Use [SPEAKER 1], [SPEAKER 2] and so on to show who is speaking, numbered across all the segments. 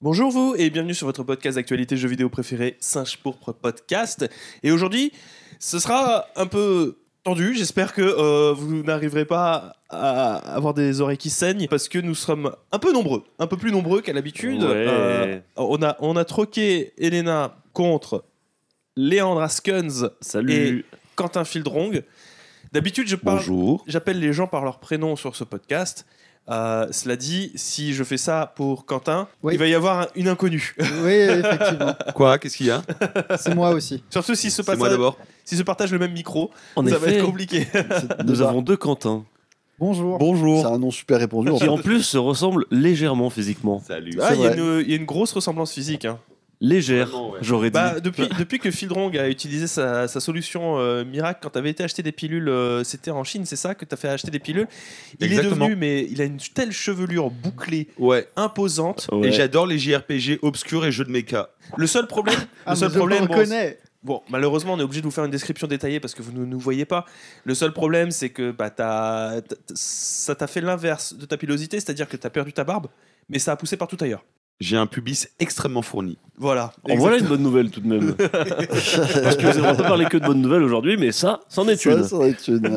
[SPEAKER 1] Bonjour vous et bienvenue sur votre podcast d'actualité jeux vidéo préféré, Singe Pourpre Podcast. Et aujourd'hui, ce sera un peu tendu. J'espère que euh, vous n'arriverez pas à avoir des oreilles qui saignent parce que nous sommes un peu nombreux, un peu plus nombreux qu'à l'habitude.
[SPEAKER 2] Ouais.
[SPEAKER 1] Euh, on, a, on a troqué Elena contre Léandre Askuns
[SPEAKER 2] Salut.
[SPEAKER 1] Quentin Fildrong. D'habitude, je parle,
[SPEAKER 2] Bonjour.
[SPEAKER 1] j'appelle les gens par leur prénom sur ce podcast. Euh, cela dit, si je fais ça pour Quentin,
[SPEAKER 3] Oui.
[SPEAKER 1] il va y avoir un- une inconnue.
[SPEAKER 3] Oui, effectivement.
[SPEAKER 4] Quoi Qu'est-ce qu'il y a
[SPEAKER 3] C'est moi aussi.
[SPEAKER 1] Surtout s'ils se,
[SPEAKER 4] C'est moi
[SPEAKER 1] partagent-
[SPEAKER 4] d'abord.
[SPEAKER 1] s'ils se partagent le même micro,
[SPEAKER 2] En
[SPEAKER 1] ça va
[SPEAKER 2] effet,
[SPEAKER 1] être compliqué.
[SPEAKER 2] nous avons deux Quentin
[SPEAKER 3] Bonjour.
[SPEAKER 2] Bonjour.
[SPEAKER 3] C'est un nom super répandu. en
[SPEAKER 2] qui
[SPEAKER 3] fait.
[SPEAKER 2] en plus se ressemblent légèrement physiquement.
[SPEAKER 4] Salut.
[SPEAKER 1] Ah, Il y, a
[SPEAKER 3] vrai.
[SPEAKER 1] une- il y a une grosse ressemblance physique. hein.
[SPEAKER 2] Légère,
[SPEAKER 4] Vraiment, ouais.
[SPEAKER 2] j'aurais dit.
[SPEAKER 1] Bah, depuis, depuis que Fildrong a utilisé sa, sa solution euh, miracle, quand tu avais été acheter des pilules, euh, c'était en Chine, c'est ça que tu as fait acheter des pilules Il
[SPEAKER 4] Exactement.
[SPEAKER 1] est devenu, mais il a une telle chevelure bouclée,
[SPEAKER 4] Ouais.
[SPEAKER 1] imposante.
[SPEAKER 2] Ouais.
[SPEAKER 4] Et j'adore les JRPG obscurs et jeux de méca.
[SPEAKER 1] Le seul problème,
[SPEAKER 3] Ah,
[SPEAKER 1] le seul
[SPEAKER 3] mais je
[SPEAKER 1] problème,
[SPEAKER 3] le
[SPEAKER 1] bon,
[SPEAKER 3] reconnais.
[SPEAKER 1] Bon, malheureusement, on est obligé de vous faire une description détaillée parce que vous ne nous voyez pas. Le seul problème, c'est que bah, t'as- t'as- ça t'a fait l'inverse de ta pilosité, c'est-à-dire que t'as perdu ta barbe, mais ça a poussé partout ailleurs.
[SPEAKER 4] J'ai un pubis extrêmement fourni.
[SPEAKER 1] Voilà.
[SPEAKER 2] En voilà une bonne nouvelle tout de même. Parce que vous n'avez pas parlé que de bonnes nouvelles aujourd'hui, mais ça, c'en est une.
[SPEAKER 3] Ça, ça aurait été une-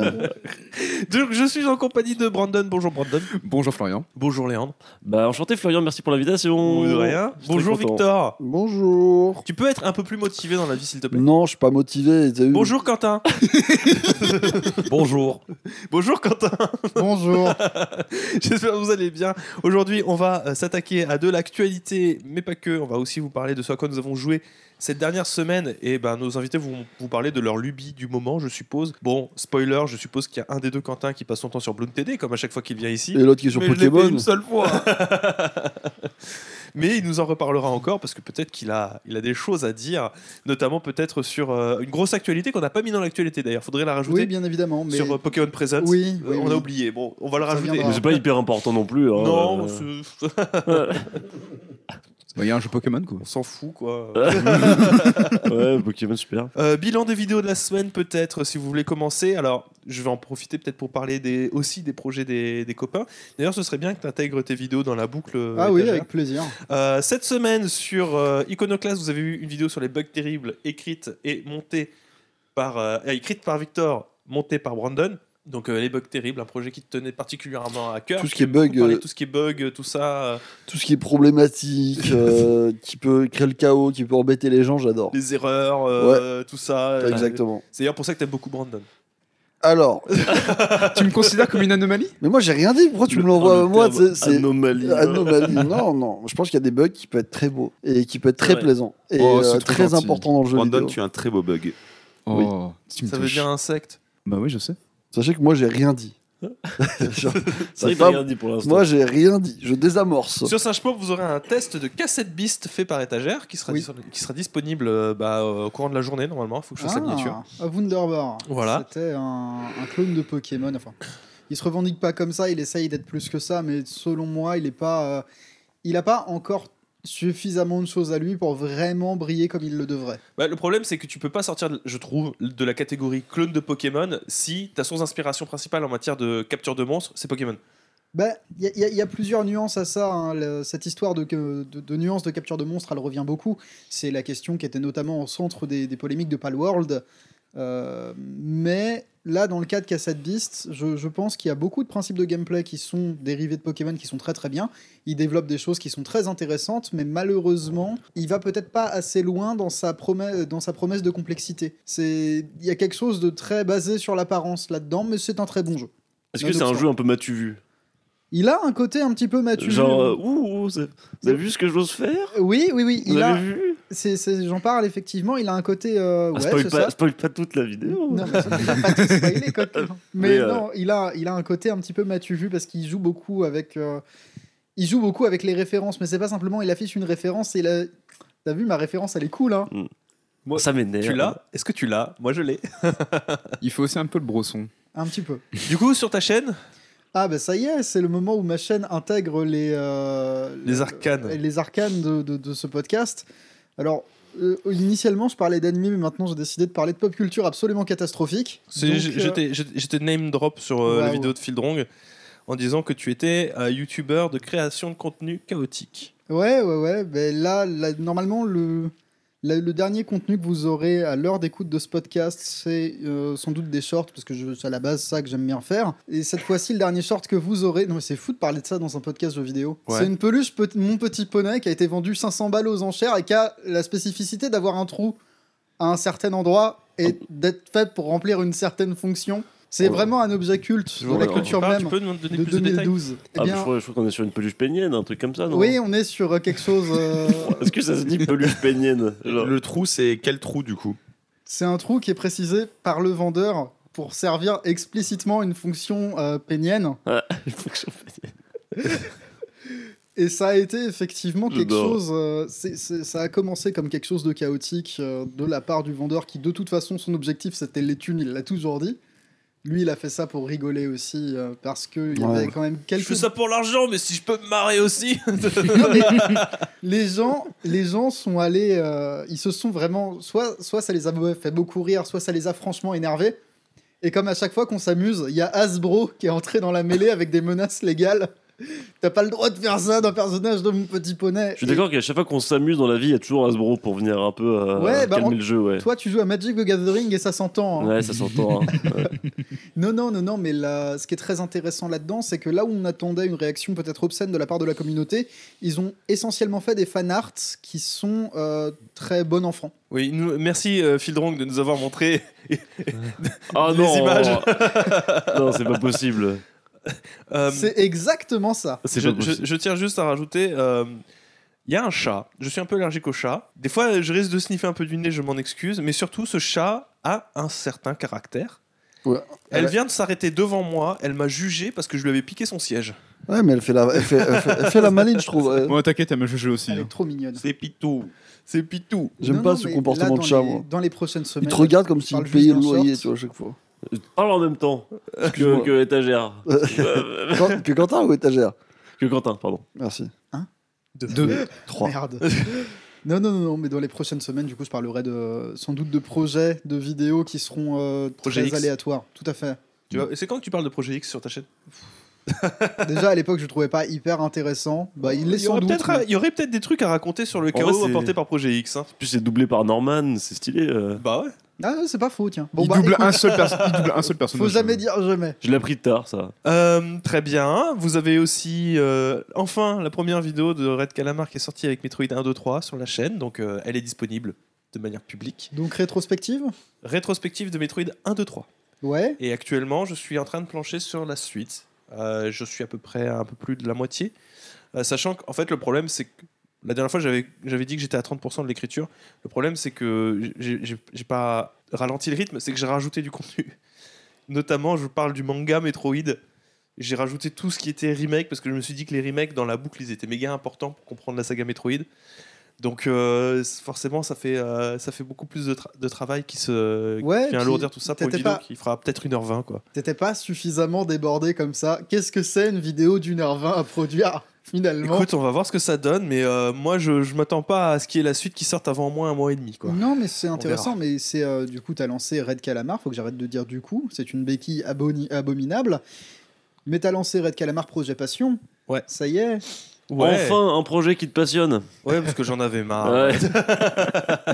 [SPEAKER 1] Donc, je suis en compagnie de Brandon. Bonjour Brandon.
[SPEAKER 5] Bonjour Florian.
[SPEAKER 1] Bonjour Léandre.
[SPEAKER 2] Bah, enchanté Florian, merci pour l'invitation.
[SPEAKER 1] De rien.
[SPEAKER 2] Je suis
[SPEAKER 1] Bonjour
[SPEAKER 2] très content.
[SPEAKER 1] Victor.
[SPEAKER 3] Bonjour.
[SPEAKER 1] Tu peux être un peu plus motivé dans la vie, s'il te plaît.
[SPEAKER 3] Non, je suis pas motivé. t'as eu-
[SPEAKER 1] Bonjour Quentin.
[SPEAKER 2] Bonjour.
[SPEAKER 1] Bonjour Quentin.
[SPEAKER 3] Bonjour.
[SPEAKER 1] J'espère que vous allez bien. Aujourd'hui, on va euh, s'attaquer à de l'actualité, mais pas que. On va aussi vous parler de ce à quoi nous avons joué cette dernière semaine. Et ben, nos invités vont vous parler de leur lubie du moment, je suppose. Bon, spoiler, je suppose qu'il y a un des deux Quentin qui passe son temps sur Bloom TD, comme à chaque fois qu'il vient ici.
[SPEAKER 3] Et l'autre qui est sur
[SPEAKER 4] Mais je l'ai fait
[SPEAKER 3] Pokémon.
[SPEAKER 4] une seule fois.
[SPEAKER 1] Mais il nous en reparlera encore parce que peut-être qu'il a, il a des choses à dire, notamment peut-être sur euh, une grosse actualité qu'on n'a pas mis dans l'actualité d'ailleurs. Faudrait la rajouter
[SPEAKER 3] Oui, bien évidemment. Mais...
[SPEAKER 1] sur euh, Pokémon Presents.
[SPEAKER 3] Oui,
[SPEAKER 1] Euh,
[SPEAKER 3] oui,
[SPEAKER 1] on a
[SPEAKER 3] oui.
[SPEAKER 1] oublié. Bon, on va le
[SPEAKER 3] Ça
[SPEAKER 1] rajouter.
[SPEAKER 3] viendra.
[SPEAKER 2] Mais c'est pas hyper important non plus. hein.
[SPEAKER 1] Non,
[SPEAKER 2] Euh,
[SPEAKER 1] c'est-
[SPEAKER 5] Il y a un jeu Pokémon quoi.
[SPEAKER 1] on s'en fout quoi.
[SPEAKER 2] Ouais, Pokémon, super.
[SPEAKER 1] Euh, bilan des vidéos de la semaine peut-être si vous voulez commencer. Alors je vais en profiter peut-être pour parler des, aussi des projets des, des copains. D'ailleurs ce serait bien que tu intègres tes vidéos dans la boucle. euh,
[SPEAKER 3] Ah oui,
[SPEAKER 1] étagère.
[SPEAKER 3] avec plaisir.
[SPEAKER 1] Euh, cette semaine sur euh, Iconoclast vous avez eu une vidéo sur les bugs terribles écrite et montée par, euh, euh, écrite par Victor, montée par Brandon. Donc euh, les bugs terribles, un projet qui te tenait particulièrement à cœur.
[SPEAKER 3] Tout ce qui est
[SPEAKER 1] Vous
[SPEAKER 3] bug,
[SPEAKER 1] parlez de
[SPEAKER 3] euh,
[SPEAKER 1] tout ce qui est bug, euh, tout ça, euh,
[SPEAKER 3] tout ce qui est problématique, euh, qui peut créer le chaos, qui peut embêter les gens, j'adore.
[SPEAKER 1] les erreurs, euh, tout ça. euh,
[SPEAKER 3] Exactement.
[SPEAKER 1] C'est d'ailleurs pour ça que t'aimes beaucoup Brandon.
[SPEAKER 3] Alors,
[SPEAKER 5] tu me considères comme une anomalie
[SPEAKER 3] mais moi j'ai rien dit. Pourquoi tu me l'envoies à moi tu sais, C'est
[SPEAKER 2] Anomalie.
[SPEAKER 6] Ah,
[SPEAKER 3] Anomalie. Non, non. Je pense qu'il y a des bugs qui peuvent être très beaux et qui peuvent être très
[SPEAKER 2] Ouais.
[SPEAKER 3] plaisants et
[SPEAKER 5] Oh, c'est
[SPEAKER 3] euh,
[SPEAKER 5] trop
[SPEAKER 3] très
[SPEAKER 5] gentil.
[SPEAKER 3] important dans le jeu
[SPEAKER 4] Brandon,
[SPEAKER 3] vidéo.
[SPEAKER 4] tu as un très beau bug.
[SPEAKER 5] Oh, tu me
[SPEAKER 1] Ça veut
[SPEAKER 5] touches.
[SPEAKER 1] dire insecte.
[SPEAKER 5] Bah oui, je sais.
[SPEAKER 3] Sachez que moi j'ai rien dit.
[SPEAKER 2] hein. Ça, il
[SPEAKER 3] Ça,
[SPEAKER 2] m'a rien dit pour l'instant.
[SPEAKER 3] Moi j'ai rien dit, je désamorce.
[SPEAKER 1] Sur Singe Pauvre, vous aurez un test de cassette Beast fait par étagère qui sera,
[SPEAKER 3] Oui.
[SPEAKER 1] dis- qui sera disponible euh, bah, euh, au courant de la journée normalement. Il faut que je
[SPEAKER 3] Ah.
[SPEAKER 1] fasse la miniature.
[SPEAKER 3] à Wunderbar.
[SPEAKER 1] Voilà.
[SPEAKER 3] C'était un, un clone de Pokémon. Enfin, il se revendique pas comme ça, il essaye d'être plus que ça, mais selon moi, il est pas, euh, il a pas encore suffisamment de choses à lui pour vraiment briller comme il le devrait.
[SPEAKER 1] Bah, le problème, c'est que tu peux pas sortir, de- je trouve, de la catégorie clone de Pokémon si ta source d'inspiration principale en matière de capture de monstres, c'est Pokémon.
[SPEAKER 3] Bah, il y, a- il y a- il y a plusieurs nuances à ça. hein. Le- cette histoire de, que- de, de nuances de capture de monstres, elle revient beaucoup. C'est la question qui était notamment au centre des, des polémiques de Palworld. Euh, mais là, dans le cas de Cassette Beast, je, je pense qu'il y a beaucoup de principes de gameplay qui sont dérivés de Pokémon, qui sont très très bien. Il développe des choses qui sont très intéressantes, mais malheureusement, il va peut-être pas assez loin dans sa, promesse, dans sa promesse de complexité. C'est- Il y a quelque chose de très basé sur l'apparence là-dedans, mais c'est un très bon jeu.
[SPEAKER 2] Est-ce que c'est un jeu un peu matu vu
[SPEAKER 3] Il a un côté un petit peu mature.
[SPEAKER 2] Genre, euh, ouh, ouh, c'est- vous avez vu ce que j'ose faire
[SPEAKER 3] Oui, oui, oui.
[SPEAKER 2] Vous
[SPEAKER 3] Il a,
[SPEAKER 2] avez vu
[SPEAKER 3] c'est- c'est- j'en parle effectivement. Il a un côté. euh,
[SPEAKER 2] Ah,
[SPEAKER 3] ouais,
[SPEAKER 2] spoil,
[SPEAKER 3] c'est
[SPEAKER 2] pas,
[SPEAKER 3] ça.
[SPEAKER 2] spoil pas toute la vidéo.
[SPEAKER 3] Non, mais ça, il a pas tout spoilé, quoi. Mais,
[SPEAKER 2] Mais, euh,
[SPEAKER 3] non, il a, il a un côté un petit peu Mathieu vu parce qu'il joue beaucoup avec. euh, il joue beaucoup avec les références, mais c'est pas simplement il affiche une référence et la. T'as vu ma référence, elle est cool, hein.
[SPEAKER 1] Moi,
[SPEAKER 2] ça m'énerve.
[SPEAKER 1] Tu l'as Est-ce que tu l'as Moi, je l'ai.
[SPEAKER 5] Il faut aussi un peu le brosson.
[SPEAKER 3] Un petit peu.
[SPEAKER 1] du coup, sur ta chaîne,
[SPEAKER 3] Ah bah ça y est, c'est le moment où ma chaîne intègre les euh,
[SPEAKER 1] Les
[SPEAKER 3] le-
[SPEAKER 1] arcanes.
[SPEAKER 3] les arcanes de, de- de ce podcast. Alors euh, initialement je parlais d'anime, mais maintenant j'ai décidé de parler de pop culture absolument catastrophique.
[SPEAKER 1] c'est-
[SPEAKER 3] Donc,
[SPEAKER 1] je-
[SPEAKER 3] euh,
[SPEAKER 1] j'étais j'étais- j'étais name drop sur euh, la
[SPEAKER 3] Waouh.
[SPEAKER 1] vidéo de Fildrong. en disant que tu étais un youtubeur de création de contenu chaotique.
[SPEAKER 3] Ouais, ouais, ouais. Ben là, là, normalement, le, la- le dernier contenu que vous aurez à l'heure d'écoute de ce podcast, c'est euh, sans doute des shorts, parce que je- c'est à la base ça que j'aime bien faire. Et cette fois-ci, le dernier short que vous aurez. Non, mais c'est fou de parler de ça dans un podcast jeu vidéo.
[SPEAKER 1] Ouais.
[SPEAKER 3] C'est une peluche, pe- mon petit poney, qui a été vendue 500 balles aux enchères et qui a la spécificité d'avoir un trou à un certain endroit
[SPEAKER 2] Ah.
[SPEAKER 3] et d'être fait pour remplir une certaine fonction. C'est vraiment un objet culte de la
[SPEAKER 2] vois,
[SPEAKER 3] culture
[SPEAKER 1] Parle,
[SPEAKER 3] même
[SPEAKER 1] Tu peux nous donner
[SPEAKER 3] de
[SPEAKER 1] plus de détails
[SPEAKER 3] 2012. Eh
[SPEAKER 2] Ah,
[SPEAKER 3] bien,
[SPEAKER 2] je crois, je crois qu'on est sur une peluche pénienne, un truc comme ça, non
[SPEAKER 3] oui, on est sur euh, quelque chose. euh,
[SPEAKER 2] Est-ce que ça se dit peluche pénienne genre
[SPEAKER 4] Le trou, c'est quel trou du coup
[SPEAKER 3] C'est un trou qui est précisé par le vendeur pour servir explicitement une fonction euh, pénienne.
[SPEAKER 2] Il faut que je fasse-
[SPEAKER 3] Et ça a été effectivement quelque
[SPEAKER 2] J'adore.
[SPEAKER 3] chose. euh, c'est- c'est- ça a commencé comme quelque chose de chaotique euh, de la part du vendeur qui, de toute façon, son objectif c'était les thunes, il l'a toujours dit. Lui, il a fait ça pour rigoler aussi euh, parce qu'il y
[SPEAKER 5] Ouais.
[SPEAKER 3] avait quand même
[SPEAKER 1] Je
[SPEAKER 3] quelques.
[SPEAKER 1] fais ça pour l'argent, mais si je peux me marrer aussi.
[SPEAKER 3] Non, mais les gens, les gens sont allés, euh, ils se sont vraiment, soit, soit ça les a fait beaucoup rire, soit ça les a franchement énervés. Et comme à chaque fois qu'on s'amuse, il y a Hasbro qui est entré dans la mêlée avec des menaces légales. T'as pas le droit de faire ça d'un personnage de mon petit poney.
[SPEAKER 2] Je suis d'accord qu'à chaque fois qu'on s'amuse dans la vie, il y a toujours Hasbro pour venir un peu euh,
[SPEAKER 3] Ouais, bah,
[SPEAKER 2] calmer
[SPEAKER 3] on-
[SPEAKER 2] le jeu, ouais.
[SPEAKER 3] Et Toi, tu joues à Magic the Gathering et ça s'entend. hein.
[SPEAKER 2] Ouais, ça s'entend. hein.
[SPEAKER 3] Non, non, non, non, mais là, ce qui est très intéressant là-dedans, c'est que là où on attendait une réaction peut-être obscène de la part de la communauté, ils ont essentiellement fait des fanarts qui sont euh, très bon enfant.
[SPEAKER 1] Oui, nous- merci euh, Phil Drong de nous avoir montré.
[SPEAKER 2] Ah
[SPEAKER 1] Les
[SPEAKER 2] non
[SPEAKER 1] images.
[SPEAKER 2] Non, c'est pas possible.
[SPEAKER 1] euh,
[SPEAKER 3] C'est exactement ça.
[SPEAKER 5] C'est
[SPEAKER 1] je,
[SPEAKER 5] pas possible.
[SPEAKER 1] je- je tiens juste à rajouter. euh, il y a un chat. Je suis un peu allergique au chat. Des fois, je risque de sniffer un peu du nez, je m'en excuse. Mais surtout, ce chat a un certain caractère.
[SPEAKER 6] Ouais.
[SPEAKER 1] Elle
[SPEAKER 6] Ouais.
[SPEAKER 1] vient de s'arrêter devant moi. Elle m'a jugé parce que je lui avais piqué son siège.
[SPEAKER 6] Ouais, mais elle fait la, elle fait, elle fait- elle fait la maline, je trouve. Elle-
[SPEAKER 5] Bon, t'inquiète, elle m'a jugé aussi.
[SPEAKER 3] Elle est
[SPEAKER 5] hein.
[SPEAKER 3] trop mignonne.
[SPEAKER 1] C'est pitou. C'est pitou.
[SPEAKER 6] J'aime
[SPEAKER 3] Non,
[SPEAKER 6] pas
[SPEAKER 3] non,
[SPEAKER 6] ce
[SPEAKER 3] mais
[SPEAKER 6] comportement
[SPEAKER 3] là,
[SPEAKER 6] de
[SPEAKER 3] dans
[SPEAKER 6] chat,
[SPEAKER 3] les-
[SPEAKER 6] moi.
[SPEAKER 3] Dans les prochaines semaines.
[SPEAKER 6] Il te regarde comme
[SPEAKER 3] parle
[SPEAKER 6] s'il
[SPEAKER 3] juste
[SPEAKER 6] payait le
[SPEAKER 3] d'un
[SPEAKER 6] loyer,
[SPEAKER 3] short.
[SPEAKER 6] tu vois, à chaque fois.
[SPEAKER 2] Parle en même temps que,
[SPEAKER 6] Excuse-moi.
[SPEAKER 2] que étagère.
[SPEAKER 6] Quand- que Quentin ou étagère
[SPEAKER 2] que Quentin, pardon.
[SPEAKER 6] Merci.
[SPEAKER 5] Deux.
[SPEAKER 6] Trois.
[SPEAKER 3] Merde. non, non, non, non, mais dans les prochaines semaines, du coup, je parlerai de, sans doute de projets, de vidéos qui seront euh,
[SPEAKER 1] Projet
[SPEAKER 3] très
[SPEAKER 1] X.
[SPEAKER 3] aléatoires. Tout à fait.
[SPEAKER 1] Tu vois, et c'est quand que tu parles de Projet X sur ta chaîne
[SPEAKER 3] Déjà, à l'époque, je le trouvais pas hyper intéressant. Bah, il l'est
[SPEAKER 1] il y,
[SPEAKER 3] sans
[SPEAKER 1] aurait
[SPEAKER 3] doute.
[SPEAKER 1] peut-être,
[SPEAKER 3] mais-
[SPEAKER 1] il y aurait peut-être des trucs à raconter sur le
[SPEAKER 2] vrai,
[SPEAKER 1] chaos
[SPEAKER 2] c'est-
[SPEAKER 1] apporté par Projet X. hein.
[SPEAKER 2] En plus, c'est doublé par Norman, c'est stylé. euh.
[SPEAKER 1] Bah ouais.
[SPEAKER 3] Ah, ouais, c'est pas faux, tiens. Bon,
[SPEAKER 5] il,
[SPEAKER 3] bah,
[SPEAKER 5] double
[SPEAKER 3] écoute,
[SPEAKER 5] un seul perso- il double un seul personnage.
[SPEAKER 3] faut jamais dire jamais.
[SPEAKER 2] Je l'ai appris tard, ça.
[SPEAKER 1] Euh, très bien. Vous avez aussi, euh, enfin, la première vidéo de Red Calamar qui est sortie avec Metroid 1, 2, 3 sur la chaîne. Donc, euh, elle est disponible de manière publique.
[SPEAKER 3] Donc, rétrospective
[SPEAKER 1] Rétrospective de Metroid 1, 2, 3.
[SPEAKER 3] Ouais.
[SPEAKER 1] Et actuellement, je suis en train de plancher sur la suite. Euh, je suis à peu près à un peu plus de la moitié. Euh, sachant qu'en fait, le problème, c'est que la dernière fois, j'avais j'avais dit que j'étais à 30% de l'écriture. Le problème, c'est que j'ai- j'ai j'ai pas ralenti le rythme, c'est que j'ai rajouté du contenu. Notamment, je parle du manga Metroid. J'ai rajouté tout ce qui était remake parce que je me suis dit que les remakes dans la boucle, ils étaient méga importants pour comprendre la saga Metroid. Donc, euh, c- forcément, ça fait, euh, ça fait beaucoup plus de, tra- de travail qui, se,
[SPEAKER 3] Ouais,
[SPEAKER 1] qui vient
[SPEAKER 3] puis
[SPEAKER 1] alourdir tout ça pour une
[SPEAKER 3] t'étais
[SPEAKER 1] vidéo
[SPEAKER 3] pas-
[SPEAKER 1] qui fera peut-être 1h20. Quoi.
[SPEAKER 3] T'étais pas suffisamment débordé comme ça. Qu'est-ce que c'est une vidéo d'une heure vingt à produire, finalement
[SPEAKER 1] Écoute, on va voir ce que ça donne, mais euh, moi, je, je m'attends pas à ce qu'il y ait la suite qui sorte avant au moins un mois et demi. Quoi.
[SPEAKER 3] Non, mais c'est intéressant.
[SPEAKER 1] verra.
[SPEAKER 3] Mais c'est euh, du coup, t'as lancé Red Calamar. Faut que j'arrête de dire du coup. C'est une béquille aboni- abominable. Mais t'as lancé Red Calamar Projet Passion.
[SPEAKER 1] Ouais.
[SPEAKER 3] Ça y est.
[SPEAKER 2] Enfin, un projet qui te passionne.
[SPEAKER 1] Ouais, parce que j'en avais
[SPEAKER 3] Ah.
[SPEAKER 1] marre.
[SPEAKER 2] Ouais.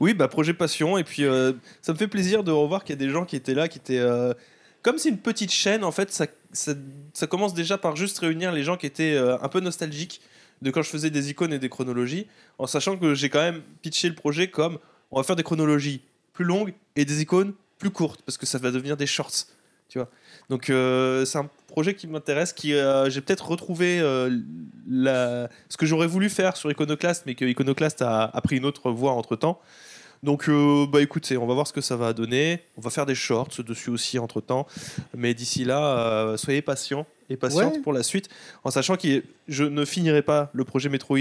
[SPEAKER 1] Oui, bah projet passion. Et puis, euh, ça me fait plaisir de revoir qu'il y a des gens qui étaient là, qui étaient. euh, Comme c'est une petite chaîne, en fait, ça, ça, ça commence déjà par juste réunir les gens qui étaient euh, un peu nostalgiques de quand je faisais des icônes et des chronologies, en sachant que j'ai quand même pitché le projet comme on va faire des chronologies plus longues et des icônes plus courtes, parce que ça va devenir des shorts. Tu vois. Donc, euh, c'est un projet qui m'intéresse, qui euh, j'ai peut-être retrouvé euh, la... ce que j'aurais voulu faire sur Iconoclast, mais que Iconoclast a- a pris une autre voie entre temps. Donc, euh, bah écoutez, on va voir ce que ça va donner. On va faire des shorts dessus aussi entre temps. Mais d'ici là, euh, soyez patients et patientes
[SPEAKER 3] Ouais.
[SPEAKER 1] pour la suite. En sachant que je ne finirai pas le projet Metroid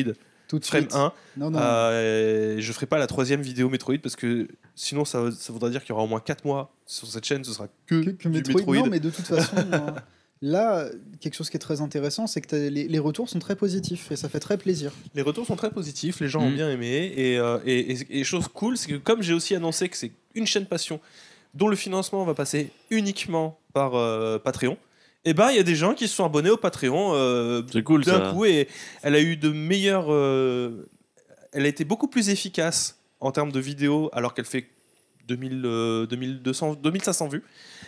[SPEAKER 3] Tout de
[SPEAKER 1] Frame
[SPEAKER 3] suite.
[SPEAKER 1] 1.
[SPEAKER 3] Non, non.
[SPEAKER 1] Euh, et je ferai pas la troisième vidéo Metroid parce que sinon, ça, ça voudra dire qu'il y aura au moins 4 mois sur cette chaîne. Ce sera que,
[SPEAKER 3] que,
[SPEAKER 1] du
[SPEAKER 3] que Metroid.
[SPEAKER 1] Metroid.
[SPEAKER 3] Non, mais de toute façon. euh, Là, quelque chose qui est très intéressant, c'est que t'as- les, les retours sont très positifs et ça fait très plaisir.
[SPEAKER 1] Les retours sont très positifs, les gens ont
[SPEAKER 2] Mm.
[SPEAKER 5] Mhm.
[SPEAKER 1] bien aimé. Et, euh, et- et- et chose cool, c'est que comme j'ai aussi annoncé que c'est une chaîne passion dont le financement va passer uniquement par euh, Patreon, Et ben, il y a des gens qui se sont abonnés au Patreon euh,
[SPEAKER 2] C'est cool
[SPEAKER 1] d'un
[SPEAKER 2] ça.
[SPEAKER 1] coup et elle a eu de meilleurs. euh, elle a été beaucoup plus efficace en termes de vidéos alors qu'elle fait 2000, euh, 2200, 2500 vues.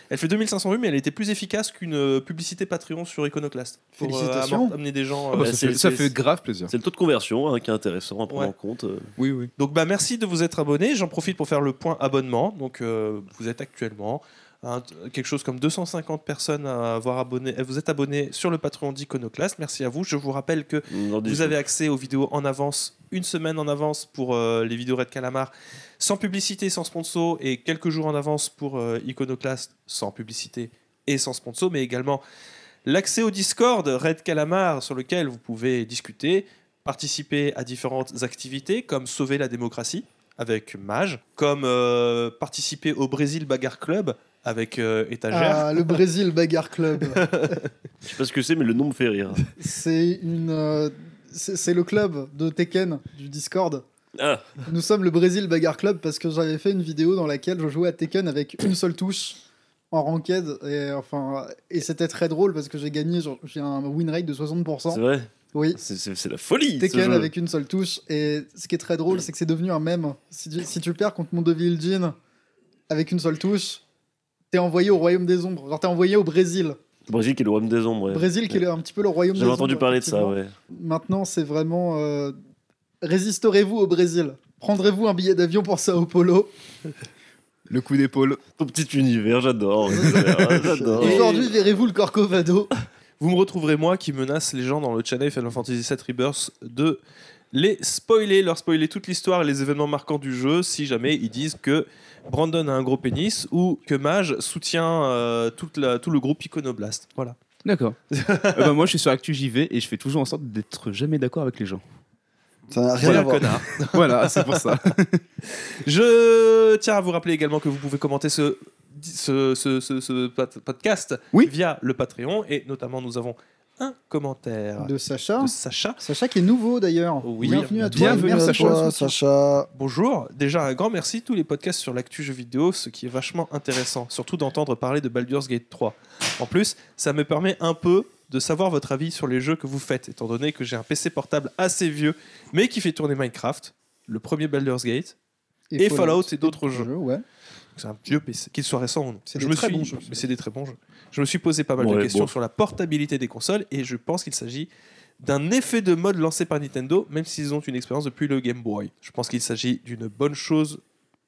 [SPEAKER 1] Elle fait 2500 vues, mais elle a été plus efficace qu'une euh, publicité Patreon sur Iconoclast pour euh,
[SPEAKER 3] Félicitations.
[SPEAKER 1] amor- amener des gens.
[SPEAKER 5] Ah
[SPEAKER 1] euh,
[SPEAKER 5] bah,
[SPEAKER 2] Bah,
[SPEAKER 5] ça,
[SPEAKER 2] c'est-
[SPEAKER 5] fait, ça
[SPEAKER 2] c'est-
[SPEAKER 5] fait grave plaisir.
[SPEAKER 2] C'est le taux de conversion hein, qui est intéressant à prendre
[SPEAKER 1] Ouais.
[SPEAKER 2] en compte. euh.
[SPEAKER 5] Oui, oui.
[SPEAKER 1] Donc bah merci de vous être abonné. J'en profite pour faire le point abonnement. Donc euh, vous êtes actuellement à un- quelque chose comme 250 personnes à avoir abonné. euh, Vous êtes abonné sur le Patreon d'Iconoclast. Merci à vous. Je vous rappelle que
[SPEAKER 2] Dans des-
[SPEAKER 1] vous avez accès aux vidéos en avance, une semaine en avance pour euh, les vidéos Red Calamar, sans publicité, sans sponsor, et quelques jours en avance pour euh, Iconoclast, sans publicité et sans sponsor, mais également l'accès au Discord Red Calamar, sur lequel vous pouvez discuter, participer à différentes activités, comme sauver la démocratie avec Mage, comme euh, participer au Brésil Bagarre Club avec euh, Étagère.
[SPEAKER 3] Ah, le Brésil Bagarre Club.
[SPEAKER 2] Je sais pas ce que c'est, mais le nom me fait rire.
[SPEAKER 3] C'est une. euh, c'est c'est le club de Tekken du Discord.
[SPEAKER 2] Ah,
[SPEAKER 3] Nous sommes le Brésil Bagarre Club parce que j'avais fait une vidéo dans laquelle je jouais à Tekken avec une seule touche en ranked et enfin et c'était très drôle parce que j'ai gagné genre, j'ai un win rate de
[SPEAKER 2] c'est
[SPEAKER 3] 60%.
[SPEAKER 2] vrai
[SPEAKER 3] Oui.
[SPEAKER 2] C'est- C'est c'est la folie ce
[SPEAKER 3] Tekken
[SPEAKER 2] jeu.
[SPEAKER 3] avec une seule touche et ce qui est très drôle c'est que c'est devenu un mème. Si tu, si tu perds contre mon Devil Jin avec une seule touche, t'es envoyé au royaume des ombres. Genre t'es envoyé au Brésil.
[SPEAKER 2] Brésil qui est le royaume des ombres. ouais.
[SPEAKER 3] Brésil qui est un petit peu le royaume des
[SPEAKER 2] J'avais
[SPEAKER 3] ombres.
[SPEAKER 2] entendu parler de ça,
[SPEAKER 3] effectivement.
[SPEAKER 2] ouais.
[SPEAKER 3] Maintenant, c'est vraiment. euh, Résisterez-vous au Brésil Prendrez-vous un billet d'avion pour Sao Paulo
[SPEAKER 5] Le coup d'épaule.
[SPEAKER 2] Ton petit univers, j'adore. j'adore.
[SPEAKER 1] Et-
[SPEAKER 3] Aujourd'hui, verrez-vous le Corcovado
[SPEAKER 1] Vous me retrouverez moi qui menace les gens dans le channel Final Fantasy VII Rebirth de les spoiler, leur spoiler toute l'histoire et les événements marquants du jeu si jamais ils disent que Brandon a un gros pénis ou que Mage soutient euh, toute la- tout le groupe Iconoblast. Voilà.
[SPEAKER 5] D'accord. Euh, bah, moi, je suis sur Actu JV et je fais toujours en sorte d'être jamais d'accord avec les gens.
[SPEAKER 6] Ça n'a rien
[SPEAKER 1] Voilà,
[SPEAKER 6] à voir.
[SPEAKER 1] connard.
[SPEAKER 5] voilà, c'est pour ça.
[SPEAKER 1] Je tiens à vous rappeler également que vous pouvez commenter ce, ce, ce- ce- ce pod- podcast
[SPEAKER 5] Oui.
[SPEAKER 1] via le Patreon et notamment nous avons un commentaire de,
[SPEAKER 3] De Sacha.
[SPEAKER 1] Sacha.
[SPEAKER 3] Sacha qui est nouveau d'ailleurs.
[SPEAKER 1] Oui.
[SPEAKER 3] Bienvenue à toi.
[SPEAKER 5] Bienvenue,
[SPEAKER 3] et merci
[SPEAKER 5] Sacha. Euh,
[SPEAKER 3] pour
[SPEAKER 6] Toi,
[SPEAKER 3] ton
[SPEAKER 6] Sacha.
[SPEAKER 1] Bonjour, déjà un grand merci tous les podcasts sur l'actu jeux vidéo, ce qui est vachement intéressant, surtout d'entendre parler de Baldur's Gate 3. En plus, ça me permet un peu de savoir votre avis sur les jeux que vous faites, étant donné que j'ai un PC portable assez vieux, mais qui fait tourner Minecraft, le premier Baldur's Gate, et, Fallout et d'autres jeux.
[SPEAKER 3] ouais.
[SPEAKER 1] C'est un vieux PC, qu'il soit récent ou non.
[SPEAKER 3] C'est
[SPEAKER 1] Je
[SPEAKER 3] des
[SPEAKER 1] me
[SPEAKER 3] très
[SPEAKER 1] suis-
[SPEAKER 3] bons jeux.
[SPEAKER 1] Mais c'est des très bons jeux. Je me suis posé pas mal de
[SPEAKER 2] Ouais,
[SPEAKER 1] questions
[SPEAKER 2] bon.
[SPEAKER 1] sur la portabilité des consoles, et je pense qu'il s'agit d'un effet de mode lancé par Nintendo, même s'ils ont une expérience depuis le Game Boy. Je pense qu'il s'agit d'une bonne chose,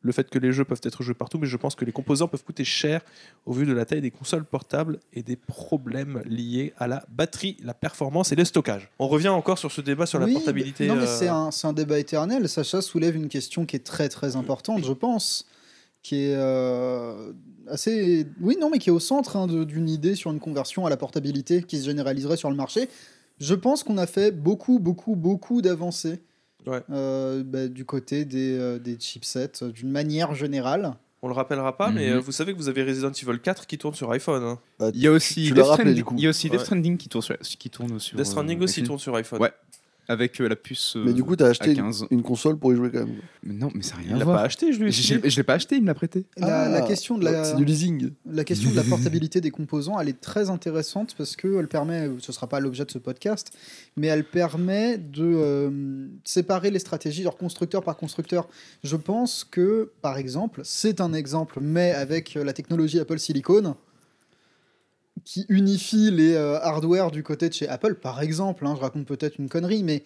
[SPEAKER 1] le fait que les jeux peuvent être joués partout, mais je pense que les composants peuvent coûter cher au vu de la taille des consoles portables et des problèmes liés à la batterie, la performance et le stockage. On revient encore sur ce débat sur
[SPEAKER 3] Oui,
[SPEAKER 1] la portabilité.
[SPEAKER 3] Non, mais
[SPEAKER 1] euh,
[SPEAKER 3] c'est un, c'est un débat éternel. Sacha soulève une question qui est très très importante, je pense, qui est euh, assez. Oui, non, mais qui est au centre hein, de- d'une idée sur une conversion à la portabilité qui se généraliserait sur le marché. Je pense qu'on a fait beaucoup, beaucoup, beaucoup d'avancées
[SPEAKER 1] Ouais.
[SPEAKER 3] euh, bah, du côté des, euh, des chipsets euh, d'une manière générale.
[SPEAKER 1] On le rappellera pas, mais
[SPEAKER 5] Mhm.
[SPEAKER 1] euh, vous savez que vous avez Resident Evil 4 qui tourne sur iPhone. hein.
[SPEAKER 5] Il y a aussi,
[SPEAKER 6] Tu l'as
[SPEAKER 5] Death,
[SPEAKER 6] rappelé,
[SPEAKER 5] Stranding,
[SPEAKER 6] du coup.
[SPEAKER 5] Il y a aussi Death
[SPEAKER 1] Ouais.
[SPEAKER 5] Stranding qui tourne sur, qui tourne sur,
[SPEAKER 1] Death
[SPEAKER 5] euh,
[SPEAKER 1] Stranding aussi
[SPEAKER 5] iTunes.
[SPEAKER 1] tourne sur iPhone.
[SPEAKER 5] Ouais. Avec euh, la puce. euh,
[SPEAKER 6] Mais du coup, t'as acheté
[SPEAKER 5] à
[SPEAKER 6] une,
[SPEAKER 5] 15.
[SPEAKER 6] une console pour y jouer quand même.
[SPEAKER 5] Mais non, mais ça n'a rien
[SPEAKER 1] Il
[SPEAKER 5] à
[SPEAKER 1] l'a pas
[SPEAKER 5] voir.
[SPEAKER 1] acheté, je lui ai
[SPEAKER 5] Je
[SPEAKER 1] filé.
[SPEAKER 5] je l'ai pas acheté, il me l'a prêté.
[SPEAKER 3] La, la
[SPEAKER 6] Ah,
[SPEAKER 3] question de
[SPEAKER 1] Bah,
[SPEAKER 3] la...
[SPEAKER 6] C'est du leasing.
[SPEAKER 3] La question de la portabilité des composants, elle est très intéressante parce qu'elle permet, ce ne sera pas l'objet de ce podcast, mais elle permet de euh, séparer les stratégies, genre constructeur par constructeur. Je pense que, par exemple, c'est un exemple, mais avec euh, la technologie Apple Silicon, qui unifie les euh, hardware du côté de chez Apple, par exemple, hein, je raconte peut-être une connerie, mais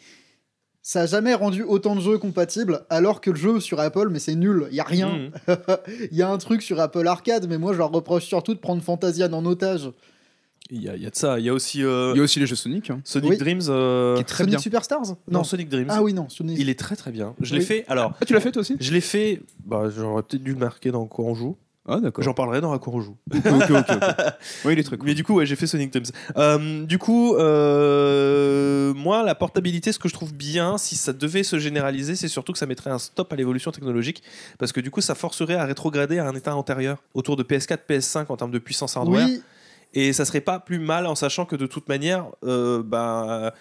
[SPEAKER 3] ça n'a jamais rendu autant de jeux compatibles, alors que le jeu sur Apple, mais c'est nul, il n'y a rien.
[SPEAKER 1] Mhm.
[SPEAKER 3] Il y a un truc sur Apple Arcade, mais moi je leur reproche surtout de prendre Fantasian en otage.
[SPEAKER 1] Il y, a- il y a de ça. Il y a aussi euh,
[SPEAKER 5] Il y a aussi les jeux Sonic. hein.
[SPEAKER 1] Sonic
[SPEAKER 3] Oui.
[SPEAKER 1] Dreams. euh,
[SPEAKER 5] Qui est très
[SPEAKER 3] Sonic
[SPEAKER 5] bien.
[SPEAKER 3] Superstars
[SPEAKER 1] Non, Sonic Dreams.
[SPEAKER 3] Ah oui, non. Sonic-
[SPEAKER 1] Il est très très bien. Je
[SPEAKER 3] Oui.
[SPEAKER 1] l'ai fait. Alors,
[SPEAKER 5] Ah, tu l'as fait toi aussi
[SPEAKER 1] je l'ai fait. Bah, j'aurais peut-être dû le marquer dans quoi on joue.
[SPEAKER 5] Ah, d'accord.
[SPEAKER 1] J'en parlerai dans à quoi on joue.
[SPEAKER 5] ok, ok, ok. Oui, les trucs.
[SPEAKER 1] Mais du coup, ouais, j'ai fait Sonic Dreams. Euh, du coup, euh, moi, la portabilité, ce que je trouve bien, si ça devait se généraliser, c'est surtout que ça mettrait un stop à l'évolution technologique, parce que du coup, ça forcerait à rétrograder à un état antérieur, autour de PS4, PS5 en termes de puissance hardware.
[SPEAKER 3] Oui,
[SPEAKER 1] Et ça serait pas plus mal en sachant que de toute manière, euh, ben,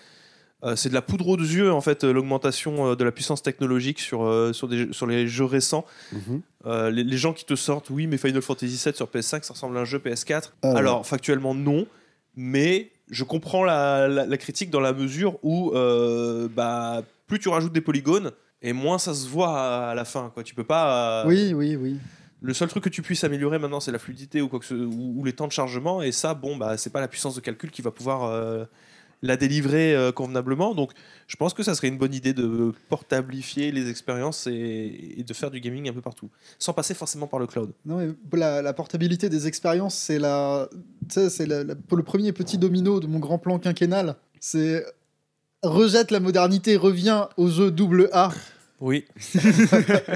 [SPEAKER 1] euh, c'est de la poudre aux yeux en fait euh, l'augmentation euh, de la puissance technologique sur, euh, sur, des, sur les jeux récents.
[SPEAKER 6] Mhm.
[SPEAKER 1] Euh, les, les gens qui te sortent, oui, mais Final Fantasy VII sur PS5, ça ressemble à un jeu PS4.
[SPEAKER 6] Ah ouais.
[SPEAKER 1] Alors factuellement non. mais je comprends la, la- la critique dans la mesure où euh, bah, plus tu rajoutes des polygones et moins ça se voit à, à la fin. Quoi. Tu peux pas. euh,
[SPEAKER 3] Oui, oui, oui.
[SPEAKER 1] Le seul truc que tu puisses améliorer maintenant, c'est la fluidité ou, quoi que ce- ou, ou les temps de chargement. Et ça, bon, bah, c'est pas la puissance de calcul qui va pouvoir euh, la délivrer euh, convenablement. Donc, je pense que ça serait une bonne idée de portablifier les expériences et, et de faire du gaming un peu partout, sans passer forcément par le cloud.
[SPEAKER 3] Non, mais la, la portabilité des expériences, c'est la, tu sais, c'est la- la- le premier petit domino de mon grand plan quinquennal. C'est rejette la modernité, reviens aux jeux double A,
[SPEAKER 1] Oui.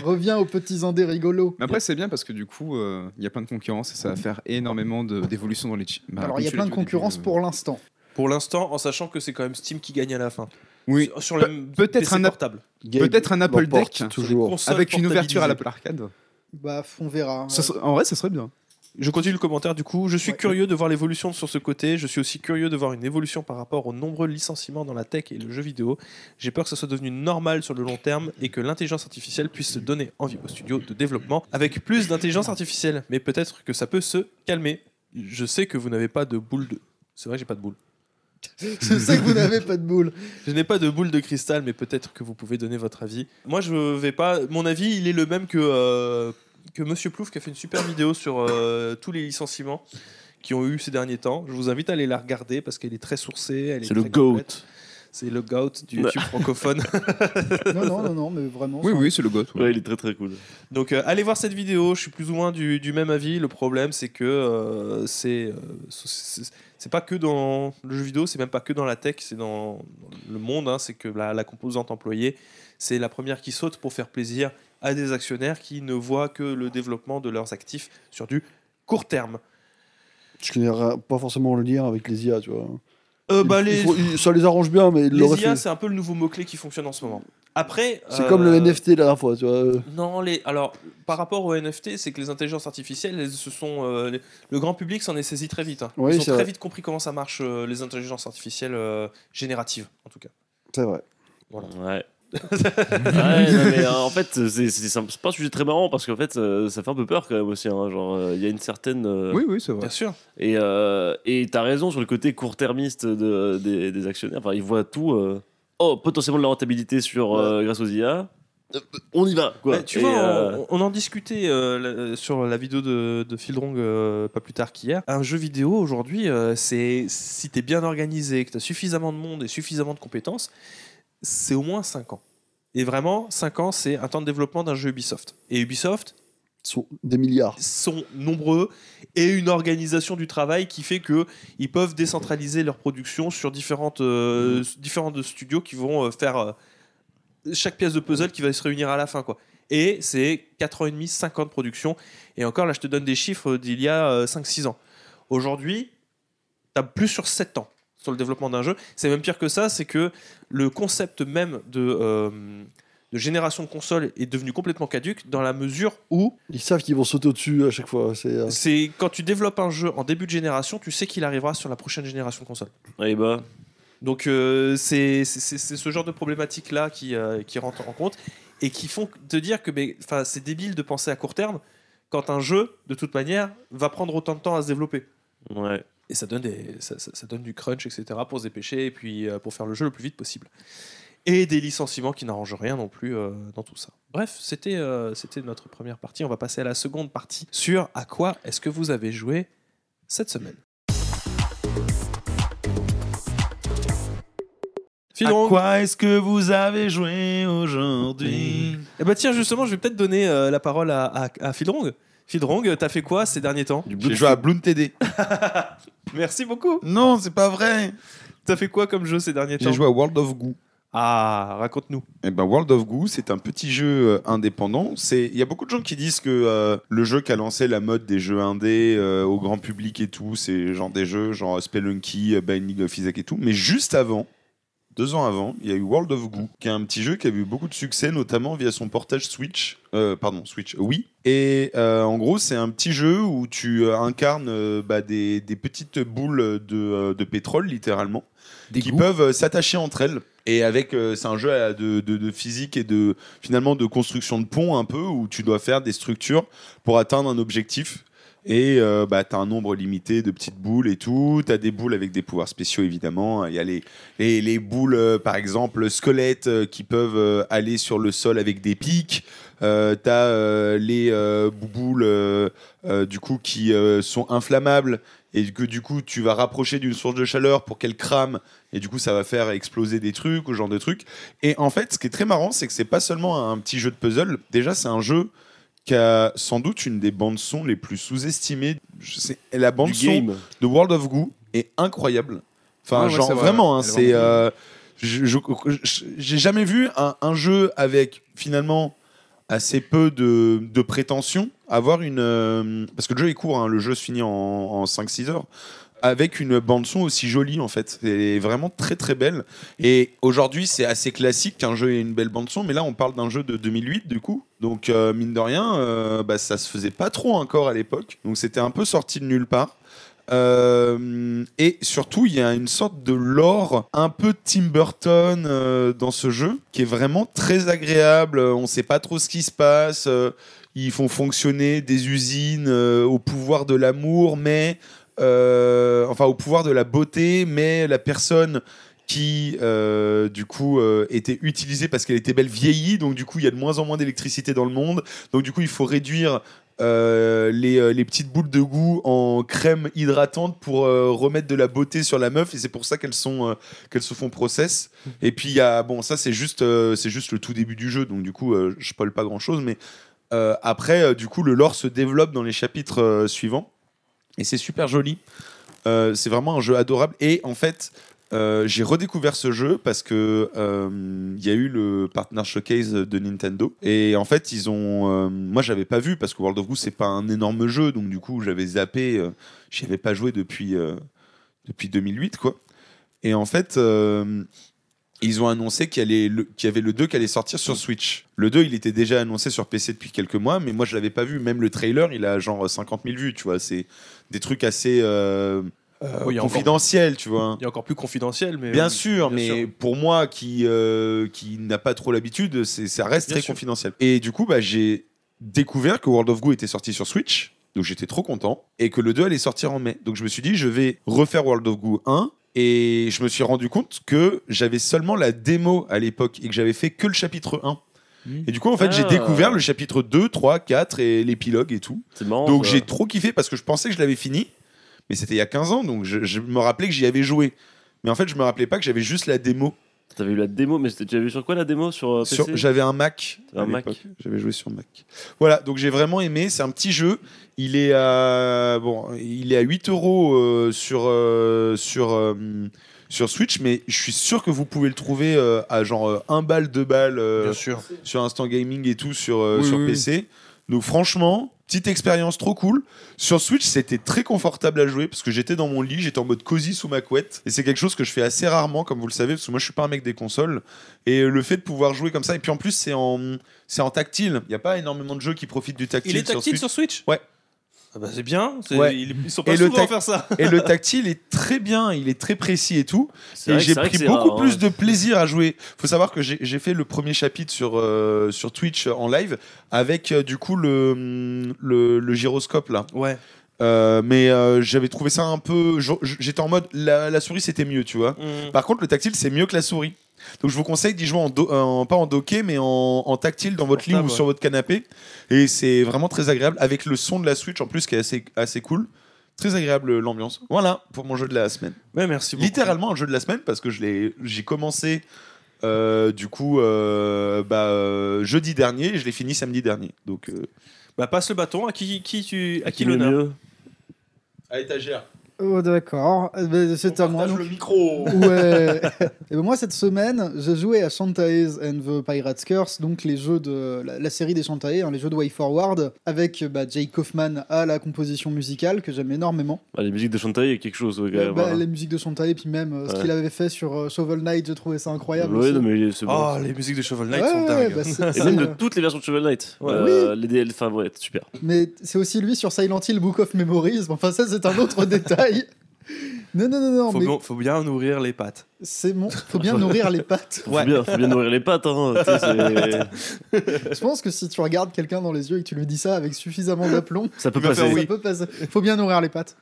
[SPEAKER 3] reviens aux petits indés rigolos.
[SPEAKER 5] Mais après, c'est bien parce que du coup, euh, il y a plein de concurrence et ça va faire énormément de- d'évolution dans les chips. Bah,
[SPEAKER 3] Alors
[SPEAKER 5] comme
[SPEAKER 3] il y a
[SPEAKER 5] tu l'as
[SPEAKER 3] plein de
[SPEAKER 5] dit au début,
[SPEAKER 3] concurrence
[SPEAKER 5] euh,
[SPEAKER 3] pour l'instant.
[SPEAKER 1] Pour l'instant, en sachant que c'est quand même Steam qui gagne à la fin.
[SPEAKER 5] Oui.
[SPEAKER 1] Sur, sur les
[SPEAKER 5] peut-être
[SPEAKER 1] PC
[SPEAKER 5] un app-
[SPEAKER 1] portables.
[SPEAKER 6] Gabe
[SPEAKER 5] Peut-être un Apple
[SPEAKER 6] l'emporte
[SPEAKER 5] Deck.
[SPEAKER 6] Toujours.
[SPEAKER 1] Console
[SPEAKER 5] Avec une ouverture à
[SPEAKER 1] portabilisée.
[SPEAKER 5] l'Apple Arcade.
[SPEAKER 3] Bah, on verra.
[SPEAKER 5] Ça serait- en vrai, ça serait bien.
[SPEAKER 1] Je continue le commentaire du coup. Je suis
[SPEAKER 3] Ouais.
[SPEAKER 1] curieux de voir l'évolution sur ce côté. Je suis aussi curieux de voir une évolution par rapport aux nombreux licenciements dans la tech et le jeu vidéo. J'ai peur que ça soit devenu normal sur le long terme et que l'intelligence artificielle puisse se donner envie aux studios de développement avec plus d'intelligence artificielle. Mais peut-être que ça peut se calmer. Je sais que vous n'avez pas de boule de. C'est vrai, j'ai pas de boule.
[SPEAKER 3] Je sais que vous n'avez pas de boule.
[SPEAKER 1] Je n'ai pas de boule de cristal, mais peut-être que vous pouvez donner votre avis. Moi, je vais pas. Mon avis, il est le même que, euh, que Monsieur Plouf, qui a fait une super vidéo sur euh, tous les licenciements qui ont eu ces derniers temps. Je vous invite à aller la regarder parce qu'elle est très sourcée. elle est
[SPEAKER 2] C'est le
[SPEAKER 1] très
[SPEAKER 2] GOAT. Bah.
[SPEAKER 1] complète. C'est le GOAT du YouTube francophone.
[SPEAKER 3] Non, non, non, non, mais vraiment.
[SPEAKER 5] Oui, oui, c'est le goth. ouais.
[SPEAKER 2] Ouais, il est très très cool.
[SPEAKER 1] Donc, euh, allez voir cette vidéo. Je suis plus ou moins du, du même avis. Le problème, c'est que euh, c'est euh, c'est c'est pas que dans le jeu vidéo, c'est même pas que dans la tech, c'est dans le monde. hein. c'est que la, la composante employée, c'est la première qui saute pour faire plaisir à des actionnaires qui ne voient que le développement de leurs actifs sur du court terme.
[SPEAKER 6] Je connais pas forcément le lien avec les IA, tu vois.
[SPEAKER 1] Euh, bah,
[SPEAKER 6] Ils-
[SPEAKER 1] les,
[SPEAKER 6] ils font- ils- ça les arrange bien, mais ils
[SPEAKER 1] les
[SPEAKER 6] l'auraient
[SPEAKER 1] IA,
[SPEAKER 6] fait.
[SPEAKER 1] c'est un peu le nouveau mot-clé qui fonctionne en ce moment. Après,
[SPEAKER 6] C'est
[SPEAKER 1] euh,
[SPEAKER 6] comme le NFT la dernière fois, tu vois. euh.
[SPEAKER 1] Non, les... alors par rapport au NFT, c'est que les intelligences artificielles, elles se sont, euh, les- le grand public s'en est saisi très vite. hein.
[SPEAKER 6] Oui,
[SPEAKER 1] Ils ont
[SPEAKER 6] c'est
[SPEAKER 1] très
[SPEAKER 6] vrai.
[SPEAKER 1] vite compris comment ça marche euh, les intelligences artificielles euh, génératives, en tout cas.
[SPEAKER 6] C'est vrai.
[SPEAKER 1] Voilà.
[SPEAKER 2] Ouais. Ouais, non, mais, euh, en fait, c'est- c'est c'est un- c'est pas un sujet très marrant parce qu'en fait, euh, ça fait un peu peur quand même aussi. hein. genre, euh, il y a une certaine. euh,
[SPEAKER 5] Oui, oui, c'est vrai.
[SPEAKER 1] Bien sûr.
[SPEAKER 2] Et euh, et t'as raison sur le côté court-termiste de- des, des actionnaires. Enfin, ils voient tout. euh, oh, potentiellement de la rentabilité sur, euh, grâce aux IA. Euh, On y va, quoi.
[SPEAKER 1] Bah, tu
[SPEAKER 2] Et,
[SPEAKER 1] vois,
[SPEAKER 2] euh,
[SPEAKER 1] on, on en discutait euh, la- sur la vidéo de, de Phil Drong euh, pas plus tard qu'hier. Un jeu vidéo aujourd'hui, euh, c'est si t'es bien organisé, que t'as suffisamment de monde et suffisamment de compétences, c'est au moins 5 ans. Et vraiment, 5 ans, c'est un temps de développement d'un jeu Ubisoft. Et Ubisoft,
[SPEAKER 6] Ils sont des milliards.
[SPEAKER 1] sont nombreux et une organisation du travail qui fait que ils peuvent décentraliser leur production sur différentes euh, s- différents de studios qui vont euh, faire euh, chaque pièce de puzzle qui va se réunir à la fin quoi. Et c'est 4 ans et demi, 5 ans de production et encore là je te donne des chiffres d'il y a 5 6 ans. Aujourd'hui, tu as plus sur 7 ans sur le développement d'un jeu. C'est même pire que ça, c'est que le concept même de euh, de génération de console est devenu complètement caduque dans la mesure où
[SPEAKER 6] Ils savent qu'ils vont sauter au-dessus à chaque fois. C'est euh,
[SPEAKER 1] c'est quand tu développes un jeu en début de génération, tu sais qu'il arrivera sur la prochaine génération de console.
[SPEAKER 2] eh ben,
[SPEAKER 1] Donc euh, c'est c'est- c'est- c'est ce genre de problématique là qui, euh, qui rentre en compte et qui font te dire que mais, enfin, c'est débile de penser à court terme quand un jeu, de toute manière, va prendre autant de temps à se développer.
[SPEAKER 2] ouais.
[SPEAKER 1] Et ça donne, des, ça, ça- ça donne du crunch, etc., pour se dépêcher et puis euh, pour faire le jeu le plus vite possible. Et des licenciements qui n'arrangent rien non plus euh, dans tout ça. Bref, c'était euh, c'était notre première partie. On va passer à la seconde partie sur à quoi est-ce que vous avez joué cette semaine. Phil Drong.
[SPEAKER 2] quoi est-ce que vous avez joué aujourd'hui
[SPEAKER 1] Eh bah tiens, justement, je vais peut-être donner euh, la parole à, à, à Phil Drong. Phil Drong, t'as fait quoi ces derniers temps
[SPEAKER 4] J'ai joué à Bloom TD.
[SPEAKER 1] Merci beaucoup.
[SPEAKER 4] Non, c'est pas vrai.
[SPEAKER 1] T'as fait quoi comme jeu ces derniers temps
[SPEAKER 4] J'ai joué à World of Goo.
[SPEAKER 1] Ah, raconte-nous.
[SPEAKER 4] Eh ben, World of Goo, c'est un petit jeu euh, indépendant. C'est, il y a beaucoup de gens qui disent que euh, le jeu qui a lancé la mode des jeux indés euh, au grand public et tout, c'est genre des jeux genre Spelunky, euh, Binding of Isaac et tout. Mais juste avant, deux ans avant, il y a eu World of Goo, qui est un petit jeu qui a eu beaucoup de succès, notamment via son portage Switch, euh, pardon Switch, oui. Et euh, en gros, c'est un petit jeu où tu euh, incarnes euh, bah, des, des petites boules de, euh, de pétrole littéralement qui peuvent euh, s'attacher entre elles. Et avec, euh, c'est un jeu à- de, de- de physique et de finalement de construction de ponts un peu où tu dois faire des structures pour atteindre un objectif. Et euh, bah, tu as un nombre limité de petites boules et tout. Tu as des boules avec des pouvoirs spéciaux, évidemment. Il y a les, les, les boules, euh, par exemple, squelettes euh, qui peuvent euh, aller sur le sol avec des pics. Euh, tu as les euh, boules, euh, euh, du coup, qui euh, sont inflammables et que, du coup, tu vas rapprocher d'une source de chaleur pour qu'elle crame. Et du coup, ça va faire exploser des trucs, ou ce genre de trucs. Et en fait, ce qui est très marrant, c'est que c'est pas seulement un petit jeu de puzzle. Déjà, c'est un jeu qui a sans doute une des bandes sons les plus sous-estimées. Je sais, et la bande
[SPEAKER 2] du
[SPEAKER 4] son
[SPEAKER 2] game.
[SPEAKER 4] de World of Goo est incroyable. Enfin,
[SPEAKER 7] Ouais, ouais,
[SPEAKER 4] genre
[SPEAKER 7] c'est vrai,
[SPEAKER 4] vraiment, hein,
[SPEAKER 7] elle est
[SPEAKER 4] c'est.
[SPEAKER 7] vraiment cool.
[SPEAKER 4] euh, je- je- je- J'ai jamais vu un, un jeu avec finalement assez peu de, de prétention avoir une. euh, parce que le jeu est court, hein, le jeu se finit en, en 5-6 heures. Avec une bande-son aussi jolie en fait. Elle est vraiment très très belle. Et aujourd'hui, c'est assez classique qu'un jeu ait une belle bande-son, mais là, on parle d'un jeu de 2008 du coup. Donc, euh, mine de rien, euh, bah, ça se faisait pas trop encore à l'époque. Donc, c'était un peu sorti de nulle part. Euh, et surtout, il y a une sorte de lore un peu Tim Burton euh, dans ce jeu qui est vraiment très agréable. Euh, On ne sait pas trop ce qui se passe. Euh, ils font fonctionner des usines euh, au pouvoir de l'amour, mais euh, enfin au pouvoir de la beauté, mais la personne qui euh, du coup euh, était utilisée parce qu'elle était belle vieillie, donc du coup il y a de moins en moins d'électricité dans le monde, donc du coup il faut réduire euh, les, euh, les petites boules de goût en crème hydratante pour euh, remettre de la beauté sur la meuf et c'est pour ça qu'elles sont euh, qu'elles se font process et puis il y a bon ça c'est juste euh, c'est juste le tout début du jeu donc du coup euh, je spoil pas grand chose mais euh, après euh, du coup le lore se développe dans les chapitres euh, suivants et c'est super joli Euh, c'est vraiment un jeu adorable et en fait euh, j'ai redécouvert ce jeu parce que euh, il y a eu le partner showcase de Nintendo et en fait ils ont euh, moi j'avais pas vu parce que World of Goo c'est pas un énorme jeu donc du coup j'avais zappé euh, j'y avais pas joué depuis euh, depuis 2008 quoi et en fait euh, ils ont annoncé qu'il y, allait le- qu'il y avait le 2 qui allait sortir sur Switch. Le 2, il était déjà annoncé sur PC depuis quelques mois, mais moi je l'avais pas vu. Même le trailer, il a genre 50 000 vues, tu vois. C'est des trucs assez euh, euh,
[SPEAKER 1] Oui, il y a encore-
[SPEAKER 4] confidentiels, tu vois.
[SPEAKER 1] Il est encore plus confidentiel, mais.
[SPEAKER 4] Bien
[SPEAKER 1] euh,
[SPEAKER 4] sûr,
[SPEAKER 1] Hein. bien
[SPEAKER 4] mais
[SPEAKER 1] sûr.
[SPEAKER 4] pour moi qui, euh, qui n'a pas trop l'habitude, c'est- ça reste
[SPEAKER 1] Bien
[SPEAKER 4] très
[SPEAKER 1] sûr.
[SPEAKER 4] confidentiel. Et du coup, bah, j'ai découvert que World of Goo était sorti sur Switch, donc j'étais trop content, et que le 2 allait sortir en mai. Donc je me suis dit, je vais refaire World of Goo 1. Et je me suis rendu compte que j'avais seulement la démo à l'époque et que j'avais fait que le chapitre 1.
[SPEAKER 1] Hmm.
[SPEAKER 5] Mmh.
[SPEAKER 4] Et du coup, en fait, j'ai
[SPEAKER 2] Ah.
[SPEAKER 4] découvert le chapitre 2, 3, 4 et l'épilogue et tout.
[SPEAKER 2] C'est marrant.
[SPEAKER 4] Donc
[SPEAKER 2] ça.
[SPEAKER 4] j'ai trop kiffé parce que je pensais que je l'avais fini, mais c'était il y a 15 ans, donc je, je me rappelais que j'y avais joué. Mais en fait, je me rappelais pas que j'avais juste la démo.
[SPEAKER 2] T'avais eu la démo, mais c'était- tu avais vu sur quoi la démo Sur euh, PC
[SPEAKER 4] Sur- J'avais un Mac.
[SPEAKER 2] T'avais un
[SPEAKER 4] à
[SPEAKER 2] Mac.
[SPEAKER 4] l'époque. J'avais joué sur Mac. Voilà, donc j'ai vraiment aimé. C'est un petit jeu. Il est à, bon, il est à 8 euros euh, sur, euh, sur, euh, sur Switch, mais je suis sûr que vous pouvez le trouver euh, à genre 1 balle, 2 balles. euh,
[SPEAKER 1] Bien sûr.
[SPEAKER 4] sur Instant Gaming et tout sur, euh,
[SPEAKER 5] Oui,
[SPEAKER 4] sur
[SPEAKER 5] oui, oui.
[SPEAKER 4] PC. Donc franchement, petite expérience trop cool. Sur Switch, c'était très confortable à jouer parce que j'étais dans mon lit, j'étais en mode cosy sous ma couette. Et c'est quelque chose que je fais assez rarement, comme vous le savez, parce que moi je suis pas un mec des consoles. Et euh, le fait de pouvoir jouer comme ça, et puis en plus c'est en, c'est en tactile. Il n'y a pas énormément de jeux qui profitent du tactile.
[SPEAKER 1] Il est tactile
[SPEAKER 4] Switch.
[SPEAKER 1] sur Switch
[SPEAKER 4] Ouais.
[SPEAKER 1] Ah bah c'est bien, c'est-
[SPEAKER 4] Ouais.
[SPEAKER 1] ils ils sont pas
[SPEAKER 4] Et le
[SPEAKER 1] souvent à
[SPEAKER 4] tac-
[SPEAKER 1] faire ça.
[SPEAKER 4] Et le tactile est très bien, il est très précis et tout.
[SPEAKER 2] C'est
[SPEAKER 4] Et
[SPEAKER 2] vrai que-
[SPEAKER 4] j'ai
[SPEAKER 2] c'est vrai que
[SPEAKER 4] pris
[SPEAKER 2] c'est
[SPEAKER 4] beaucoup
[SPEAKER 2] rare, hein.
[SPEAKER 4] plus de plaisir à jouer. Faut savoir que j'ai j'ai fait le premier chapitre sur, euh, sur Twitch euh, en live avec euh, du coup le, hum, le, le gyroscope là.
[SPEAKER 1] Ouais.
[SPEAKER 4] Euh, mais euh, j'avais trouvé ça un peu. je- je- J'étais en mode la, la souris c'était mieux, tu vois.
[SPEAKER 1] Bah,
[SPEAKER 4] Par contre, le tactile c'est mieux que la souris. Donc je vous conseille d'y jouer en, do- en- pas en docké mais en, en tactile dans votre lit ou
[SPEAKER 1] Portable,
[SPEAKER 4] sur votre canapé. Et c'est vraiment très agréable avec le son de la Switch en plus qui est assez, assez cool. Très agréable euh, l'ambiance. Voilà pour mon jeu de la semaine
[SPEAKER 1] Ouais, merci beaucoup.
[SPEAKER 4] littéralement un jeu de la semaine parce que je l'ai j'ai commencé euh, du coup euh, bah, euh, jeudi dernier et je l'ai fini samedi dernier donc euh,
[SPEAKER 1] Bah passe le bâton à qui, qui tu à qui
[SPEAKER 2] le
[SPEAKER 1] l'honneur
[SPEAKER 2] mieux
[SPEAKER 4] à étagère
[SPEAKER 3] Oh, d'accord. Eh ben, C'est à moi. donc.
[SPEAKER 4] micro
[SPEAKER 3] Ouais. Et ben, moi, cette semaine, j'ai joué à Shantae's and the Pirate's Curse, donc les jeux de la, la série des Shantae, hein, les jeux de Way Forward, avec bah, Jay Kaufman à la composition musicale, que j'aime énormément.
[SPEAKER 2] Bah, Les musiques de Shantae, il y a quelque chose. Ouais, quand
[SPEAKER 3] Euh,
[SPEAKER 2] même,
[SPEAKER 3] bah,
[SPEAKER 2] hein.
[SPEAKER 3] La musique de Shantae, puis même euh, ce
[SPEAKER 2] Ouais.
[SPEAKER 3] qu'il avait fait sur euh, Shovel Knight, j'ai trouvé ça incroyable.
[SPEAKER 2] Ouais,
[SPEAKER 3] aussi.
[SPEAKER 2] non, mais c'est bon.
[SPEAKER 4] Ah,
[SPEAKER 1] Oh, les musiques de Shovel Knight
[SPEAKER 3] Ouais,
[SPEAKER 1] sont dingues.
[SPEAKER 3] bah, c'est-
[SPEAKER 2] Et
[SPEAKER 3] c'est,
[SPEAKER 2] même de
[SPEAKER 3] euh,
[SPEAKER 2] toutes les versions de Shovel Knight.
[SPEAKER 1] Ouais.
[SPEAKER 2] Euh, Les DL, enfin, ouais, super.
[SPEAKER 3] Mais c'est aussi lui sur Silent Hill Book of Memories. Enfin, ça, c'est un autre détail. Non, non, non, non,
[SPEAKER 1] faut,
[SPEAKER 3] mais
[SPEAKER 1] bien, faut bien nourrir les pattes.
[SPEAKER 3] c'est mon. Faut bien nourrir les pattes.
[SPEAKER 2] Faut, bien, faut bien nourrir les pattes. Hein, tu sais, c'est-
[SPEAKER 3] Je pense que si tu regardes quelqu'un dans les yeux et que tu lui dis ça avec suffisamment d'aplomb,
[SPEAKER 2] ça peut
[SPEAKER 4] Il va
[SPEAKER 2] passer.
[SPEAKER 4] faire
[SPEAKER 3] ça peut passer. Faut bien nourrir les pattes.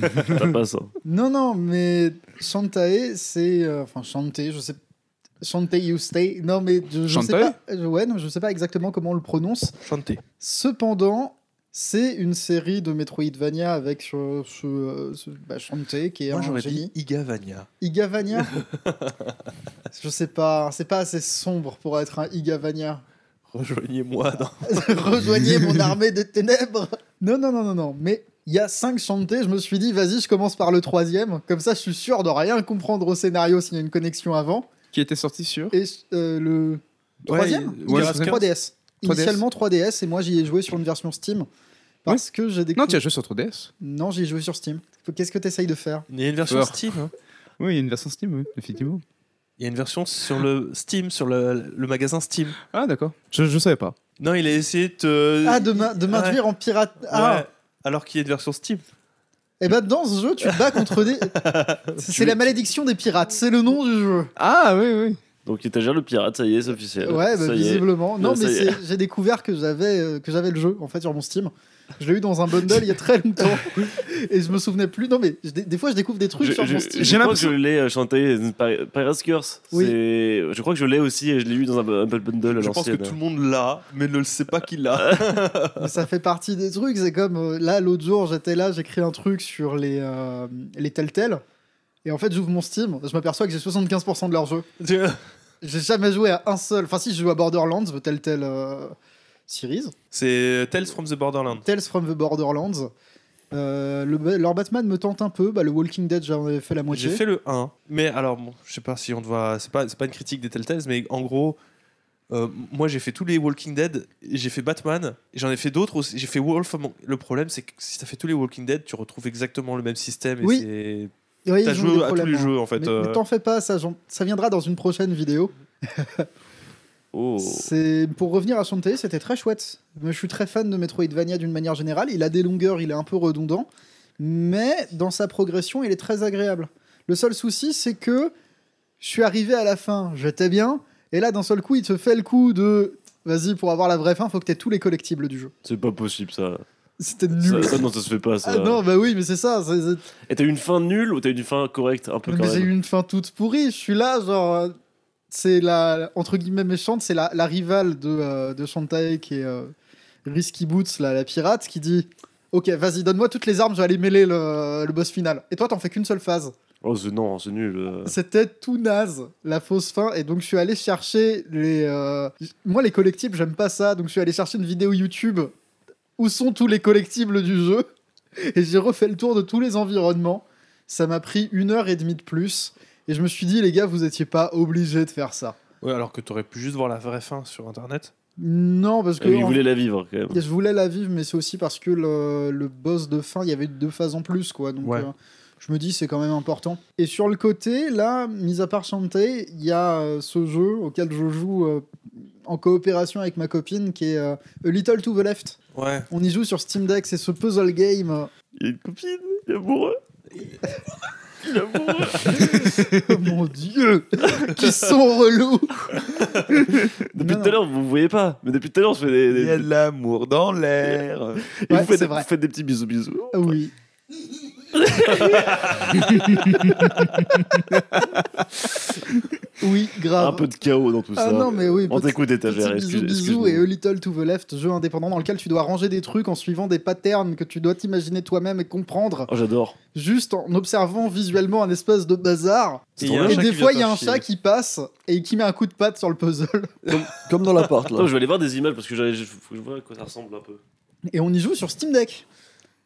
[SPEAKER 2] Ça passe. hein.
[SPEAKER 3] Non, non, mais Shantae, c'est. euh, Enfin, Shantae, je sais. Shantae, you stay. Non, mais je, je sais
[SPEAKER 5] Shantae
[SPEAKER 3] pas. euh, Ouais, non, je sais pas exactement comment on le prononce.
[SPEAKER 1] Chanter.
[SPEAKER 3] Cependant, c'est une série de Metroidvania avec euh, ce, euh, ce- bah, Shantae qui est
[SPEAKER 1] Moi,
[SPEAKER 3] un
[SPEAKER 1] j'aurais
[SPEAKER 3] génie.
[SPEAKER 1] dit Igavania.
[SPEAKER 3] Igavania Je sais pas, hein, c'est pas assez sombre pour être un Igavania.
[SPEAKER 1] Rejoignez-moi dans.
[SPEAKER 3] Rejoignez mon armée de ténèbres. Non, non, non, non, non. Mais il y a cinq chantés, je me suis dit, vas-y, je commence par le troisième. Comme ça, je suis sûr de rien comprendre au scénario s'il y a une connexion avant.
[SPEAKER 5] Qui était sorti sur
[SPEAKER 3] Et euh, le troisième
[SPEAKER 1] Ouais,
[SPEAKER 3] il
[SPEAKER 5] ouais, c'est
[SPEAKER 3] reste 3DS.
[SPEAKER 5] 3DS.
[SPEAKER 3] Initialement 3DS, et moi, j'y ai joué sur une version Steam. Parce que j'ai
[SPEAKER 5] Non,
[SPEAKER 3] découvert.
[SPEAKER 5] tu as joué sur 3DS
[SPEAKER 3] Non, j'y ai joué sur Steam. Qu'est-ce que t'essayes de faire
[SPEAKER 1] Il y a une version
[SPEAKER 5] Peur.
[SPEAKER 1] Steam. hein.
[SPEAKER 5] Oui, il y a une version Steam, oui, effectivement.
[SPEAKER 1] Il y a une version sur le Steam, sur le, le magasin Steam.
[SPEAKER 5] Ah, d'accord. Je, je savais pas.
[SPEAKER 1] Non, il a essayé de. te-
[SPEAKER 3] Ah, de m'in- de
[SPEAKER 1] Euh, Ouais.
[SPEAKER 3] m'induire en pirate. Ah,
[SPEAKER 1] Ouais. Alors qu'il y a une version Steam.
[SPEAKER 3] et ben dans ce jeu, tu te bats contre des. c'est la malédiction des pirates, c'est le nom du jeu.
[SPEAKER 5] Ah, oui, oui.
[SPEAKER 2] Donc, étagère le pirate, ça y est, c'est officiel.
[SPEAKER 3] Ouais, bah,
[SPEAKER 2] ça y est.
[SPEAKER 3] visiblement. Non,
[SPEAKER 2] Là,
[SPEAKER 3] mais
[SPEAKER 2] ça y est.
[SPEAKER 3] c'est- j'ai découvert que j'avais euh, que j'avais le jeu en fait sur mon Steam. Je l'ai eu dans un bundle il y a très longtemps et je me souvenais plus. Non, mais je- des, des fois je découvre des trucs
[SPEAKER 2] Je,
[SPEAKER 3] sur
[SPEAKER 2] je-
[SPEAKER 3] mon
[SPEAKER 2] je
[SPEAKER 3] Steam.
[SPEAKER 5] J'ai
[SPEAKER 2] crois que
[SPEAKER 5] l'impression-
[SPEAKER 2] je l'ai euh, chanté euh, Pir- Pirate's Curse.
[SPEAKER 3] Oui.
[SPEAKER 2] C'est- Je crois que je l'ai aussi et je l'ai eu dans un bu- un bundle à
[SPEAKER 1] Je pense que
[SPEAKER 2] l'ancienne.
[SPEAKER 1] tout le monde l'a, mais ne le sait pas qu'il
[SPEAKER 4] Ah,
[SPEAKER 1] l'a.
[SPEAKER 3] Mais ça fait partie des trucs. C'est comme euh, là l'autre jour j'étais là, j'écris un truc sur les euh, les Telltale et en fait j'ouvre mon Steam, je m'aperçois que j'ai 75% de leur jeu. J'ai jamais joué à un seul. Enfin si je joue à Borderlands, The Telltale euh, series.
[SPEAKER 1] C'est Tales from the Borderland.
[SPEAKER 3] Tales from the Borderlands. Euh, le- leur Batman me tente un peu. Bah, le Walking Dead, j'en avais fait la moitié.
[SPEAKER 1] J'ai fait le 1, mais alors bon, je sais pas si on doit. C'est pas, c'est pas une critique des Telltales, mais en gros, euh, moi j'ai fait tous les Walking Dead, et j'ai fait Batman, et j'en ai fait d'autres aussi. J'ai fait Wolf Among- Le problème, c'est que si t'as fait tous les Walking Dead, tu retrouves exactement le même système. Et
[SPEAKER 3] Oui.
[SPEAKER 1] c'est-
[SPEAKER 3] Oui,
[SPEAKER 1] T'as
[SPEAKER 3] ils ont des
[SPEAKER 1] joué à tous
[SPEAKER 3] problèmes,
[SPEAKER 1] les
[SPEAKER 3] hein.
[SPEAKER 1] jeux en fait.
[SPEAKER 3] Mais,
[SPEAKER 1] euh,
[SPEAKER 3] mais t'en fais pas, ça, j'en- ça viendra dans une prochaine vidéo.
[SPEAKER 2] Oh.
[SPEAKER 3] C'est Pour revenir à Shantae, c'était très chouette. Moi, je suis très fan de Metroidvania d'une manière générale. Il a des longueurs, il est un peu redondant, mais dans sa progression, il est très agréable. Le seul souci, c'est que je suis arrivé à la fin, j'étais bien, et là, d'un seul coup, il te fait le coup de vas-y, pour avoir la vraie fin, faut que t'aies tous les collectibles du jeu.
[SPEAKER 2] C'est pas possible ça.
[SPEAKER 3] C'était
[SPEAKER 2] Ça,
[SPEAKER 3] nul.
[SPEAKER 2] ça, non, ça se fait pas ça.
[SPEAKER 3] Ah non, bah oui, mais c'est ça. c'est- c'est-
[SPEAKER 2] Et t'as eu une fin nulle ou t'as eu une fin correcte un peu
[SPEAKER 3] Mais
[SPEAKER 2] quand
[SPEAKER 3] j'ai
[SPEAKER 2] même
[SPEAKER 3] eu une fin toute pourrie. Je suis là, genre. euh, C'est la. Entre guillemets méchante, c'est la, la rivale de, euh, de Shantae qui est euh, Risky Boots, là, la pirate, qui dit Ok, vas-y, donne-moi toutes les armes, je vais aller mêler le, le boss final. Et toi, t'en fais qu'une seule phase.
[SPEAKER 2] Oh, c'est- non, c'est nul. euh.
[SPEAKER 3] C'était tout naze, la fausse fin. Et donc, je suis allé chercher les. euh, Moi, les collectibles, j'aime pas ça. Donc, je suis allé chercher une vidéo YouTube où sont tous les collectibles du jeu. Et j'ai refait le tour de tous les environnements. Ça m'a pris une heure et demie de plus. Et je me suis dit, les gars, vous étiez pas obligés de faire ça.
[SPEAKER 1] ouais, alors que t'aurais pu juste voir la vraie fin sur internet.
[SPEAKER 3] Non, parce que.
[SPEAKER 2] Ah oui, il
[SPEAKER 3] en-
[SPEAKER 2] voulait la vivre quand même.
[SPEAKER 3] Je voulais la vivre, mais c'est aussi parce que le, le boss de fin, il y avait deux phases en plus, quoi. Donc,
[SPEAKER 1] Ouais.
[SPEAKER 3] euh, je me dis, c'est quand même important. Et sur le côté, là, mis à part chanter, il y a euh, ce jeu auquel je joue euh, en coopération avec ma copine, qui est euh, A Little to the Left.
[SPEAKER 1] Ouais.
[SPEAKER 3] On y joue sur Steam Deck, c'est ce puzzle game. euh,
[SPEAKER 2] Il a une copine, il est amoureux. Il est amoureux.
[SPEAKER 3] Oh mon dieu Qui sont relous
[SPEAKER 2] Depuis tout
[SPEAKER 3] Non,
[SPEAKER 2] à
[SPEAKER 3] non.
[SPEAKER 2] l'heure, vous ne voyez pas, mais depuis tout à l'heure, je fais des. des-
[SPEAKER 4] Il y a de l'amour dans l'air.
[SPEAKER 2] et
[SPEAKER 3] Ouais,
[SPEAKER 2] vous, faites
[SPEAKER 3] c'est
[SPEAKER 2] des
[SPEAKER 3] vrai.
[SPEAKER 2] vous faites des petits bisous bisous.
[SPEAKER 3] Ah Oui. oui, grave.
[SPEAKER 2] Un peu de chaos dans tout ça.
[SPEAKER 3] Ah non, mais oui,
[SPEAKER 2] On
[SPEAKER 3] petit-
[SPEAKER 2] t'écoute, étagère.
[SPEAKER 3] Petit
[SPEAKER 2] excuse-
[SPEAKER 3] bisous, bisous
[SPEAKER 2] excuse-moi.
[SPEAKER 3] et A Little to the Left, jeu indépendant dans lequel tu dois ranger des trucs en suivant des patterns que tu dois t'imaginer toi-même et comprendre,
[SPEAKER 2] Oh, j'adore.
[SPEAKER 3] juste en observant visuellement un espèce de bazar.
[SPEAKER 1] C'est
[SPEAKER 2] Et
[SPEAKER 1] trop
[SPEAKER 2] il y a
[SPEAKER 1] bien.
[SPEAKER 2] un
[SPEAKER 3] Et
[SPEAKER 1] chat
[SPEAKER 3] des
[SPEAKER 1] qui
[SPEAKER 3] fois, il
[SPEAKER 1] vient
[SPEAKER 3] y a
[SPEAKER 1] te
[SPEAKER 3] un
[SPEAKER 1] faire
[SPEAKER 3] chat
[SPEAKER 1] chier.
[SPEAKER 3] qui passe et qui met un coup de patte sur le puzzle.
[SPEAKER 6] Comme dans l'appart, là.
[SPEAKER 2] Attends, je vais aller voir des images parce que j'avais- je- faut que je vois à quoi ça ressemble un peu.
[SPEAKER 3] Et on y joue sur Steam Deck.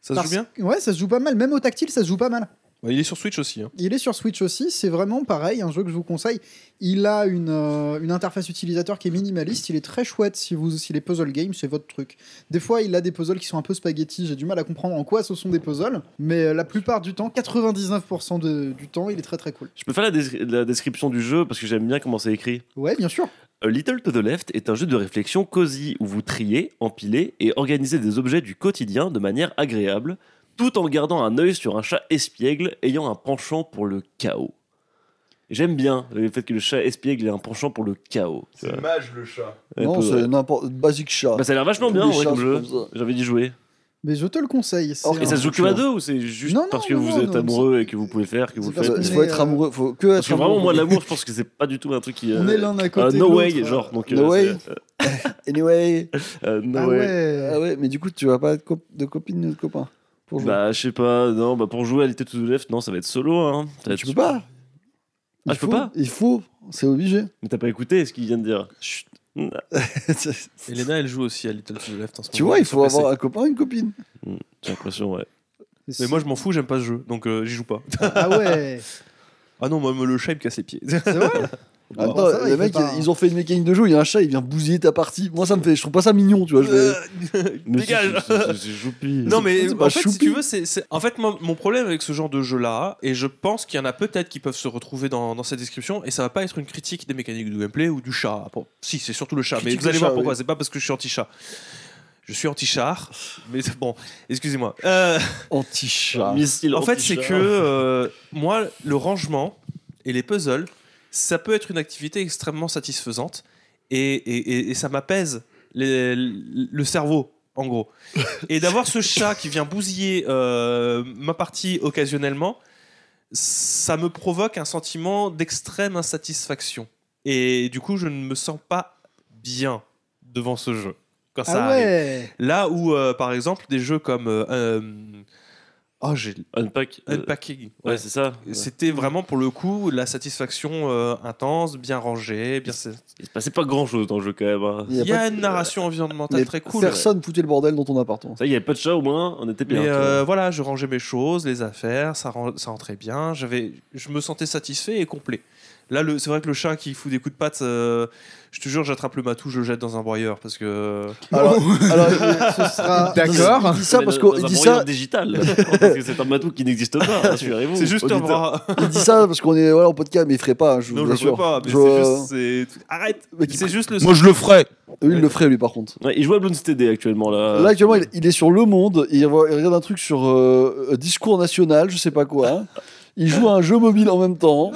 [SPEAKER 1] Ça se
[SPEAKER 3] Parce-
[SPEAKER 1] joue bien
[SPEAKER 3] Ouais, ça se joue pas mal. Même au tactile, ça se joue pas mal.
[SPEAKER 1] Ouais, Il est sur Switch aussi. hein.
[SPEAKER 3] Il est sur Switch aussi, c'est vraiment pareil, un jeu que je vous conseille. Il a une, euh, une interface utilisateur qui est minimaliste, il est très chouette si, vous, si les puzzle games, c'est votre truc. Des fois, il a des puzzles qui sont un peu spaghetti, j'ai du mal à comprendre en quoi ce sont des puzzles, mais euh, la plupart du temps, 99% de- du temps, il est très très cool.
[SPEAKER 2] Je peux faire la, des- la description du jeu parce que j'aime bien comment c'est écrit.
[SPEAKER 3] Ouais, bien sûr.
[SPEAKER 2] A Little to the Left est un jeu de réflexion cosy où vous triez, empilez et organisez des objets du quotidien de manière agréable tout en gardant un œil sur un chat espiègle ayant un penchant pour le chaos. J'aime bien le fait que le chat espiègle ait un penchant pour le chaos.
[SPEAKER 4] C'est mage le chat.
[SPEAKER 6] Non,
[SPEAKER 2] Un peu, ouais.
[SPEAKER 6] c'est n'importe. Basic chat.
[SPEAKER 2] Bah, ça a l'air vachement bien
[SPEAKER 6] Les
[SPEAKER 2] en vrai,
[SPEAKER 6] chats
[SPEAKER 2] comme
[SPEAKER 6] sont
[SPEAKER 2] jeu.
[SPEAKER 6] comme ça.
[SPEAKER 2] J'avais dit jouer.
[SPEAKER 3] Mais je te le conseille. c'est
[SPEAKER 6] Or,
[SPEAKER 2] Oh, Et
[SPEAKER 3] un-
[SPEAKER 2] ça se joue que à
[SPEAKER 6] franchement.
[SPEAKER 2] deux ou c'est juste
[SPEAKER 3] Non, non,
[SPEAKER 2] parce que
[SPEAKER 3] non,
[SPEAKER 2] vous
[SPEAKER 3] non,
[SPEAKER 2] êtes
[SPEAKER 3] non,
[SPEAKER 2] amoureux et que vous pouvez le faire que vous le
[SPEAKER 3] c'est
[SPEAKER 2] faites
[SPEAKER 3] parce
[SPEAKER 6] Il
[SPEAKER 3] qu'on
[SPEAKER 6] faut
[SPEAKER 3] est,
[SPEAKER 6] être
[SPEAKER 3] euh,
[SPEAKER 6] amoureux. Faut que
[SPEAKER 2] Parce
[SPEAKER 6] être
[SPEAKER 2] que vraiment,
[SPEAKER 6] amoureux.
[SPEAKER 2] moi, l'amour, je pense que c'est pas du tout un truc qui. euh,
[SPEAKER 3] On est l'un à
[SPEAKER 2] euh,
[SPEAKER 3] côté. de
[SPEAKER 2] no way,
[SPEAKER 3] l'autre.
[SPEAKER 2] genre. Donc, euh,
[SPEAKER 6] No way.
[SPEAKER 2] c'est,
[SPEAKER 6] Anyway.
[SPEAKER 2] euh, no
[SPEAKER 3] Ah
[SPEAKER 2] way.
[SPEAKER 6] Ah
[SPEAKER 3] ouais.
[SPEAKER 6] ouais, mais du coup, tu vas pas être cop- de copine ou de copain pour jouer.
[SPEAKER 2] Bah, je sais pas, non, bah pour jouer à Little to the Left, non, ça va être solo. Hein. Ça va
[SPEAKER 6] Mais
[SPEAKER 2] être-
[SPEAKER 6] tu peux
[SPEAKER 2] Ah,
[SPEAKER 6] pas. Il
[SPEAKER 2] je peux
[SPEAKER 6] faut-
[SPEAKER 2] pas
[SPEAKER 6] Il faut, c'est obligé.
[SPEAKER 2] Mais t'as pas écouté ce qu'il vient de dire.
[SPEAKER 1] Elena, elle joue aussi à Little to the Left en ce
[SPEAKER 6] tu
[SPEAKER 1] moment.
[SPEAKER 6] vois, il faut
[SPEAKER 1] Sur PC.
[SPEAKER 6] avoir un copain, une copine.
[SPEAKER 2] J'ai l'impression, ouais.
[SPEAKER 1] Mais moi, je m'en fous, j'aime pas ce jeu, donc euh, j'y joue pas.
[SPEAKER 3] Ah ouais.
[SPEAKER 1] Ah non, moi, me- le chat, il me casse les pieds.
[SPEAKER 3] C'est vrai
[SPEAKER 6] Ah, Attends,
[SPEAKER 3] Bon, ça va,
[SPEAKER 6] les
[SPEAKER 3] il fait
[SPEAKER 6] mecs,
[SPEAKER 3] pas un-
[SPEAKER 6] ils ont fait une mécanique de jeu, il y a un chat, il vient bousiller ta partie. Moi, ça me fait, je trouve pas ça mignon, tu vois. Je
[SPEAKER 1] Euh.
[SPEAKER 6] vais...
[SPEAKER 2] Mais
[SPEAKER 6] Dégage.
[SPEAKER 2] c'est- c'est- c'est- C'est choupi.
[SPEAKER 1] Non mais
[SPEAKER 6] c'est
[SPEAKER 1] en
[SPEAKER 6] pas
[SPEAKER 1] fait, si
[SPEAKER 6] choupi.
[SPEAKER 1] tu veux, c'est c'est- en fait mon, mon problème avec ce genre de jeu là, et je pense qu'il y en a peut-être qui peuvent se retrouver dans, dans cette description, et ça va pas être une critique des mécaniques du gameplay ou du chat. Ah, Bon, si, c'est surtout le chat,
[SPEAKER 6] Critique
[SPEAKER 1] mais vous
[SPEAKER 6] du
[SPEAKER 1] allez voir
[SPEAKER 6] chat,
[SPEAKER 1] pourquoi. C'est pas parce que je suis anti-chat. Je suis anti-char, mais c'est bon, excusez-moi. Euh,
[SPEAKER 6] Anti-chat.
[SPEAKER 2] Missile
[SPEAKER 1] en fait,
[SPEAKER 2] anti-chat.
[SPEAKER 1] c'est que euh, moi, le rangement et les puzzles, ça peut être une activité extrêmement satisfaisante et, et- et- et ça m'apaise les- le cerveau, en gros. Et d'avoir ce chat qui vient bousiller euh, ma partie occasionnellement, ça me provoque un sentiment d'extrême insatisfaction. Et du coup, je ne me sens pas bien devant ce jeu quand ça
[SPEAKER 3] Ah
[SPEAKER 1] arrive.
[SPEAKER 3] ouais.
[SPEAKER 1] Là où, euh, par exemple, des jeux comme. euh, euh, oh, j'ai
[SPEAKER 2] Unpack. euh,
[SPEAKER 1] Unpacking.
[SPEAKER 2] Ouais, c'est ça.
[SPEAKER 1] Et
[SPEAKER 2] Ouais.
[SPEAKER 1] C'était vraiment pour le coup la satisfaction euh, intense, bien rangée. Bien...
[SPEAKER 2] Il se passait Bah, pas grand chose dans le jeu quand même. hein.
[SPEAKER 6] Il y a
[SPEAKER 1] Il y
[SPEAKER 6] pas
[SPEAKER 1] a une narration environnementale
[SPEAKER 6] mais
[SPEAKER 1] très cool.
[SPEAKER 6] Personne foutait le bordel dans ton appartement.
[SPEAKER 2] Ça, il y avait pas de chat au moins, on était bien.
[SPEAKER 1] Mais
[SPEAKER 2] tu vois.
[SPEAKER 1] euh, voilà, je rangeais mes choses, les affaires, ça, ren- ça rentrait bien. J'avais, je me sentais satisfait et complet. Là, le, c'est vrai que le chat qui fout des coups de patte, euh, je te jure, j'attrape le matou, je le jette dans un broyeur parce que.
[SPEAKER 2] Oh,
[SPEAKER 6] Alors, alors,
[SPEAKER 3] Ce sera.
[SPEAKER 5] D'accord.
[SPEAKER 6] il dit ça
[SPEAKER 2] Mais
[SPEAKER 6] parce
[SPEAKER 2] dans- dans
[SPEAKER 6] qu'on
[SPEAKER 2] un
[SPEAKER 6] il dit
[SPEAKER 2] broyeur
[SPEAKER 6] ça,
[SPEAKER 2] digital. parce que c'est un matou qui n'existe pas, rassurez-vous.
[SPEAKER 1] C'est juste un
[SPEAKER 2] Auditeur.
[SPEAKER 1] bras.
[SPEAKER 6] il dit ça parce qu'on est voilà, en podcast, mais il ferait pas. hein, Je vous
[SPEAKER 1] Non, je le
[SPEAKER 6] assure.
[SPEAKER 1] fais pas. Mais
[SPEAKER 6] Je- euh,
[SPEAKER 1] c'est juste, c'est- Arrête.
[SPEAKER 6] Mais qui-
[SPEAKER 1] C'est juste le.
[SPEAKER 4] Moi je le ferai.
[SPEAKER 6] Eux, il le ferait lui par contre.
[SPEAKER 2] Ouais, il joue à Bloonsteady actuellement là.
[SPEAKER 6] Là actuellement, il, il est sur Le Monde, il, re- il regarde un truc sur euh, euh, discours national, je sais pas quoi. hein. Il joue à un jeu mobile en même temps.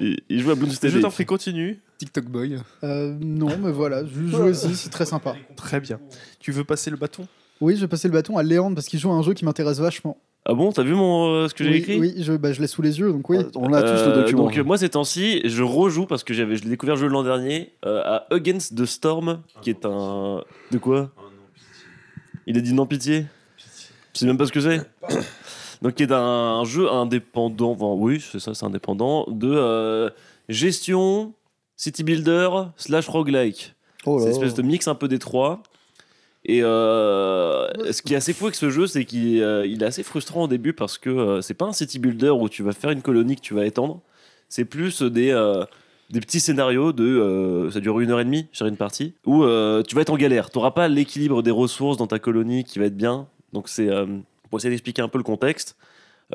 [SPEAKER 2] Il, il joue à
[SPEAKER 1] Je
[SPEAKER 2] Bloonsteady.
[SPEAKER 1] t'en prie, continue.
[SPEAKER 5] TikTok Boy.
[SPEAKER 3] Euh, non, mais voilà, ju- jouez-y, c'est très sympa.
[SPEAKER 1] Très bien. Tu veux passer le bâton
[SPEAKER 3] Oui, je vais passer le bâton à Léandre parce qu'il joue à un jeu qui m'intéresse vachement.
[SPEAKER 2] Ah bon, t'as vu mon, euh, ce que j'ai
[SPEAKER 3] oui,
[SPEAKER 2] écrit
[SPEAKER 3] oui, je, bah, je l'ai sous les yeux, donc oui.
[SPEAKER 6] Euh, On a tous
[SPEAKER 2] Euh,
[SPEAKER 6] le document.
[SPEAKER 2] Donc euh, moi ces temps-ci, je rejoue parce que j'avais, je l'ai découvert le jeu l'an dernier euh, à Against the Storm, qui est un de quoi Il a dit non pitié. Tu sais même pas ce que c'est. Donc qui est un, un jeu indépendant. Enfin, oui, c'est ça, c'est indépendant de euh, gestion, city builder slash roguelike.
[SPEAKER 6] Oh là
[SPEAKER 2] C'est une
[SPEAKER 6] là.
[SPEAKER 2] espèce de mix un peu des trois. Et euh, ce qui est assez fou avec ce jeu, c'est qu'il euh, il est assez frustrant au début parce que euh, c'est pas un city builder où tu vas faire une colonie que tu vas étendre. C'est plus des, euh, des petits scénarios de. euh, ça dure une heure et demie sur une partie où euh, tu vas être en galère. Tu n'auras pas l'équilibre des ressources dans ta colonie qui va être bien. Donc c'est. euh, pour essayer d'expliquer un peu le contexte,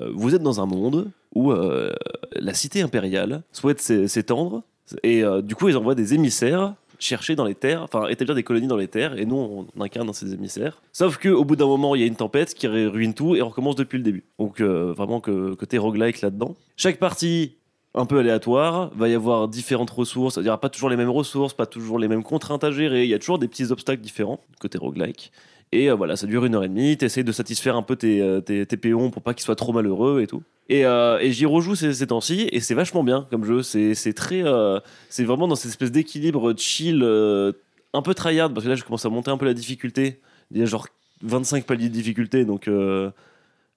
[SPEAKER 2] euh, vous êtes dans un monde où euh, la cité impériale souhaite s'é- s'étendre et euh, du coup ils envoient des émissaires chercher dans les terres, enfin établir des colonies dans les terres et nous on incarne dans ces émissaires. Sauf que au bout d'un moment il y a une tempête qui ré- ruine tout et on recommence depuis le début. Donc euh, vraiment que côté roguelike là-dedans. Chaque partie un peu aléatoire, va y avoir différentes ressources, il n'y aura pas toujours les mêmes ressources, pas toujours les mêmes contraintes à gérer, il y a toujours des petits obstacles différents côté roguelike. Et euh, voilà, ça dure une heure et demie. T'essayes de satisfaire un peu tes, euh, tes, tes péons pour pas qu'ils soient trop malheureux et tout. Et, euh, et j'y rejoue ces, ces temps-ci et c'est vachement bien comme jeu. C'est c'est très. euh, c'est vraiment dans cette espèce d'équilibre chill, euh, un peu tryhard, parce que là je commence à monter un peu la difficulté. Il y a genre 25 paliers de difficulté, donc euh,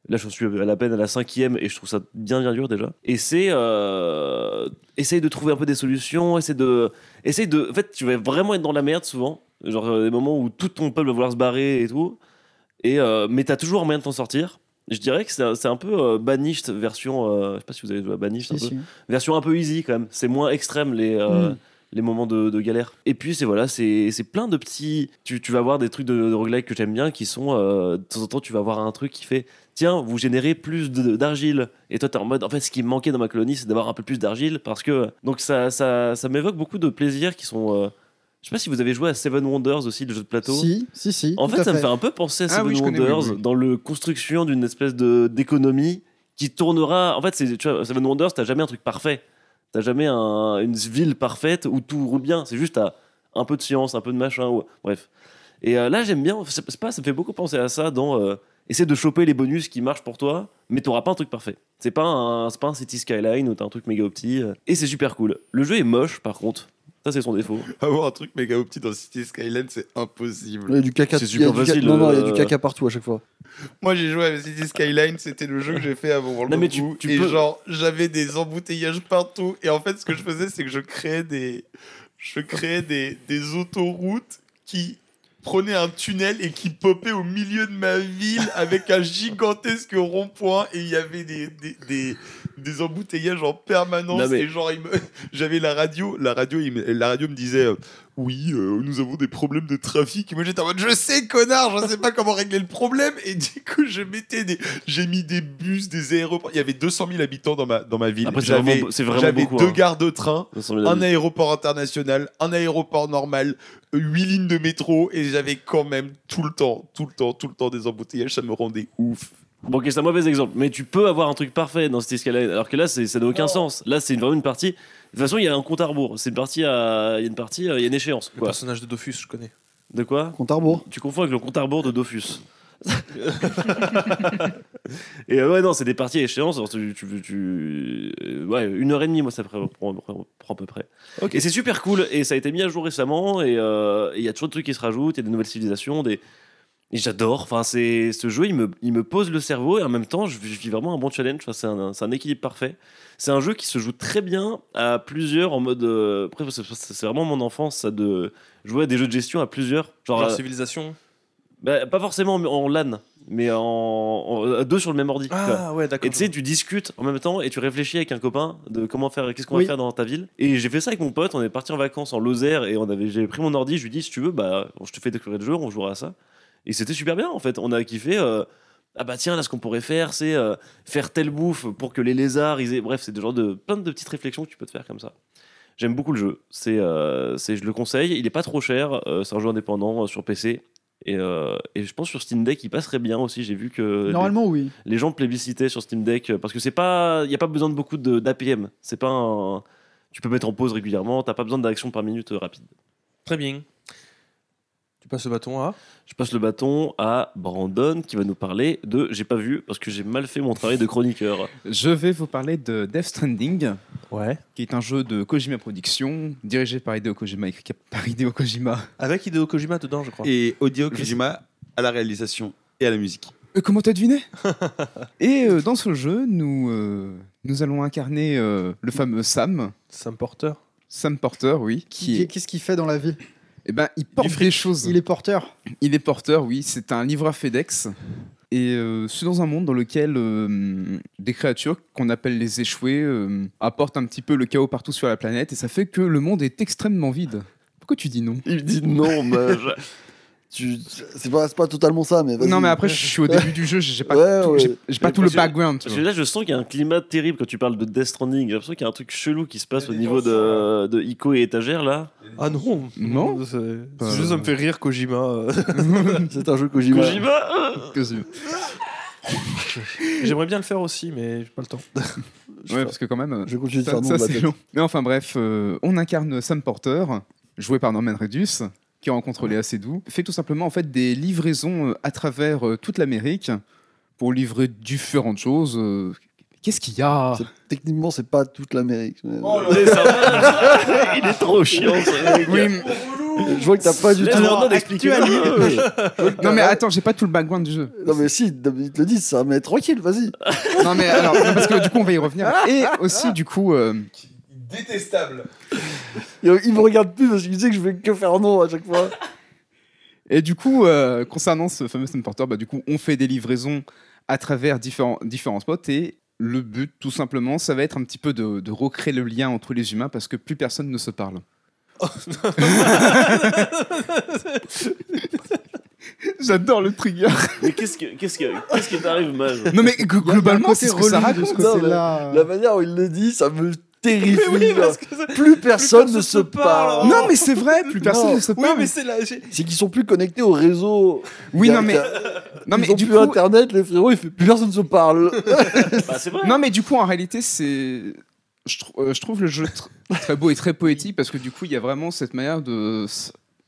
[SPEAKER 2] là je suis à la peine à la cinquième et je trouve ça bien bien dur déjà. Et c'est. Euh, essaye de trouver un peu des solutions, essaye de. Essaye de. En fait, tu vas vraiment être dans la merde souvent. Genre euh, des moments où tout ton peuple va vouloir se barrer et tout. Et, euh, mais t'as toujours moyen de t'en sortir. Je dirais que c'est un- c'est un peu euh, Banished version. euh, je sais pas si vous avez joué à Banished. un
[SPEAKER 3] Si,
[SPEAKER 2] peu.
[SPEAKER 3] si.
[SPEAKER 2] Version un peu easy quand même. C'est moins extrême les. euh,
[SPEAKER 3] Mm.
[SPEAKER 2] Les moments de, de galère. Et puis, c'est voilà, c'est c'est plein de petits. Tu, tu vas voir des trucs de, de roguelike que j'aime bien qui sont. euh, de temps en temps, tu vas voir un truc qui fait Tiens, vous générez plus de- d'argile. Et toi, t'es en mode En fait, ce qui me manquait dans ma colonie, c'est d'avoir un peu plus d'argile parce que. Donc, ça, ça, ça m'évoque beaucoup de plaisirs qui sont. euh, Je sais pas si vous avez joué à Seven Wonders aussi, le jeu de plateau.
[SPEAKER 3] Si, si, si.
[SPEAKER 2] En
[SPEAKER 3] tout
[SPEAKER 2] fait,
[SPEAKER 3] à
[SPEAKER 2] ça me fait un peu penser à
[SPEAKER 4] Ah
[SPEAKER 2] Seven
[SPEAKER 4] oui, je connais,
[SPEAKER 2] Wonders
[SPEAKER 4] oui, oui.
[SPEAKER 2] dans le construction d'une espèce de d'économie qui tournera. En fait, c'est tu vois, Seven Wonders, t'as jamais un truc parfait. T'as jamais un- une ville parfaite où tout roule bien. C'est juste t'as un peu de science, un peu de machin. ou- Bref. Et euh, là, j'aime bien. C'est c'est pas, ça me fait beaucoup penser à ça dans. euh, essaie de choper les bonus qui marchent pour toi, mais t'auras pas un truc parfait. C'est pas un, c'est pas un City Skyline où t'as un truc méga opti. euh, Et c'est super cool. Le jeu est moche, par contre. Ça, c'est son défaut.
[SPEAKER 4] Avoir un truc méga opti dans City Skyline, c'est impossible.
[SPEAKER 6] Il y a du caca.
[SPEAKER 2] C'est
[SPEAKER 6] il y a
[SPEAKER 2] super
[SPEAKER 6] du caca-
[SPEAKER 2] facile,
[SPEAKER 6] Non, non, il y a
[SPEAKER 2] euh,
[SPEAKER 6] du caca partout à chaque fois.
[SPEAKER 4] Moi, j'ai joué à City Skyline, c'était le jeu que j'ai fait avant le
[SPEAKER 2] Non, mais tu-
[SPEAKER 4] goût.
[SPEAKER 2] tu
[SPEAKER 4] et
[SPEAKER 2] peux-
[SPEAKER 4] genre, j'avais des embouteillages partout. Et en fait, ce que je faisais, c'est que je créais des, je créais des, des autoroutes qui prenaient un tunnel et qui popaient au milieu de ma ville avec un gigantesque rond-point et il y avait des, des, des, des embouteillages en permanence
[SPEAKER 2] Non, mais-
[SPEAKER 4] et genre il me- j'avais la radio la radio il me- la radio me disait euh, oui, euh, nous avons des problèmes de trafic. Et moi, j'étais en mode, je sais, connard, je sais pas comment régler le problème. Et du coup, je mettais des, j'ai mis des bus, des aéroports. Il y avait 200 000 habitants dans ma, dans ma ville.
[SPEAKER 2] Après, c'est
[SPEAKER 4] J'avais-
[SPEAKER 2] vraiment- c'est vraiment
[SPEAKER 4] J'avais
[SPEAKER 2] beaucoup,
[SPEAKER 4] deux
[SPEAKER 2] hein.
[SPEAKER 4] gares de train,
[SPEAKER 2] Ça semble
[SPEAKER 4] un aéroport international, un aéroport normal, euh, huit lignes de métro. Et j'avais quand même tout le temps, tout le temps, tout le temps des embouteillages. Ça me rendait ouf.
[SPEAKER 2] Bon, ok, c'est un mauvais exemple, mais tu peux avoir un truc parfait dans cette escalade, alors que là, c'est- ça n'a aucun sens. Là, c'est vraiment une partie. De toute façon, il y a un compte à rebours. C'est une partie à. Il y a une partie, euh, il y a une échéance.
[SPEAKER 1] Le
[SPEAKER 2] Quoi.
[SPEAKER 1] personnage de Dofus, je connais.
[SPEAKER 2] De quoi
[SPEAKER 6] Compte à rebours.
[SPEAKER 2] Tu confonds avec le compte à rebours de Dofus. et euh, ouais, non, c'est des parties à échéance. Alors, tu, tu- tu- euh, ouais, une heure et demie, moi, ça prend, prend- prend- prend à peu près. Et c'est super cool. Et ça a été mis à jour récemment. Et euh, et il y a toujours des trucs qui se rajoutent. Il y a des nouvelles civilisations. Des... et J'adore. Enfin, c'est ce jeu, il me, il me pose le cerveau. Et en même temps, je, je vis vraiment un bon challenge. Enfin, c'est un, un- c'est un équilibre parfait. C'est un jeu qui se joue très bien à plusieurs en mode. euh, après, c'est- c'est vraiment mon enfance, ça, de jouer à des jeux de gestion à plusieurs. Genre,
[SPEAKER 1] Genre
[SPEAKER 2] euh,
[SPEAKER 1] Civilisation.
[SPEAKER 2] bah, pas forcément en- en LAN, mais en, en- à deux sur le même ordi. quoi.
[SPEAKER 1] Ah ouais, d'accord.
[SPEAKER 2] Et tu sais, tu discutes en même temps et tu réfléchis avec un copain de comment faire, qu'est-ce qu'on
[SPEAKER 3] Oui.
[SPEAKER 2] va faire dans ta ville. Et j'ai fait ça avec mon pote, on est parti en vacances en Lozère et on avait, j'ai pris mon ordi, je lui dis si tu veux, bah, je te fais découvrir le jeu, on jouera à ça. Et c'était super bien en fait, on a kiffé. euh, ah bah tiens, là ce qu'on pourrait faire, c'est euh, faire telle bouffe pour que les lézards, ils aient... bref, c'est des genres de plein de petites réflexions que tu peux te faire comme ça. J'aime beaucoup le jeu, c'est, euh, c'est, je le conseille, il est pas trop cher, euh, c'est un jeu indépendant euh, sur PC. Et, euh, et je pense sur Steam Deck, il passerait bien aussi. J'ai vu que les-
[SPEAKER 3] Normalement, oui.
[SPEAKER 2] les gens plébiscitaient sur Steam Deck euh, parce que c'est pas il n'y a pas besoin de beaucoup de- d'APM c'est pas un- tu peux mettre en pause régulièrement t'as pas besoin d'action par minute euh, rapide
[SPEAKER 1] Très bien. Tu passes le bâton à.
[SPEAKER 2] je passe le bâton à Brandon qui va nous parler de j'ai pas vu parce que j'ai mal fait mon travail de chroniqueur
[SPEAKER 5] Je vais vous parler de Death Stranding,
[SPEAKER 1] Ouais.
[SPEAKER 5] qui est un jeu de Kojima Productions, dirigé par Hideo Kojima, écrit par Hideo Kojima.
[SPEAKER 1] Avec Hideo Kojima dedans, je crois.
[SPEAKER 4] Et Audio Kojima à la réalisation et à la musique.
[SPEAKER 5] Euh, comment t'as deviné Et euh, dans ce jeu, nous, euh, nous allons incarner euh, le fameux Sam,
[SPEAKER 1] Sam Porter.
[SPEAKER 5] Sam Porter, oui, qui
[SPEAKER 3] Qui-
[SPEAKER 5] est...
[SPEAKER 3] Qu'est-ce qu'il fait dans la vie
[SPEAKER 5] Eh ben, il porte des choses.
[SPEAKER 3] Il est porteur.
[SPEAKER 5] Il est porteur, oui, c'est un livreur FedEx. Et euh, c'est dans un monde dans lequel euh, des créatures qu'on appelle les échoués euh, apportent un petit peu le chaos partout sur la planète et ça fait que le monde est extrêmement vide. Pourquoi tu dis non
[SPEAKER 6] Il dit non, mais. tu... C'est pas, c'est pas totalement ça, mais Ah, vas-y.
[SPEAKER 5] Non, mais après, je suis au début du jeu, j'ai j'ai pas
[SPEAKER 6] Ouais,
[SPEAKER 5] tout,
[SPEAKER 6] ouais.
[SPEAKER 5] j'ai- j'ai pas
[SPEAKER 2] Mais
[SPEAKER 5] tout le
[SPEAKER 2] parce que-
[SPEAKER 5] background. tu
[SPEAKER 2] parce
[SPEAKER 5] vois.
[SPEAKER 2] que là je sens qu'il y a un climat terrible quand tu parles de Death Stranding j'ai l'impression qu'il y a un truc chelou qui se passe au niveau de, de Ico et étagère là
[SPEAKER 1] Ah non
[SPEAKER 5] Non.
[SPEAKER 1] C'est c'est
[SPEAKER 5] Euh.
[SPEAKER 1] juste, ça me fait rire Kojima. euh.
[SPEAKER 6] C'est un jeu Kojima.
[SPEAKER 2] Kojima, euh,
[SPEAKER 1] J'aimerais bien le faire aussi, mais j'ai pas le temps.
[SPEAKER 5] Ouais, parce que quand même, euh,
[SPEAKER 6] Je continue de
[SPEAKER 5] ça,
[SPEAKER 6] faire non bah,
[SPEAKER 5] ça,
[SPEAKER 6] de la
[SPEAKER 5] c'est
[SPEAKER 6] tête.
[SPEAKER 5] long. Mais enfin, bref, euh, on incarne Sam Porter, joué par Norman Redus, qui rencontre Léa Seydoux, fait tout simplement en fait des livraisons euh, à travers euh, toute l'Amérique pour livrer différentes choses. euh, Qu'est-ce qu'il y a
[SPEAKER 6] C'est- Techniquement, c'est pas toute l'amérique. mais-
[SPEAKER 1] Oh
[SPEAKER 6] euh,
[SPEAKER 2] mais ça va, il est trop chiant ce mec.
[SPEAKER 5] Oui, m-
[SPEAKER 6] Je vois que t'as pas du
[SPEAKER 2] Laisse
[SPEAKER 6] tout.
[SPEAKER 2] Brandon expliquer un peu.
[SPEAKER 5] non mais attends, j'ai pas tout le background du jeu.
[SPEAKER 6] Non, mais si, ils te le disent ça, mais tranquille, vas-y.
[SPEAKER 5] Non mais alors, parce que du coup on va y revenir. Et aussi du coup, euh,
[SPEAKER 4] Détestable.
[SPEAKER 6] Et, euh, Ils me regardent plus parce qu'ils disent que je vais que faire non à chaque fois.
[SPEAKER 5] Et du coup, euh, concernant ce fameux Sam Porter, bah, du coup, on fait des livraisons à travers différents, différents spots et le but, tout simplement, ça va être un petit peu de, de recréer le lien entre les humains parce que plus personne ne se parle. J'adore le trigger.
[SPEAKER 2] mais qu'est-ce que qu'est-ce que qu'est-ce qui t'arrive Maj
[SPEAKER 5] Non mais que-
[SPEAKER 3] Il y a- il y a un
[SPEAKER 5] globalement,
[SPEAKER 3] côté
[SPEAKER 5] c'est ce que
[SPEAKER 3] relou
[SPEAKER 5] ça
[SPEAKER 3] de
[SPEAKER 5] raconte.
[SPEAKER 3] ce
[SPEAKER 6] Non, mais
[SPEAKER 3] côté-là. euh,
[SPEAKER 6] La manière où il le dit, ça me
[SPEAKER 1] Mais
[SPEAKER 6] terrifiant.
[SPEAKER 1] oui, parce que ça-
[SPEAKER 6] Plus personne
[SPEAKER 1] personne
[SPEAKER 6] ne
[SPEAKER 1] se
[SPEAKER 6] se
[SPEAKER 1] parle.
[SPEAKER 6] parle.
[SPEAKER 5] Non, mais c'est vrai, plus personne
[SPEAKER 6] Non.
[SPEAKER 5] ne se
[SPEAKER 1] Oui,
[SPEAKER 5] parle.
[SPEAKER 1] mais c'est là. j'ai-
[SPEAKER 6] C'est qu'ils sont plus connectés au réseau.
[SPEAKER 5] Oui,
[SPEAKER 6] Ils
[SPEAKER 5] non, mais,
[SPEAKER 6] ont
[SPEAKER 5] non, mais du
[SPEAKER 6] plus
[SPEAKER 5] coup,
[SPEAKER 6] Internet, les frérots, il fait plus personne se parle.
[SPEAKER 2] Bah, c'est vrai.
[SPEAKER 5] non, mais du coup, en réalité, c'est. Je, trou- euh, je trouve le jeu tr- très beau et très poétique parce que du coup, il y a vraiment cette manière de,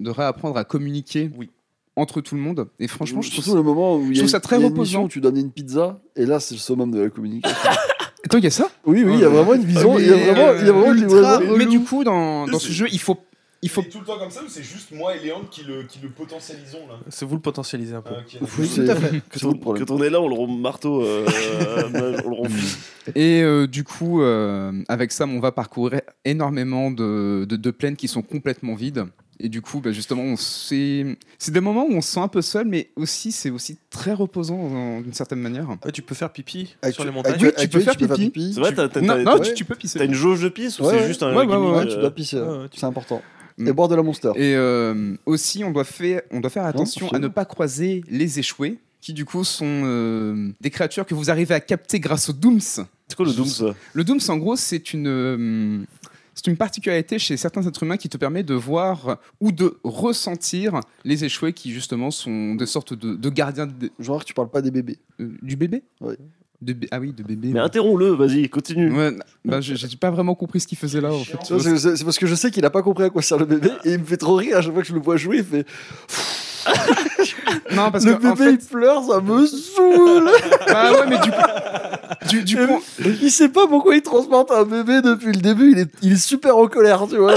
[SPEAKER 5] de réapprendre à communiquer
[SPEAKER 1] Oui.
[SPEAKER 5] entre tout le monde. Et franchement, je trouve
[SPEAKER 6] Mm, Surtout le moment où il y a,
[SPEAKER 5] trouve
[SPEAKER 6] une-
[SPEAKER 5] ça très
[SPEAKER 6] il y a une
[SPEAKER 5] reposant.
[SPEAKER 6] mission où tu donnes une pizza, et là, c'est le summum de la communication. Ah,
[SPEAKER 5] Attends, il y a ça
[SPEAKER 6] oui, oui, il y a vraiment une vision. Il y a
[SPEAKER 5] Mais,
[SPEAKER 6] vraiment, il y a vraiment une
[SPEAKER 5] euh,
[SPEAKER 6] livraison.
[SPEAKER 5] ultra Mais du coup, dans, dans ce
[SPEAKER 4] C'est-
[SPEAKER 5] jeu, il faut. Il faut...
[SPEAKER 4] C'est tout le temps comme ça ou c'est juste moi et Léandre qui le, qui le potentialisons là
[SPEAKER 1] C'est vous le potentialisez un peu.
[SPEAKER 4] Ah, ok.
[SPEAKER 6] Oui,
[SPEAKER 4] Parce
[SPEAKER 6] c'est-
[SPEAKER 3] à fait.
[SPEAKER 6] c'est
[SPEAKER 2] Quand
[SPEAKER 6] tout
[SPEAKER 2] on,
[SPEAKER 6] le problème.
[SPEAKER 2] quand on est là, on le rompt marteau. euh, euh, on le rompt.
[SPEAKER 5] Et euh, du coup, euh, avec Sam, on va parcourir énormément de, de, de plaines qui sont complètement vides. Et du coup, bah, justement, on sait... c'est des moments où on se sent un peu seul, mais aussi, c'est aussi très reposant dans- d'une certaine manière.
[SPEAKER 1] Ah, tu peux faire pipi
[SPEAKER 6] Actu-
[SPEAKER 4] ah,
[SPEAKER 1] sur les
[SPEAKER 6] actu-
[SPEAKER 1] montagnes.
[SPEAKER 5] Oui, tu peux
[SPEAKER 6] actuel,
[SPEAKER 5] faire pipi.
[SPEAKER 2] C'est vrai,
[SPEAKER 5] Tu-
[SPEAKER 2] t'as, t'as-
[SPEAKER 5] non,
[SPEAKER 2] t'as-
[SPEAKER 5] non,
[SPEAKER 2] t'as-
[SPEAKER 5] tu,
[SPEAKER 6] ouais.
[SPEAKER 5] tu peux pisser.
[SPEAKER 2] t'as une jauge de pisse ou
[SPEAKER 6] Ouais,
[SPEAKER 2] c'est
[SPEAKER 6] ouais.
[SPEAKER 2] juste un.
[SPEAKER 5] Ouais, ouais,
[SPEAKER 2] gimmick,
[SPEAKER 5] ouais,
[SPEAKER 6] Ouais, tu
[SPEAKER 2] euh,
[SPEAKER 6] dois pisser. ouais.
[SPEAKER 1] Ah, ouais, tu-
[SPEAKER 6] C'est important.
[SPEAKER 5] Mm.
[SPEAKER 6] Et boire de la Monster.
[SPEAKER 5] Et euh, aussi, on doit, faire, on doit faire attention à
[SPEAKER 6] attention.
[SPEAKER 5] ne pas croiser les échoués, qui du coup sont euh, des créatures que vous arrivez à capter grâce aux Dooms.
[SPEAKER 2] C'est quoi le Doom ça
[SPEAKER 5] Le Dooms, en gros, c'est une, euh, c'est une particularité chez certains êtres humains qui te permet de voir ou de ressentir les échoués qui, justement, sont des sortes de, de gardiens de-
[SPEAKER 6] Genre, tu parles pas des bébés.
[SPEAKER 5] euh, du bébé
[SPEAKER 6] Ouais.
[SPEAKER 5] De bé- Ah oui, de bébé.
[SPEAKER 2] Mais
[SPEAKER 5] ouais.
[SPEAKER 2] interromps-le, vas-y, continue.
[SPEAKER 5] Ouais, bah, j'ai j'ai pas vraiment compris ce qu'il faisait là, en fait.
[SPEAKER 6] Tu vois, C'est c'est- c'est parce que je sais qu'il a pas compris à quoi sert le bébé et il me fait trop rire à chaque fois que je le vois jouer. Il fait
[SPEAKER 5] Non, parce
[SPEAKER 6] Le
[SPEAKER 5] que,
[SPEAKER 6] bébé
[SPEAKER 5] en fait...
[SPEAKER 6] il pleure, ça me saoule
[SPEAKER 5] Ah ouais, mais du coup... Du, du coup,
[SPEAKER 6] Il sait pas pourquoi il transporte un bébé depuis le début. Il est, il est super en colère, tu vois.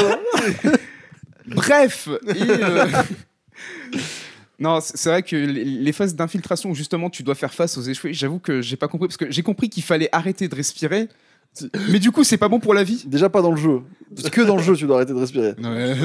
[SPEAKER 5] Bref et, euh, Non, c'est c'est vrai que les- les phases d'infiltration où justement tu dois faire face aux échoués, j'avoue que j'ai pas compris parce que j'ai compris qu'il fallait arrêter de respirer, mais du coup c'est pas bon pour la vie.
[SPEAKER 6] Déjà pas dans le jeu. Parce que dans le jeu, tu dois arrêter de respirer.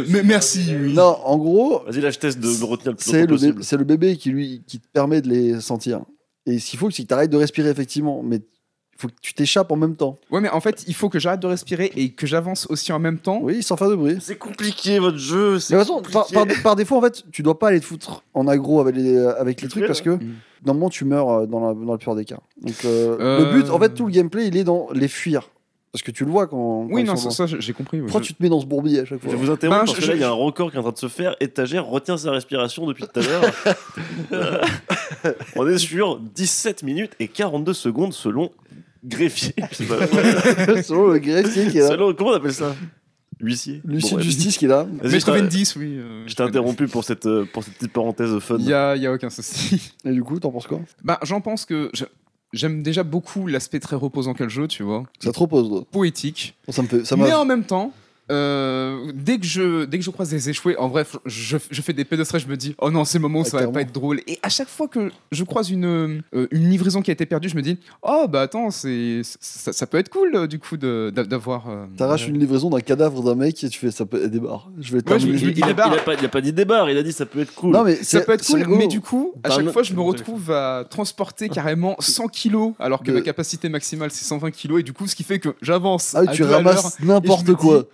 [SPEAKER 5] mais merci.
[SPEAKER 6] Non, en gros,
[SPEAKER 2] Vas-y, là, je teste de me retenir le plus
[SPEAKER 6] c'est
[SPEAKER 2] longtemps
[SPEAKER 6] le, bé-
[SPEAKER 2] possible.
[SPEAKER 6] c'est le bébé qui, lui, qui te permet de les sentir. Et ce qu'il faut, c'est que tu arrêtes de respirer, effectivement. Mais il faut que tu t'échappes en même temps.
[SPEAKER 5] Ouais, mais en fait il faut que j'arrête de respirer et que j'avance aussi en même temps.
[SPEAKER 6] Oui, sans faire de bruit.
[SPEAKER 2] C'est compliqué votre jeu.
[SPEAKER 6] Mais
[SPEAKER 2] C'est
[SPEAKER 6] De toute façon, par,
[SPEAKER 2] compliqué.
[SPEAKER 6] par dé- par défaut, en fait, tu dois pas aller te foutre en aggro avec les, euh, avec les trucs parce que
[SPEAKER 5] Mm.
[SPEAKER 6] normalement, tu meurs euh, dans la, dans la plupart des cas. Donc, euh,
[SPEAKER 5] Euh.
[SPEAKER 6] le but, en fait, tout le gameplay, il est dans les fuir. Parce que tu le vois quand. quand
[SPEAKER 5] Oui,
[SPEAKER 6] ils
[SPEAKER 5] non,
[SPEAKER 6] sont
[SPEAKER 5] ça,
[SPEAKER 6] loin.
[SPEAKER 5] ça, j'ai compris. oui.
[SPEAKER 6] Pourquoi tu te mets dans ce bourbier à chaque fois
[SPEAKER 2] Je vous interromps
[SPEAKER 5] Ben,
[SPEAKER 2] parce
[SPEAKER 5] je-
[SPEAKER 2] que là,
[SPEAKER 5] je-
[SPEAKER 2] il y a un record qui est en train de se faire. Étagère retient sa respiration depuis tout à l'heure. Euh, On est sur 17 minutes et 42 secondes selon greffier. Je sais pas.
[SPEAKER 6] Selon le greffier qui est là.
[SPEAKER 2] selon, comment on appelle ça Huissier.
[SPEAKER 6] Lucide
[SPEAKER 2] Bon, bref.
[SPEAKER 6] Justice qui est là.
[SPEAKER 2] Vas-y, je
[SPEAKER 5] Maître
[SPEAKER 2] t'ai-
[SPEAKER 5] Bendis, oui. euh,
[SPEAKER 2] Je t'ai interrompu pour cette, euh, pour cette petite parenthèse fun.
[SPEAKER 5] Il y a, il y a aucun souci.
[SPEAKER 6] Et du coup, t'en penses quoi
[SPEAKER 5] Bah, j'en pense que je- j'aime déjà beaucoup l'aspect très reposant qu'a le jeu, tu vois,
[SPEAKER 6] Ça te repose, toi.
[SPEAKER 5] poétique.
[SPEAKER 6] Ça me fait. Ça
[SPEAKER 5] mais
[SPEAKER 6] m'a-
[SPEAKER 5] en même temps, euh, dès, que je, dès que je croise des échoués, en bref, je, je fais des pédestrés, je me dis, oh non, c'est le moment où
[SPEAKER 6] Ah,
[SPEAKER 5] ça va
[SPEAKER 6] clairement.
[SPEAKER 5] pas être drôle. Et à chaque fois que je croise une, euh, une livraison qui a été perdue, je me dis, oh bah attends, c'est, ça, ça peut être cool euh, du coup de- d'a- d'avoir. euh,
[SPEAKER 6] T'arraches une livraison d'un cadavre d'un mec et tu fais ça peut débarre. Je vais
[SPEAKER 5] Ouais, je me-
[SPEAKER 6] terminer.
[SPEAKER 5] je me-
[SPEAKER 2] Il
[SPEAKER 5] il
[SPEAKER 2] a,
[SPEAKER 5] est barre.
[SPEAKER 2] il a pas, il a pas dit débarre, il a dit ça peut être cool.
[SPEAKER 6] Non mais
[SPEAKER 5] Ça peut être cool, mais du coup, à
[SPEAKER 2] Par
[SPEAKER 5] chaque
[SPEAKER 2] no-
[SPEAKER 5] fois, je me retrouve à transporter carrément 100 kilos, alors que
[SPEAKER 6] De-
[SPEAKER 5] ma capacité maximale, c'est 120 kilos, et du coup, ce qui fait que j'avance.
[SPEAKER 6] ah,
[SPEAKER 5] à
[SPEAKER 6] tu
[SPEAKER 5] deux à
[SPEAKER 6] ramasses
[SPEAKER 5] l'heure, et je me
[SPEAKER 6] n'importe
[SPEAKER 5] dis-
[SPEAKER 6] quoi.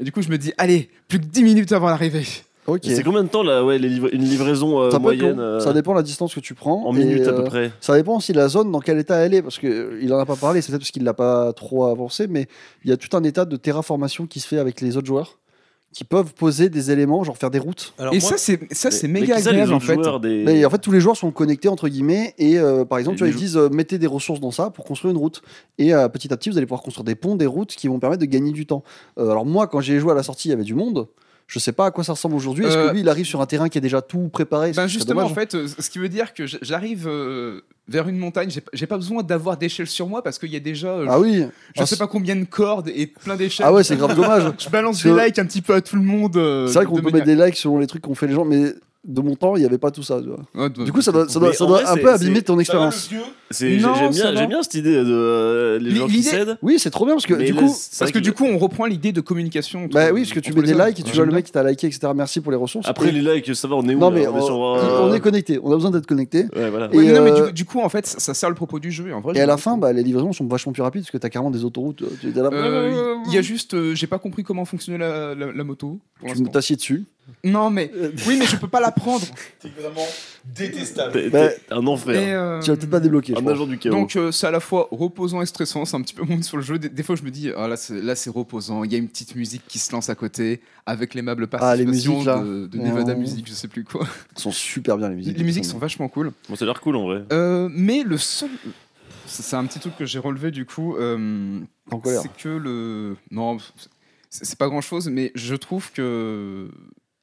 [SPEAKER 5] et du coup, je me dis, allez, plus que 10 minutes avant l'arrivée.
[SPEAKER 6] Ok.
[SPEAKER 2] Et C'est combien de temps là, ouais, les livra- une livraison euh,
[SPEAKER 6] Ça, peut être
[SPEAKER 2] moyenne
[SPEAKER 6] long.
[SPEAKER 2] euh,
[SPEAKER 6] ça dépend la distance que tu prends.
[SPEAKER 2] en
[SPEAKER 6] et,
[SPEAKER 2] minutes à peu
[SPEAKER 6] euh,
[SPEAKER 2] près
[SPEAKER 6] Ça dépend aussi la zone dans quel état elle est, parce qu'il en a pas parlé, c'est peut-être parce qu'il l'a pas trop avancé, mais il y a tout un état de terraformation qui se fait avec les autres joueurs, qui peuvent poser des éléments, genre faire des routes.
[SPEAKER 1] Alors,
[SPEAKER 5] et
[SPEAKER 1] moi,
[SPEAKER 5] ça, c'est, ça, c'est
[SPEAKER 2] Mais- mais
[SPEAKER 5] méga
[SPEAKER 2] qui ça, les
[SPEAKER 5] agréable en
[SPEAKER 2] autres
[SPEAKER 5] fait.
[SPEAKER 2] joueurs des-
[SPEAKER 6] Mais en fait, tous les joueurs sont connectés entre guillemets, et euh, par exemple,
[SPEAKER 2] Et
[SPEAKER 6] tu vois,
[SPEAKER 2] les
[SPEAKER 6] ils disent euh, mettez des ressources dans ça pour construire une route. Et euh, petit à petit, vous allez pouvoir construire des ponts, des routes qui vont permettre de gagner du temps. Euh, alors, moi, quand j'ai joué à la sortie, il y avait du monde. Je sais pas à quoi ça ressemble aujourd'hui. Est-ce
[SPEAKER 5] Euh,
[SPEAKER 6] que lui, il arrive sur un terrain qui est déjà tout préparé
[SPEAKER 5] Ben
[SPEAKER 6] Ce serait
[SPEAKER 5] justement,
[SPEAKER 6] dommage.
[SPEAKER 5] en
[SPEAKER 2] hein.
[SPEAKER 5] fait, euh, ce qui veut dire que j- j'arrive euh, vers une montagne, j'ai p- j'ai pas besoin d'avoir d'échelle sur moi parce qu'il y a déjà, euh,
[SPEAKER 6] Ah oui.
[SPEAKER 5] je
[SPEAKER 6] Ah,
[SPEAKER 5] sais
[SPEAKER 6] c'est-
[SPEAKER 5] pas combien de cordes et plein d'échelles.
[SPEAKER 6] Ah ouais, c'est grave dommage.
[SPEAKER 5] Je balance
[SPEAKER 6] Parce
[SPEAKER 5] des
[SPEAKER 6] que-
[SPEAKER 5] likes un petit peu à tout le monde. euh,
[SPEAKER 6] C'est vrai qu'on
[SPEAKER 5] de
[SPEAKER 6] peut
[SPEAKER 5] manière-
[SPEAKER 6] mettre des likes selon les trucs qu'ont fait les gens, mais de mon temps, il n'y avait pas tout ça. tu vois.
[SPEAKER 5] Ouais, de-
[SPEAKER 6] Du coup, ça doit, ça doit,
[SPEAKER 2] Mais
[SPEAKER 6] ça
[SPEAKER 2] en
[SPEAKER 6] doit
[SPEAKER 2] vrai,
[SPEAKER 6] un
[SPEAKER 2] c'est-
[SPEAKER 6] peu abîmer ton
[SPEAKER 4] Ça va, le
[SPEAKER 6] expérience.
[SPEAKER 4] vieux
[SPEAKER 2] C'est- j'ai-
[SPEAKER 5] Non,
[SPEAKER 2] J'aime
[SPEAKER 5] ça
[SPEAKER 2] bien,
[SPEAKER 5] va.
[SPEAKER 2] j'aime bien cette idée de euh, les
[SPEAKER 5] L'i-
[SPEAKER 2] gens qui
[SPEAKER 5] l'idée-
[SPEAKER 2] cèdent.
[SPEAKER 6] Oui, c'est trop bien parce que
[SPEAKER 2] mais
[SPEAKER 6] du
[SPEAKER 2] là,
[SPEAKER 6] coup.
[SPEAKER 2] c'est
[SPEAKER 5] Parce
[SPEAKER 2] vrai
[SPEAKER 5] que
[SPEAKER 2] le-
[SPEAKER 5] du coup, on reprend l'idée de communication. entre-
[SPEAKER 6] Bah oui, parce que tu
[SPEAKER 5] entre
[SPEAKER 6] mets des
[SPEAKER 5] les hommes.
[SPEAKER 6] likes et tu vois le mec qui t'a liké, etc. Merci pour les ressources.
[SPEAKER 2] Après
[SPEAKER 6] Et-
[SPEAKER 2] les likes, ça va, on est où
[SPEAKER 6] Non,
[SPEAKER 2] là
[SPEAKER 6] mais
[SPEAKER 2] on, est sur,
[SPEAKER 6] on
[SPEAKER 2] euh,
[SPEAKER 6] est connecté, on a besoin d'être connecté.
[SPEAKER 2] Ouais, voilà.
[SPEAKER 5] Ouais, mais non, mais
[SPEAKER 6] euh,
[SPEAKER 5] du, du coup, en fait, ça, ça sert le propos du jeu. En vrai,
[SPEAKER 6] Et
[SPEAKER 5] je-
[SPEAKER 6] à la fin, bah, les livraisons sont vachement plus rapides parce que t'as carrément des autoroutes. euh, Tu t'es là,
[SPEAKER 5] Euh, il y a juste, euh, j'ai pas compris comment fonctionnait la, la- la moto.
[SPEAKER 6] tu
[SPEAKER 5] Pour l'instant. Euh,
[SPEAKER 6] t'assieds dessus,
[SPEAKER 5] Non, mais. Oui, mais je peux pas la prendre.
[SPEAKER 4] C'est vraiment détestable.
[SPEAKER 2] T'es-
[SPEAKER 6] Bah,
[SPEAKER 2] t'es un
[SPEAKER 5] Et,
[SPEAKER 2] enfer.
[SPEAKER 5] euh,
[SPEAKER 6] Tu vas peut-être pas débloquer. je
[SPEAKER 2] Un
[SPEAKER 6] pense.
[SPEAKER 2] agent du chaos.
[SPEAKER 5] Donc euh, c'est à la fois reposant et stressant, c'est un petit peu mon sur le jeu. Des, des fois je me dis ah là c'est là, c'est reposant, il y a une petite musique qui se lance à côté avec l'aimable
[SPEAKER 6] Ah, les
[SPEAKER 5] participation
[SPEAKER 6] musiques, là.
[SPEAKER 5] de, de Nevada
[SPEAKER 6] Oh.
[SPEAKER 5] Music, je sais plus quoi.
[SPEAKER 6] Ils sont super bien les musiques.
[SPEAKER 5] Les musiques sont vachement cool.
[SPEAKER 2] Bon, ça a l'air cool en vrai.
[SPEAKER 5] Euh, mais le seul c'est c'est un petit truc que j'ai relevé du coup euh,
[SPEAKER 6] en colère.
[SPEAKER 5] c'est que le non c'est c'est pas grand chose mais je trouve que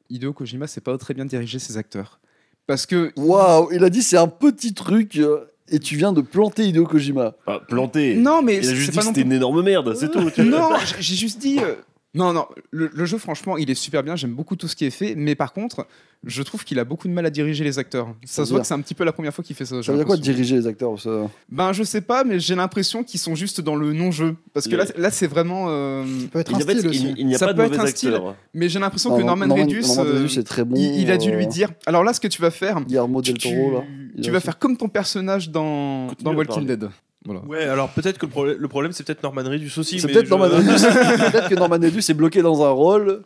[SPEAKER 5] Hideo Kojima c'est pas très bien diriger ses acteurs parce que
[SPEAKER 6] Waouh, il a dit c'est un petit truc euh, et tu viens de planter Hideo Kojima.
[SPEAKER 2] Pas planté.
[SPEAKER 5] non mais
[SPEAKER 2] Il a
[SPEAKER 5] c'est
[SPEAKER 2] juste
[SPEAKER 5] c'est
[SPEAKER 2] dit
[SPEAKER 5] pas
[SPEAKER 2] que
[SPEAKER 5] non
[SPEAKER 2] c'était
[SPEAKER 5] plus-
[SPEAKER 2] une énorme merde, c'est tout. tu vois.
[SPEAKER 5] Non, j- j'ai juste dit. euh, Non, non, le, le jeu, franchement, il est super bien. J'aime beaucoup tout ce qui est fait. Mais par contre, je trouve qu'il a beaucoup de mal à diriger les acteurs. Ça
[SPEAKER 6] veut
[SPEAKER 5] se voit
[SPEAKER 6] dire-
[SPEAKER 5] que c'est un petit peu la première fois qu'il fait ça. j'ai
[SPEAKER 6] Ça veut dire quoi de
[SPEAKER 5] l'impression.
[SPEAKER 6] diriger les acteurs ça
[SPEAKER 5] Ben, je sais pas, mais j'ai l'impression qu'ils sont juste dans le non-jeu. Parce que là, là c'est vraiment. euh,
[SPEAKER 3] peut être
[SPEAKER 2] Il
[SPEAKER 3] un
[SPEAKER 2] n'y a pas de-
[SPEAKER 3] style
[SPEAKER 2] il-
[SPEAKER 3] aussi.
[SPEAKER 2] il n'y a
[SPEAKER 5] Ça
[SPEAKER 2] pas de
[SPEAKER 5] peut être
[SPEAKER 2] mauvais
[SPEAKER 5] un style.
[SPEAKER 2] acteur.
[SPEAKER 5] Mais j'ai l'impression que Norman, Reedus.
[SPEAKER 6] Norman
[SPEAKER 5] euh,
[SPEAKER 6] Reedus est très bon.
[SPEAKER 5] il, il a dû
[SPEAKER 6] euh,
[SPEAKER 5] lui dire Alors là, ce que tu vas faire.
[SPEAKER 6] Guillermo
[SPEAKER 5] Tu,
[SPEAKER 6] del Toro là.
[SPEAKER 5] tu-
[SPEAKER 6] Il
[SPEAKER 5] tu
[SPEAKER 6] a
[SPEAKER 5] vas
[SPEAKER 6] fait.
[SPEAKER 5] faire comme ton personnage dans,
[SPEAKER 2] Continue
[SPEAKER 5] dans
[SPEAKER 2] à
[SPEAKER 5] Walking
[SPEAKER 2] parler.
[SPEAKER 5] Dead. Voilà.
[SPEAKER 1] Ouais, alors peut-être que le, problème- le problème, c'est peut-être Norman Reedus aussi.
[SPEAKER 6] C'est
[SPEAKER 1] mais
[SPEAKER 6] peut-être
[SPEAKER 1] je-
[SPEAKER 6] Norman Reedus. peut-être que Norman Reedus est bloqué dans un rôle.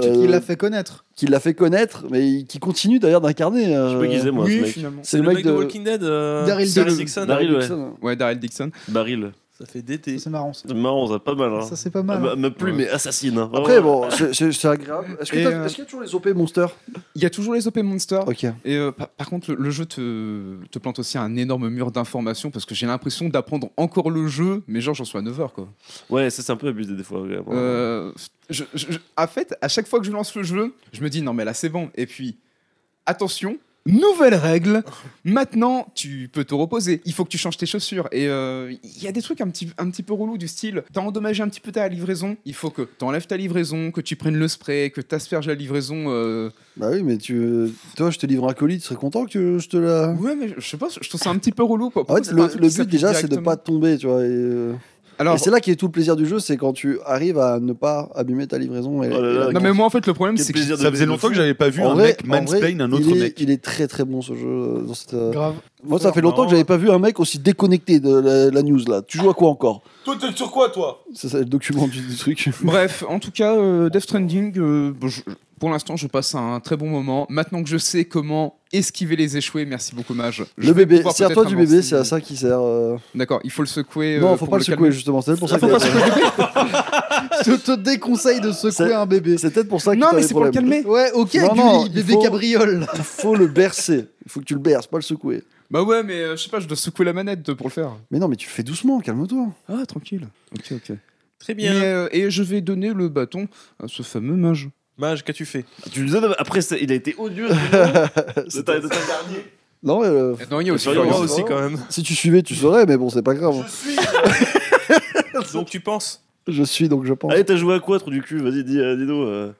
[SPEAKER 3] Qui
[SPEAKER 6] euh,
[SPEAKER 3] l'a fait connaître.
[SPEAKER 6] qui l'a fait connaître, mais qui continue d'ailleurs d'incarner. euh,
[SPEAKER 2] Je sais pas qui c'est, moi,
[SPEAKER 5] oui,
[SPEAKER 2] ce mec.
[SPEAKER 5] finalement.
[SPEAKER 6] C'est le, mec de.
[SPEAKER 1] Walking Dead. euh,
[SPEAKER 3] Daryl
[SPEAKER 5] Dixon.
[SPEAKER 1] Dixon.
[SPEAKER 2] Daryl, ouais.
[SPEAKER 6] Dixon, hein.
[SPEAKER 5] Ouais, Daryl Dixon.
[SPEAKER 2] Baril.
[SPEAKER 1] Ça fait DT.
[SPEAKER 3] C'est marrant. Ça,
[SPEAKER 2] C'est marrant, ça, pas mal. Hein.
[SPEAKER 3] Ça, c'est pas
[SPEAKER 2] Ah,
[SPEAKER 3] mal.
[SPEAKER 2] bah, me plus, mais assassine. hein.
[SPEAKER 6] Après,
[SPEAKER 2] Vraiment.
[SPEAKER 6] bon, c'est- c'est c'est agréable. Est-ce que
[SPEAKER 5] Et,
[SPEAKER 6] t'as-
[SPEAKER 5] euh,
[SPEAKER 6] est-ce qu'il y a toujours les OP Monster
[SPEAKER 5] Il y a toujours les OP Monsters.
[SPEAKER 6] Ok.
[SPEAKER 5] Et euh, par, par contre, le, le jeu te, te plante aussi un énorme mur d'informations parce que j'ai l'impression d'apprendre encore le jeu, mais genre j'en suis à 9h quoi.
[SPEAKER 2] Ouais, ça, c'est un peu abusé des fois. quand même.
[SPEAKER 5] Euh, je- je- je- en fait, à chaque fois que je lance le jeu, je me dis non mais là c'est bon. Et puis, attention, nouvelle règle, maintenant tu peux te reposer, il faut que tu changes tes chaussures. Et euh, il y a des trucs un petit, un petit peu relous du style, t'as endommagé un petit peu ta livraison, il faut que t'enlèves ta livraison, que tu prennes le spray, que t'asperges la livraison. euh,
[SPEAKER 6] Bah oui, mais tu, toi, je te livre un colis, tu serais content que je te la.
[SPEAKER 5] Ouais mais je sais pas, je trouve ça un petit peu relou quoi.
[SPEAKER 6] Ah. En fait,
[SPEAKER 5] Pourquoi c'est pas un
[SPEAKER 6] le,
[SPEAKER 5] truc
[SPEAKER 6] le
[SPEAKER 5] qui
[SPEAKER 6] but
[SPEAKER 5] s'applique
[SPEAKER 6] déjà, c'est de
[SPEAKER 5] directement
[SPEAKER 6] pas tomber, tu vois. Et, euh,
[SPEAKER 5] Alors,
[SPEAKER 6] et c'est là qui est tout le plaisir du jeu, c'est quand tu arrives à ne pas abîmer ta livraison. Et,
[SPEAKER 2] Oh là
[SPEAKER 6] et
[SPEAKER 2] là,
[SPEAKER 6] la-
[SPEAKER 5] Non mais moi en fait le problème
[SPEAKER 2] Quel
[SPEAKER 5] c'est que
[SPEAKER 2] plaisir de
[SPEAKER 4] Ça faisait
[SPEAKER 2] de
[SPEAKER 4] longtemps
[SPEAKER 2] fou.
[SPEAKER 4] que j'avais pas vu
[SPEAKER 6] en
[SPEAKER 4] un
[SPEAKER 6] vrai-
[SPEAKER 4] mec
[SPEAKER 6] en vrai,
[SPEAKER 4] mansplain un autre
[SPEAKER 6] il est,
[SPEAKER 4] mec.
[SPEAKER 6] Il est très très bon ce jeu. euh, dans cette,
[SPEAKER 2] bah.
[SPEAKER 6] euh,
[SPEAKER 3] Grave.
[SPEAKER 6] Moi, ça fait
[SPEAKER 1] Non.
[SPEAKER 6] longtemps que j'avais pas vu un mec aussi déconnecté de la, la news là. Tu joues à quoi encore
[SPEAKER 4] Toi, t'es sur quoi, toi
[SPEAKER 6] C'est ça le document du, du truc.
[SPEAKER 5] bref, en tout cas euh, Death Stranding euh, bon, je- pour l'instant je passe un très bon moment. Maintenant que je sais comment esquiver les échoués, merci beaucoup Mage. Je
[SPEAKER 6] le
[SPEAKER 5] vais
[SPEAKER 6] bébé,
[SPEAKER 5] pouvoir
[SPEAKER 6] c'est à
[SPEAKER 5] peut-être
[SPEAKER 6] toi du bébé,
[SPEAKER 5] avancer.
[SPEAKER 6] c'est à ça qui sert. euh.
[SPEAKER 5] D'accord, il faut le secouer.
[SPEAKER 6] non,
[SPEAKER 5] euh,
[SPEAKER 6] faut
[SPEAKER 5] pour
[SPEAKER 6] pas le secouer
[SPEAKER 5] calmer. Ah,
[SPEAKER 6] justement. C'est peut-être pour ça
[SPEAKER 5] faut
[SPEAKER 6] que-
[SPEAKER 5] pas secouer le bébé.
[SPEAKER 3] Je te déconseille de secouer
[SPEAKER 6] C'est-
[SPEAKER 3] un bébé.
[SPEAKER 6] C'est peut-être pour ça que
[SPEAKER 5] Non
[SPEAKER 6] t'as
[SPEAKER 5] mais
[SPEAKER 6] des
[SPEAKER 5] c'est pour le
[SPEAKER 6] problèmes.
[SPEAKER 5] calmer.
[SPEAKER 3] Ouais, ok,
[SPEAKER 6] Non,
[SPEAKER 3] du
[SPEAKER 6] non,
[SPEAKER 3] lit,
[SPEAKER 6] il
[SPEAKER 3] bébé
[SPEAKER 6] faut-
[SPEAKER 3] cabriole.
[SPEAKER 6] Il faut le bercer. Il faut que tu le berces, pas le secouer.
[SPEAKER 5] Bah ouais mais euh, je sais pas, je dois secouer la manette euh, pour le faire.
[SPEAKER 6] Mais non, mais tu le fais doucement, calme-toi.
[SPEAKER 5] Ah tranquille. Ok ok.
[SPEAKER 1] Très bien.
[SPEAKER 5] Mais, euh, et je vais donner le bâton à ce fameux Mage.
[SPEAKER 1] Mage, qu'as-tu fait
[SPEAKER 2] Tu lui donnes. Après, ça- il a été odieux.
[SPEAKER 6] C'est-
[SPEAKER 2] T'as gardien.
[SPEAKER 6] non, euh,
[SPEAKER 5] Non il y a aussi
[SPEAKER 2] Furious.
[SPEAKER 1] Moi
[SPEAKER 5] Furious.
[SPEAKER 1] aussi, quand même.
[SPEAKER 6] si tu suivais, tu saurais, mais bon, c'est pas grave.
[SPEAKER 1] Donc, tu penses
[SPEAKER 6] Je suis donc je pense.
[SPEAKER 2] Allez, t'as joué à quoi, trou du cul Vas-y, dis, euh, dis-nous. euh.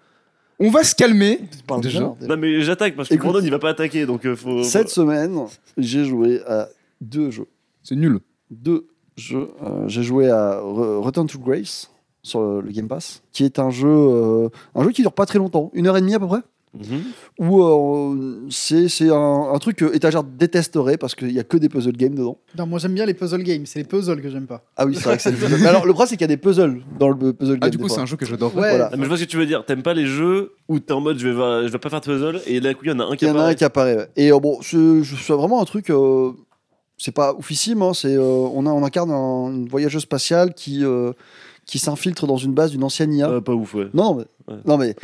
[SPEAKER 5] On va se calmer.
[SPEAKER 6] Tu parles
[SPEAKER 5] déjà.
[SPEAKER 6] bien, t'es-
[SPEAKER 2] Non, mais j'attaque parce que
[SPEAKER 6] Écoute.
[SPEAKER 2] Brandon, il va pas attaquer. Donc, euh, faut.
[SPEAKER 6] Cette semaine, j'ai joué à deux jeux.
[SPEAKER 5] C'est nul.
[SPEAKER 6] Deux jeux. Euh, j'ai joué à Re- Return to Grace sur le, le Game Pass, qui est un jeu, euh, un jeu qui dure pas très longtemps, une heure et demie à peu près.
[SPEAKER 2] Mhm.
[SPEAKER 6] Où euh, c'est c'est un, un truc que étagère détesterait parce qu'il y a que des puzzle games dedans.
[SPEAKER 3] Non, moi j'aime bien les puzzle games, c'est les puzzles que j'aime pas.
[SPEAKER 6] Ah oui, c'est vrai que c'est. Mais alors le problème c'est qu'il y a des puzzles dans le puzzle game.
[SPEAKER 5] Ah du
[SPEAKER 6] des
[SPEAKER 5] coup
[SPEAKER 6] fois.
[SPEAKER 5] c'est un jeu que j'adore.
[SPEAKER 3] Ouais,
[SPEAKER 6] Voilà.
[SPEAKER 2] Ah, mais je vois ce que tu veux dire. T'aimes pas les jeux où t'es en mode je vais, va- je vais pas faire de puzzle et là, coup, il y en a un qui
[SPEAKER 6] Il y en a un
[SPEAKER 2] apparaît.
[SPEAKER 6] qui apparaît. ouais. Et euh, bon, c'est je- c'est vraiment un truc. euh, c'est pas oufissime. hein, c'est, euh, on, a- on incarne un, une voyageuse spatiale qui, euh, qui s'infiltre dans une base d'une ancienne IA.
[SPEAKER 2] Ah, Pas ouf, ouais.
[SPEAKER 6] Non, mais,
[SPEAKER 2] Ouais.
[SPEAKER 6] non, mais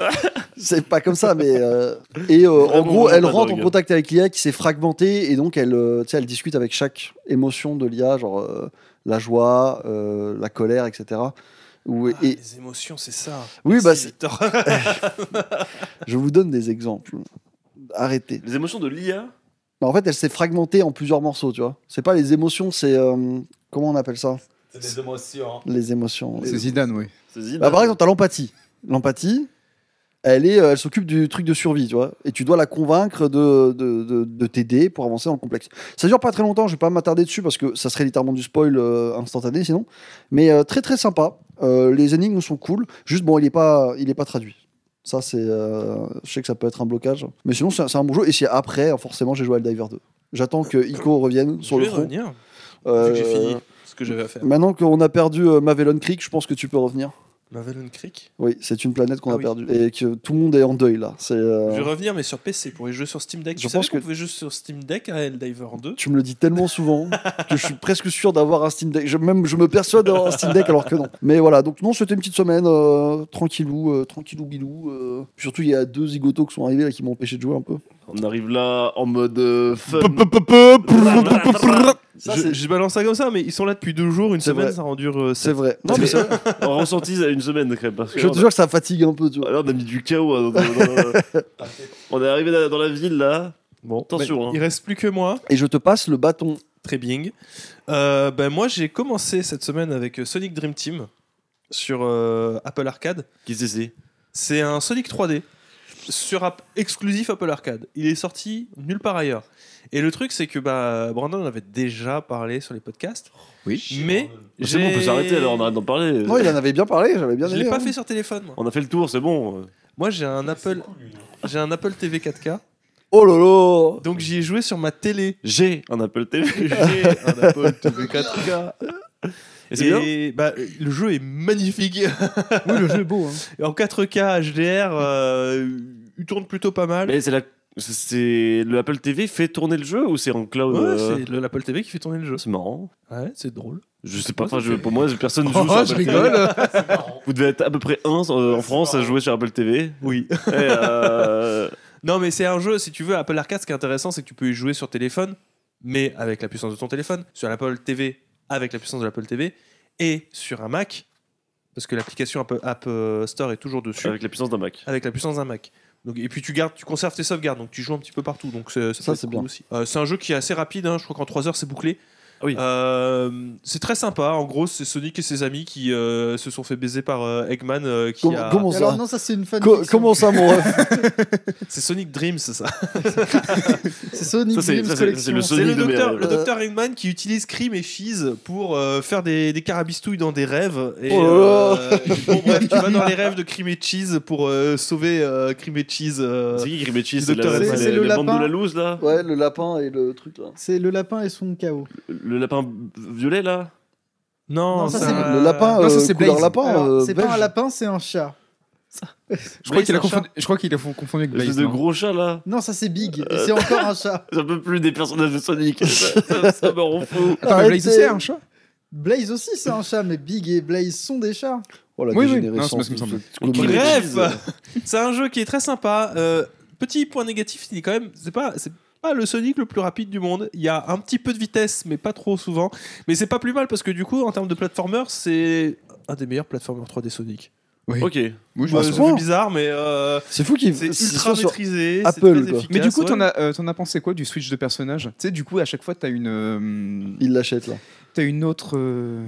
[SPEAKER 6] c'est pas comme ça. Mais euh, et euh, en
[SPEAKER 2] Vraiment,
[SPEAKER 6] gros,
[SPEAKER 2] vraiment
[SPEAKER 6] elle
[SPEAKER 2] pas
[SPEAKER 6] rentre en
[SPEAKER 2] dingue.
[SPEAKER 6] contact avec l'IA qui s'est fragmentée et donc elle, euh, tu sais, elle discute avec chaque émotion de l'IA, genre euh, la joie, euh, la colère, etc. Ou-
[SPEAKER 1] Ah,
[SPEAKER 6] et
[SPEAKER 1] Les émotions, c'est ça.
[SPEAKER 6] oui, bah, c'est-
[SPEAKER 1] Victor.
[SPEAKER 6] je vous donne des exemples. Arrêtez.
[SPEAKER 2] Les émotions de l'IA
[SPEAKER 6] Mais en fait, elle s'est fragmentée en plusieurs morceaux, tu vois. C'est pas les émotions, c'est. euh, comment on appelle ça
[SPEAKER 4] C'est des émotions.
[SPEAKER 6] Les émotions.
[SPEAKER 5] C'est Zidane oui.
[SPEAKER 2] c'est Zidane.
[SPEAKER 6] Bah, par exemple, t'as l'empathie. L'empathie, elle est, euh, elle s'occupe du truc de survie, tu vois. Et tu dois la convaincre de, de, de- de t'aider pour avancer dans le complexe. Ça dure pas très longtemps, je vais pas m'attarder dessus parce que ça serait littéralement du spoil euh, instantané sinon. Mais euh, très très sympa. Euh, les énigmes sont cool. Juste, bon, il est pas, il est pas traduit. Ça, c'est. euh, je sais que ça peut être un blocage. Mais sinon, c'est un- c'est un bon jeu. Et c'est après, euh, forcément, j'ai joué à Diver 2. J'attends que Ico revienne sur
[SPEAKER 1] je
[SPEAKER 6] le
[SPEAKER 1] vais
[SPEAKER 6] front.
[SPEAKER 1] revenir.
[SPEAKER 6] Euh,
[SPEAKER 1] Vu que j'ai fini ce que j'avais à faire.
[SPEAKER 6] Maintenant qu'on a perdu euh, Mavelon Creek, je pense que tu peux revenir.
[SPEAKER 1] Mavelon Creek.
[SPEAKER 6] Oui, c'est une planète qu'on
[SPEAKER 1] Ah
[SPEAKER 6] a
[SPEAKER 1] oui.
[SPEAKER 6] perdue et que tout le monde est en deuil là. C'est, euh,
[SPEAKER 1] Je vais revenir, mais sur PC, pour les jeux sur Steam Deck.
[SPEAKER 6] Je
[SPEAKER 1] Je
[SPEAKER 6] pense
[SPEAKER 1] pense qu'on
[SPEAKER 6] que-
[SPEAKER 1] pouvait jouer sur Steam Deck à Helldiver 2.
[SPEAKER 6] Tu me le dis tellement souvent que je suis presque sûr d'avoir un Steam Deck. Je, même, je me persuade d'avoir un Steam Deck alors que non. Mais voilà, donc non, c'était une petite semaine, euh, tranquillou, euh, tranquillou bilou. euh. Puis surtout, il y a deux zigotos qui sont arrivés là qui m'ont empêché de jouer un peu.
[SPEAKER 2] On arrive là en mode euh, fun.
[SPEAKER 6] Ça,
[SPEAKER 1] je,
[SPEAKER 6] c'est-
[SPEAKER 1] je balance ça comme ça, mais ils sont là depuis deux jours, une
[SPEAKER 6] C'est
[SPEAKER 1] semaine,
[SPEAKER 6] vrai.
[SPEAKER 1] ça a rendu euh,
[SPEAKER 6] C'est
[SPEAKER 1] sept-
[SPEAKER 6] vrai. Non,
[SPEAKER 2] Parce
[SPEAKER 6] mais
[SPEAKER 2] que- on ressentit ça une semaine quand même. Parce que
[SPEAKER 6] je
[SPEAKER 2] on,
[SPEAKER 6] te jure que ça fatigue un peu, tu vois.
[SPEAKER 2] là, on a mis du chaos. hein, dans- dans- dans- on est arrivé dans, dans la ville là.
[SPEAKER 1] Bon,
[SPEAKER 2] Attention,
[SPEAKER 1] bah,
[SPEAKER 2] hein.
[SPEAKER 1] Il reste plus que moi.
[SPEAKER 6] Et je te passe le bâton.
[SPEAKER 1] Très bing. Euh, ben moi, j'ai commencé cette semaine avec euh, Sonic Dream Team sur euh, Apple Arcade.
[SPEAKER 2] Qui c'est c'est
[SPEAKER 1] C'est un Sonic 3D sur app- exclusif Apple Arcade. Il est sorti nulle part ailleurs. Et le truc, c'est que bah, Brandon en avait déjà parlé sur les podcasts.
[SPEAKER 5] Oui.
[SPEAKER 1] Mais
[SPEAKER 2] Oh, Ah, Bah, C'est bon, on peut
[SPEAKER 1] j'ai-
[SPEAKER 2] s'arrêter alors, on arrête d'en parler.
[SPEAKER 6] Non, il en avait bien parlé, j'avais bien
[SPEAKER 1] Je
[SPEAKER 6] aimé.
[SPEAKER 1] l'ai pas
[SPEAKER 6] hein.
[SPEAKER 1] fait sur téléphone. Moi,
[SPEAKER 2] On a fait le tour, c'est bon.
[SPEAKER 1] moi j'ai un Apple, j'ai un Apple TV 4K.
[SPEAKER 6] Oh là là
[SPEAKER 1] Donc j'y ai joué sur ma télé.
[SPEAKER 2] J'ai un Apple TV.
[SPEAKER 1] J'ai un Apple TV 4K.
[SPEAKER 2] Et c'est bien
[SPEAKER 1] Et bah, le jeu est magnifique.
[SPEAKER 3] Oui, le jeu est
[SPEAKER 5] Oh,
[SPEAKER 3] beau. hein.
[SPEAKER 1] Et En 4K HDR, euh, il tourne plutôt pas mal.
[SPEAKER 2] Mais c'est la. C'est le Apple TV fait tourner le jeu ou c'est en cloud
[SPEAKER 1] Ouais,
[SPEAKER 2] euh,
[SPEAKER 1] c'est le- l'Apple TV qui fait tourner le jeu.
[SPEAKER 2] C'est marrant.
[SPEAKER 1] Ouais, c'est drôle.
[SPEAKER 2] Je sais pas, enfin, je- pour moi, personne joue sur
[SPEAKER 5] Oh,
[SPEAKER 2] Apple
[SPEAKER 5] je
[SPEAKER 2] TV.
[SPEAKER 5] rigole.
[SPEAKER 2] Vous devez être à peu près un euh, en France à jouer sur Apple TV.
[SPEAKER 1] Oui.
[SPEAKER 2] Et, euh,
[SPEAKER 1] Non, mais c'est un jeu, si tu veux, Apple Arcade, ce qui est intéressant, c'est que tu peux y jouer sur téléphone, mais avec la puissance de ton téléphone, sur l'Apple TV, avec la puissance de l'Apple TV, et sur un Mac, parce que l'application App, App, euh, Store est toujours dessus, avec,
[SPEAKER 2] avec la puissance d'un Mac.
[SPEAKER 1] la puissance d'un Mac. Donc, et puis tu gardes, tu conserves tes sauvegardes, donc tu joues un petit peu partout. Donc c'est-
[SPEAKER 6] Ça,
[SPEAKER 1] peut être
[SPEAKER 6] c'est
[SPEAKER 1] cool
[SPEAKER 6] bien.
[SPEAKER 1] aussi. Euh, c'est un jeu qui est assez rapide, hein, je crois qu'en 3 heures c'est bouclé.
[SPEAKER 2] Ah oui.
[SPEAKER 1] Euh, c'est très sympa. En gros, c'est Sonic et ses amis qui euh, se sont fait baiser par euh, Eggman. euh, qui
[SPEAKER 6] Comment-
[SPEAKER 1] a-
[SPEAKER 6] comment
[SPEAKER 3] Et
[SPEAKER 6] ça
[SPEAKER 3] Alors, non, ça, c'est une fan.
[SPEAKER 6] Co- comment ça, mon ref
[SPEAKER 1] C'est Sonic Dreams, ça.
[SPEAKER 3] C'est Sonic
[SPEAKER 2] Ça, c'est-
[SPEAKER 3] Dreams
[SPEAKER 2] ça, c'est- c'est
[SPEAKER 3] Collection.
[SPEAKER 2] le
[SPEAKER 1] C'est
[SPEAKER 2] Sonic
[SPEAKER 1] le
[SPEAKER 2] de mes
[SPEAKER 1] docteur,
[SPEAKER 2] rêves.
[SPEAKER 1] le docteur Eggman qui utilise Crime et Cheese pour euh, faire des, des carabistouilles dans des rêves. Et,
[SPEAKER 6] Oh là là.
[SPEAKER 1] euh, bon, bref, tu vas dans les rêves de Crime et Cheese pour euh, sauver euh, Crime et Cheese. euh,
[SPEAKER 2] C'est qui qui Grimechi
[SPEAKER 1] du
[SPEAKER 2] C'est
[SPEAKER 1] Dr.
[SPEAKER 2] la,
[SPEAKER 1] Eggman.
[SPEAKER 2] c'est
[SPEAKER 3] C'est
[SPEAKER 2] les-
[SPEAKER 3] le
[SPEAKER 2] les bandes
[SPEAKER 3] lapin.
[SPEAKER 2] de la loose là
[SPEAKER 6] Ouais, le lapin et le truc là.
[SPEAKER 3] C'est le lapin et son chaos.
[SPEAKER 2] Le lapin violet là
[SPEAKER 1] Non,
[SPEAKER 3] Non, ça,
[SPEAKER 1] c'est
[SPEAKER 3] c'est
[SPEAKER 1] un-
[SPEAKER 6] Le lapin,
[SPEAKER 5] non, ça,
[SPEAKER 6] euh,
[SPEAKER 5] c'est
[SPEAKER 6] couleur
[SPEAKER 5] Blaze.
[SPEAKER 6] lapin.
[SPEAKER 3] Alors,
[SPEAKER 6] euh,
[SPEAKER 3] c'est pas un
[SPEAKER 6] belge.
[SPEAKER 3] lapin, c'est un chat.
[SPEAKER 5] Je crois qu'il
[SPEAKER 1] Blaze, un
[SPEAKER 5] a confondu. Je crois qu'il a confondu avec
[SPEAKER 2] Espèce
[SPEAKER 5] Blaze.
[SPEAKER 2] de
[SPEAKER 5] non
[SPEAKER 2] gros chat là
[SPEAKER 3] Non, ça c'est Big. Et c'est encore un chat.
[SPEAKER 2] J'en peux plus des personnages de Sonic Ça, ça- ça me rend fou
[SPEAKER 5] Attends, mais Blaze
[SPEAKER 6] Arrêtez.
[SPEAKER 5] aussi a un chat.
[SPEAKER 3] Blaze aussi, c'est un chat, mais Big et Blaze sont des chats.
[SPEAKER 6] Oh, la
[SPEAKER 5] Oui, oui.
[SPEAKER 6] dégénérescence
[SPEAKER 5] Non, c'est pas ce qui me
[SPEAKER 6] de ce- de ce-
[SPEAKER 1] Bref, c'est un jeu qui est très sympa. Euh, petit point négatif, il est quand même. C'est pas. c'est pas le Sonic le plus rapide du monde. Il y a un petit peu de vitesse, mais pas trop souvent. Mais c'est pas plus mal parce que du coup, en termes de platformer, c'est un des meilleurs platformers 3D Sonic.
[SPEAKER 2] Ok.
[SPEAKER 5] Oui, je
[SPEAKER 1] Ouais,
[SPEAKER 5] pense.
[SPEAKER 1] c'est
[SPEAKER 6] bon
[SPEAKER 1] bizarre, mais euh,
[SPEAKER 6] C'est fou qu'il
[SPEAKER 1] C'est
[SPEAKER 6] ce
[SPEAKER 1] ultra
[SPEAKER 6] soit sur-
[SPEAKER 1] maîtrisé, c'est
[SPEAKER 6] Apple,
[SPEAKER 1] très
[SPEAKER 6] quoi.
[SPEAKER 1] efficace.
[SPEAKER 5] Mais du coup, t'en
[SPEAKER 1] ouais.
[SPEAKER 5] as, euh, t'en as pensé quoi du switch de personnage Tu sais, du coup, à chaque fois, t'as une, euh,
[SPEAKER 6] Il l'achète là.
[SPEAKER 5] t'as une autre. euh,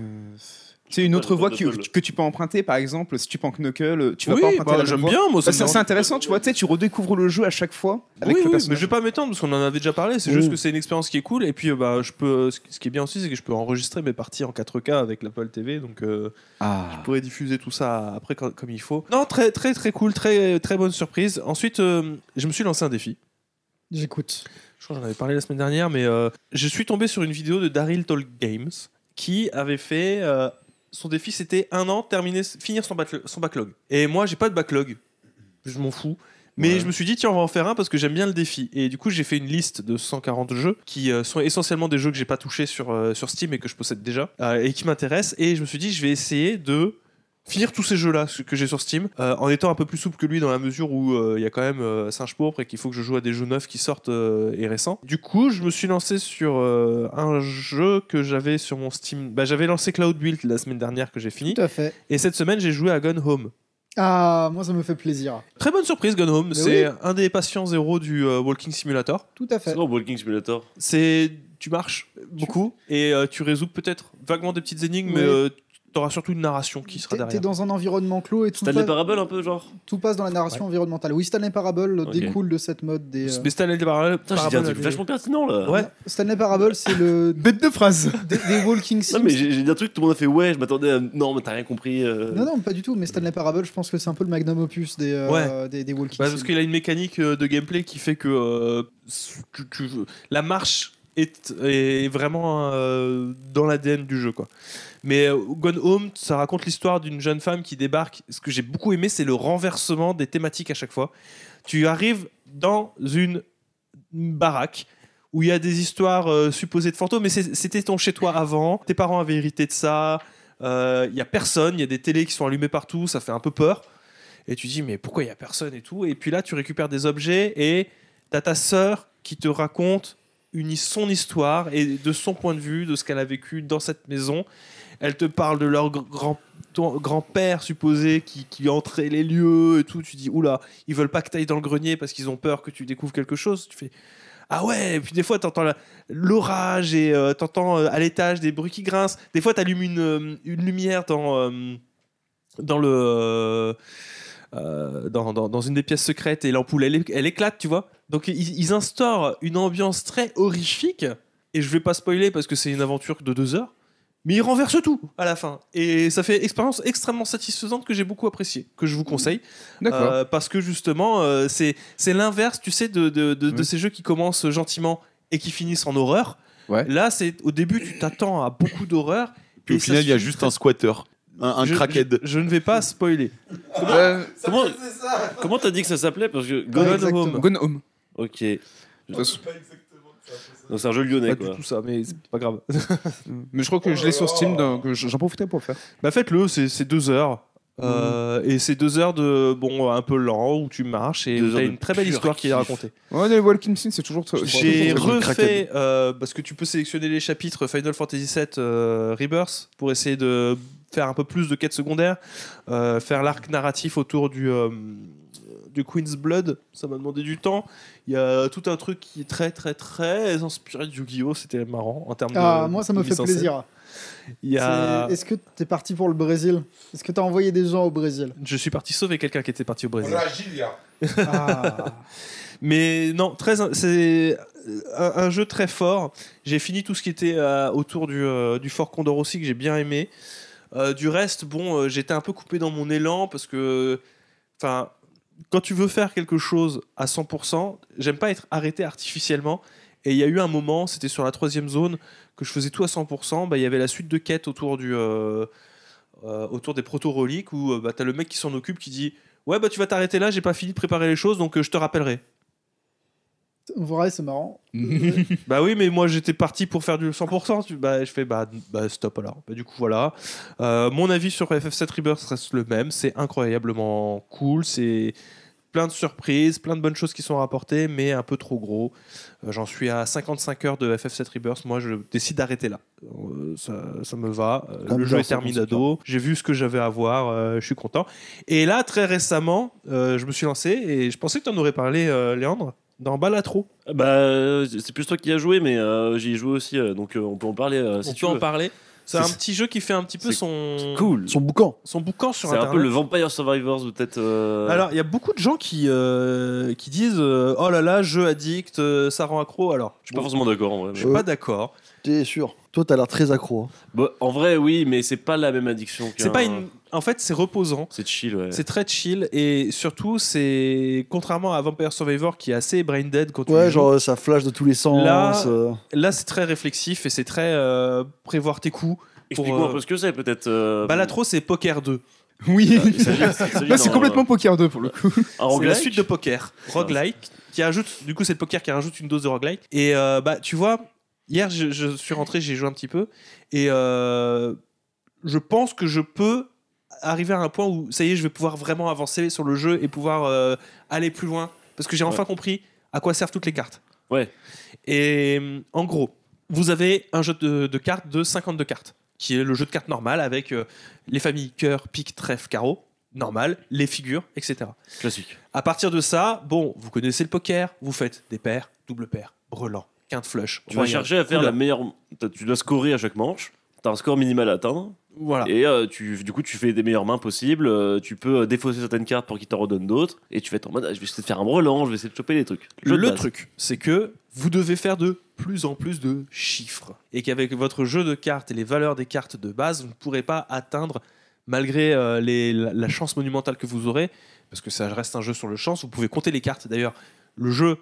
[SPEAKER 5] tu sais, une
[SPEAKER 2] Ouais,
[SPEAKER 5] autre voie que,
[SPEAKER 2] Knuckle.
[SPEAKER 5] que tu peux emprunter, par exemple, si tu prends Knuckle, euh, tu vas
[SPEAKER 1] oui,
[SPEAKER 5] pas emprunter
[SPEAKER 1] bah,
[SPEAKER 5] la même
[SPEAKER 1] j'aime
[SPEAKER 5] voie.
[SPEAKER 1] bien, moi,
[SPEAKER 5] Bah,
[SPEAKER 1] ça
[SPEAKER 5] c'est
[SPEAKER 1] me
[SPEAKER 5] c'est intéressant, tu vois, tu sais, tu redécouvres le jeu à chaque fois avec
[SPEAKER 1] oui, oui,
[SPEAKER 5] le
[SPEAKER 1] mais
[SPEAKER 5] personnage.
[SPEAKER 1] je vais pas m'étendre parce qu'on en avait déjà parlé. C'est juste
[SPEAKER 6] Oui.
[SPEAKER 1] que c'est une expérience qui est cool. Et puis, euh, bah, je peux. Ce ce qui est bien aussi, c'est que je peux enregistrer mes parties en 4K avec l'Apple TV, donc euh,
[SPEAKER 5] Ah.
[SPEAKER 1] je pourrais diffuser tout ça après co- comme il faut. Non, très, très, très cool, très, très bonne surprise. Ensuite, euh, je me suis lancé un défi.
[SPEAKER 3] J'écoute.
[SPEAKER 1] Je crois que j'en avais parlé la semaine dernière, mais euh, je suis tombé sur une vidéo de Daryl Talk Games qui avait fait. euh, son défi, c'était un an, terminer, finir son, backlog- son backlog. Et moi, j'ai pas de backlog. Je m'en fous. Mais
[SPEAKER 2] Ouais.
[SPEAKER 1] je me suis dit, tiens, on va en faire un parce que j'aime bien le défi. Et du coup, j'ai fait une liste de 140 jeux qui euh, sont essentiellement des jeux que j'ai pas touchés sur, euh, sur Steam et que je possède déjà euh, et qui m'intéressent. Et je me suis dit, je vais essayer de finir tous ces jeux-là ce que j'ai sur Steam euh, en étant un peu plus souple que lui dans la mesure où euh, il y a quand même euh, Singe Pourpre et qu'il faut que je joue à des jeux neufs qui sortent euh, et récents. Du coup, je me suis lancé sur euh, un jeu que j'avais sur mon Steam. Bah, j'avais lancé Cloud Build la semaine dernière que j'ai fini.
[SPEAKER 3] Tout à fait.
[SPEAKER 1] Et cette semaine, j'ai joué à Gone Home.
[SPEAKER 3] Ah, moi ça me fait plaisir.
[SPEAKER 1] Très bonne surprise, Gone Home.
[SPEAKER 3] Mais
[SPEAKER 1] C'est un des patients zéro du euh, Walking Simulator.
[SPEAKER 3] Tout à fait.
[SPEAKER 2] C'est dans Walking Simulator.
[SPEAKER 1] C'est tu marches beaucoup et euh, tu résous peut-être vaguement des petites énigmes,
[SPEAKER 3] Oui.
[SPEAKER 1] mais euh, t'auras surtout une narration qui sera
[SPEAKER 3] T'es t'es
[SPEAKER 1] derrière.
[SPEAKER 3] dans un environnement clos et tout,
[SPEAKER 2] Stanley
[SPEAKER 3] passe-
[SPEAKER 2] Parable un peu genre
[SPEAKER 3] tout passe dans la narration environnementale. Oui, Stanley Parable
[SPEAKER 2] Ok.
[SPEAKER 3] découle de cette mode des. euh,
[SPEAKER 1] Mais Stanley Parable-
[SPEAKER 2] Putain, j'ai dit un
[SPEAKER 1] Parable
[SPEAKER 2] truc
[SPEAKER 1] avait-
[SPEAKER 2] vachement pertinent là
[SPEAKER 1] Ouais.
[SPEAKER 3] Stanley Parable, c'est le
[SPEAKER 5] Bête de phrase
[SPEAKER 3] des, des Walking Sims.
[SPEAKER 2] Non, mais j'ai j'ai dit un truc, tout le monde a fait ouais, je m'attendais à. Non, mais t'as rien compris. euh.
[SPEAKER 3] Non, non, pas du tout. Mais Stanley Parable, je pense que c'est un peu le magnum opus des, euh,
[SPEAKER 1] Ouais.
[SPEAKER 3] des, des Walking
[SPEAKER 1] Bah,
[SPEAKER 3] Sims.
[SPEAKER 1] parce qu'il a une mécanique euh, de gameplay qui fait que euh, tu- tu- la marche est, est vraiment euh, dans l'ADN du jeu. Quoi. Mais euh, Gone Home, ça raconte l'histoire d'une jeune femme qui débarque. Ce que j'ai beaucoup aimé, c'est le renversement des thématiques à chaque fois. Tu arrives dans une baraque où il y a des histoires euh, supposées de fantômes, mais c'est- c'était ton chez-toi avant, tes parents avaient hérité de ça, euh, il y a personne, il y a des télés qui sont allumées partout, ça fait un peu peur. Et tu dis, mais pourquoi il y a personne et tout Et puis là, tu récupères des objets et t'as ta sœur qui te raconte une, his- son histoire et de son point de vue, de ce qu'elle a vécu dans cette maison. Elle te parle de leur gr- grand ton grand-père supposé qui, qui entrait les lieux et tout, tu dis oula, ils veulent pas que t'ailles dans le grenier parce qu'ils ont peur que tu découvres quelque chose. Tu fais ah ouais, et puis des fois t'entends la- l'orage et euh, t'entends euh, à l'étage des bruits qui grincent. Des fois t'allumes une, euh, une lumière dans, euh, dans le euh, euh, dans, dans, dans une des pièces secrètes et l'ampoule elle, é- elle éclate, tu vois. Donc ils, ils instaurent une ambiance très horrifique et je vais pas spoiler parce que c'est une aventure de deux heures. Mais il renverse tout à la fin. Et ça fait expérience extrêmement satisfaisante que j'ai beaucoup appréciée, que je vous conseille.
[SPEAKER 5] D'accord.
[SPEAKER 1] Euh, parce que justement, euh, c'est c'est l'inverse, tu sais, de, de, de- de
[SPEAKER 5] Oui.
[SPEAKER 1] ces jeux qui commencent gentiment et qui finissent en horreur.
[SPEAKER 5] Ouais.
[SPEAKER 1] Là, c'est au début, tu t'attends à beaucoup d'horreur.
[SPEAKER 4] Puis
[SPEAKER 1] Et
[SPEAKER 4] au
[SPEAKER 1] ça
[SPEAKER 4] final, il y a
[SPEAKER 1] suffit
[SPEAKER 4] juste
[SPEAKER 1] très-
[SPEAKER 4] un squatter, un, un
[SPEAKER 1] Je-
[SPEAKER 4] crackhead.
[SPEAKER 1] Je, je ne vais pas spoiler.
[SPEAKER 5] Euh,
[SPEAKER 2] Comment comment t'as dit que ça s'appelait Parce que Gone
[SPEAKER 3] Ouais,
[SPEAKER 2] Home.
[SPEAKER 3] exactement.
[SPEAKER 5] Gone Home.
[SPEAKER 2] Ok.
[SPEAKER 5] De toute façon.
[SPEAKER 2] Donc, C'est un jeu
[SPEAKER 1] Pas
[SPEAKER 2] lyonnais
[SPEAKER 1] du
[SPEAKER 2] quoi.
[SPEAKER 1] tout ça, mais c'est pas grave.
[SPEAKER 5] Mais je crois que je l'ai sur Steam, donc euh, j'en profiterai pour le faire.
[SPEAKER 1] Bah faites-le, c'est c'est deux heures.
[SPEAKER 2] Mmh.
[SPEAKER 1] Euh, et c'est deux heures de bon un peu lent où tu marches et
[SPEAKER 2] Deux
[SPEAKER 1] t'as
[SPEAKER 2] heures de
[SPEAKER 1] une très belle
[SPEAKER 2] pur
[SPEAKER 1] histoire qui est
[SPEAKER 2] kiff.
[SPEAKER 1] racontée.
[SPEAKER 5] Ouais, les Walking Sims, c'est toujours très.
[SPEAKER 1] J'ai
[SPEAKER 5] toujours très-
[SPEAKER 1] refait euh, parce que tu peux sélectionner les chapitres Final Fantasy VII euh, Rebirth pour essayer de faire un peu plus de quêtes secondaires, euh, faire l'arc narratif autour du euh, du Queen's Blood. Ça m'a demandé du temps. Il y a tout un truc qui est très très très inspiré de Yu-Gi-Oh. C'était marrant en termes
[SPEAKER 3] Ah,
[SPEAKER 1] de.
[SPEAKER 3] moi, ça me
[SPEAKER 1] de
[SPEAKER 3] fait
[SPEAKER 1] mise en scène.
[SPEAKER 3] plaisir.
[SPEAKER 1] Il y a-
[SPEAKER 3] C'est- Est-ce que t'es parti pour le Brésil Est-ce que t'as envoyé des gens au Brésil
[SPEAKER 1] Je suis parti sauver quelqu'un qui était parti au Brésil.
[SPEAKER 3] Ah.
[SPEAKER 1] Mais non, très, in- c'est euh, un, un jeu très fort. J'ai fini tout ce qui était euh, autour du, euh, du Fort Condor aussi, que j'ai bien aimé. Euh, du reste, bon, euh, j'étais un peu coupé dans mon élan parce que, enfin, quand tu veux faire quelque chose à 100%, j'aime pas être arrêté artificiellement. Et il y a eu un moment, c'était sur la troisième zone, que je faisais tout à 100%. Bah, Il y avait la suite de quêtes autour, du, euh, euh, autour des proto-reliques où euh, bah, t'as le mec qui s'en occupe qui dit Ouais, bah tu vas t'arrêter là, j'ai pas fini de préparer les choses, donc euh, je te rappellerai.
[SPEAKER 3] Vous verrez, c'est marrant.
[SPEAKER 1] Bah oui, mais moi j'étais parti pour faire du 100%. Tu, bah, je fais bah, bah, stop alors. Bah, du coup, voilà. Euh, mon avis sur FF7 Rebirth reste le même. C'est incroyablement cool. C'est plein de surprises, plein de bonnes choses qui sont rapportées, mais un peu trop gros. Euh, J'en suis à 55 heures de FF7 Rebirth. Moi, je décide d'arrêter là. Euh, ça, ça me va. Euh,
[SPEAKER 6] Comme
[SPEAKER 1] le jeu
[SPEAKER 6] dans
[SPEAKER 1] est
[SPEAKER 6] 55
[SPEAKER 1] terminado. J'ai vu ce que j'avais à voir. Euh, je suis content. Et là, très récemment, euh, je me suis lancé et je pensais que tu en aurais parlé, euh, Léandre, dans Balatro.
[SPEAKER 2] Bah euh, c'est plus toi qui as joué, mais euh, j'y ai joué aussi, euh, donc euh, on peut en parler euh, si
[SPEAKER 1] on
[SPEAKER 2] tu
[SPEAKER 1] peut
[SPEAKER 2] veux.
[SPEAKER 1] en parler. C'est un
[SPEAKER 2] C'est-
[SPEAKER 1] petit jeu qui fait un petit peu
[SPEAKER 2] c'est
[SPEAKER 1] son,
[SPEAKER 2] Cool.
[SPEAKER 6] Son boucan.
[SPEAKER 1] son boucan sur
[SPEAKER 2] C'est un
[SPEAKER 1] Internet.
[SPEAKER 2] peu le Vampire Survivors ou peut-être. euh,
[SPEAKER 1] Alors, il y a beaucoup de gens qui, euh, qui disent euh, Oh là là, jeu addict, euh, ça rend accro. Alors,
[SPEAKER 2] Je suis pas forcément d'accord en vrai. mais-
[SPEAKER 1] je suis pas d'accord.
[SPEAKER 6] T'es sûr. Toi, t'as l'air très accro. hein.
[SPEAKER 2] Bah, en vrai, oui, mais c'est pas la même addiction. qu'un-
[SPEAKER 1] C'est pas une. En fait, c'est reposant.
[SPEAKER 2] C'est chill, ouais.
[SPEAKER 1] C'est très chill et surtout, c'est contrairement à Vampire Survivor qui est assez brain dead quand tu y
[SPEAKER 6] Ouais,
[SPEAKER 1] joues,
[SPEAKER 6] genre ça flash de tous les sens.
[SPEAKER 1] Là-
[SPEAKER 6] euh.
[SPEAKER 1] Là, c'est très réflexif et c'est très euh, prévoir tes coups.
[SPEAKER 2] Explique-moi
[SPEAKER 1] pour, euh, bah,
[SPEAKER 2] un peu ce que c'est, peut-être. euh,
[SPEAKER 1] Balatro, c'est Poker 2.
[SPEAKER 5] Oui.
[SPEAKER 1] Ah,
[SPEAKER 2] Il s'agit- il s'agit
[SPEAKER 5] Là, c'est
[SPEAKER 2] d'un-
[SPEAKER 1] hein.
[SPEAKER 5] complètement Poker 2 pour le coup.
[SPEAKER 2] un
[SPEAKER 1] C'est la
[SPEAKER 2] roguelike.
[SPEAKER 1] suite de poker, roguelike, qui ajoute, du coup c'est le poker qui rajoute une dose de roguelike. Et euh, bah tu vois, hier je, je suis rentré, j'ai joué un petit peu, et euh, je pense que je peux arriver à un point où ça y est, je vais pouvoir vraiment avancer sur le jeu et pouvoir euh, aller plus loin, parce que j'ai enfin compris à quoi servent toutes les cartes.
[SPEAKER 2] Ouais.
[SPEAKER 1] Et euh, en gros, vous avez un jeu de, de cartes de 52 cartes, qui est le jeu de cartes normal avec euh, les familles cœur, pique, trèfle, carreau, normal, les figures, etc.
[SPEAKER 2] Classique.
[SPEAKER 1] À partir de ça, bon, vous connaissez le poker, vous faites des paires, double paires, brelan, quinte flush.
[SPEAKER 2] Tu vas
[SPEAKER 1] royal.
[SPEAKER 2] chercher à faire
[SPEAKER 1] Oula.
[SPEAKER 2] la meilleure. t'as- Tu dois scorer à chaque manche. T'as un score minimal à atteindre.
[SPEAKER 1] Voilà.
[SPEAKER 2] Et euh, tu, du coup, tu fais des meilleures mains possibles. euh, tu peux euh, défausser certaines cartes pour qu'ils t'en redonnent d'autres. Et tu fais ton mode. ah, Je vais essayer de faire un brelan, je vais essayer de choper les trucs.
[SPEAKER 1] Le,
[SPEAKER 2] Jeu de base.
[SPEAKER 1] truc, c'est que vous devez faire de plus en plus de chiffres. Et qu'avec votre jeu de cartes et les valeurs des cartes de base, vous ne pourrez pas atteindre, malgré euh, les- la, la chance monumentale que vous aurez, parce que ça reste un jeu sur le chance, vous pouvez compter les cartes. D'ailleurs, le jeu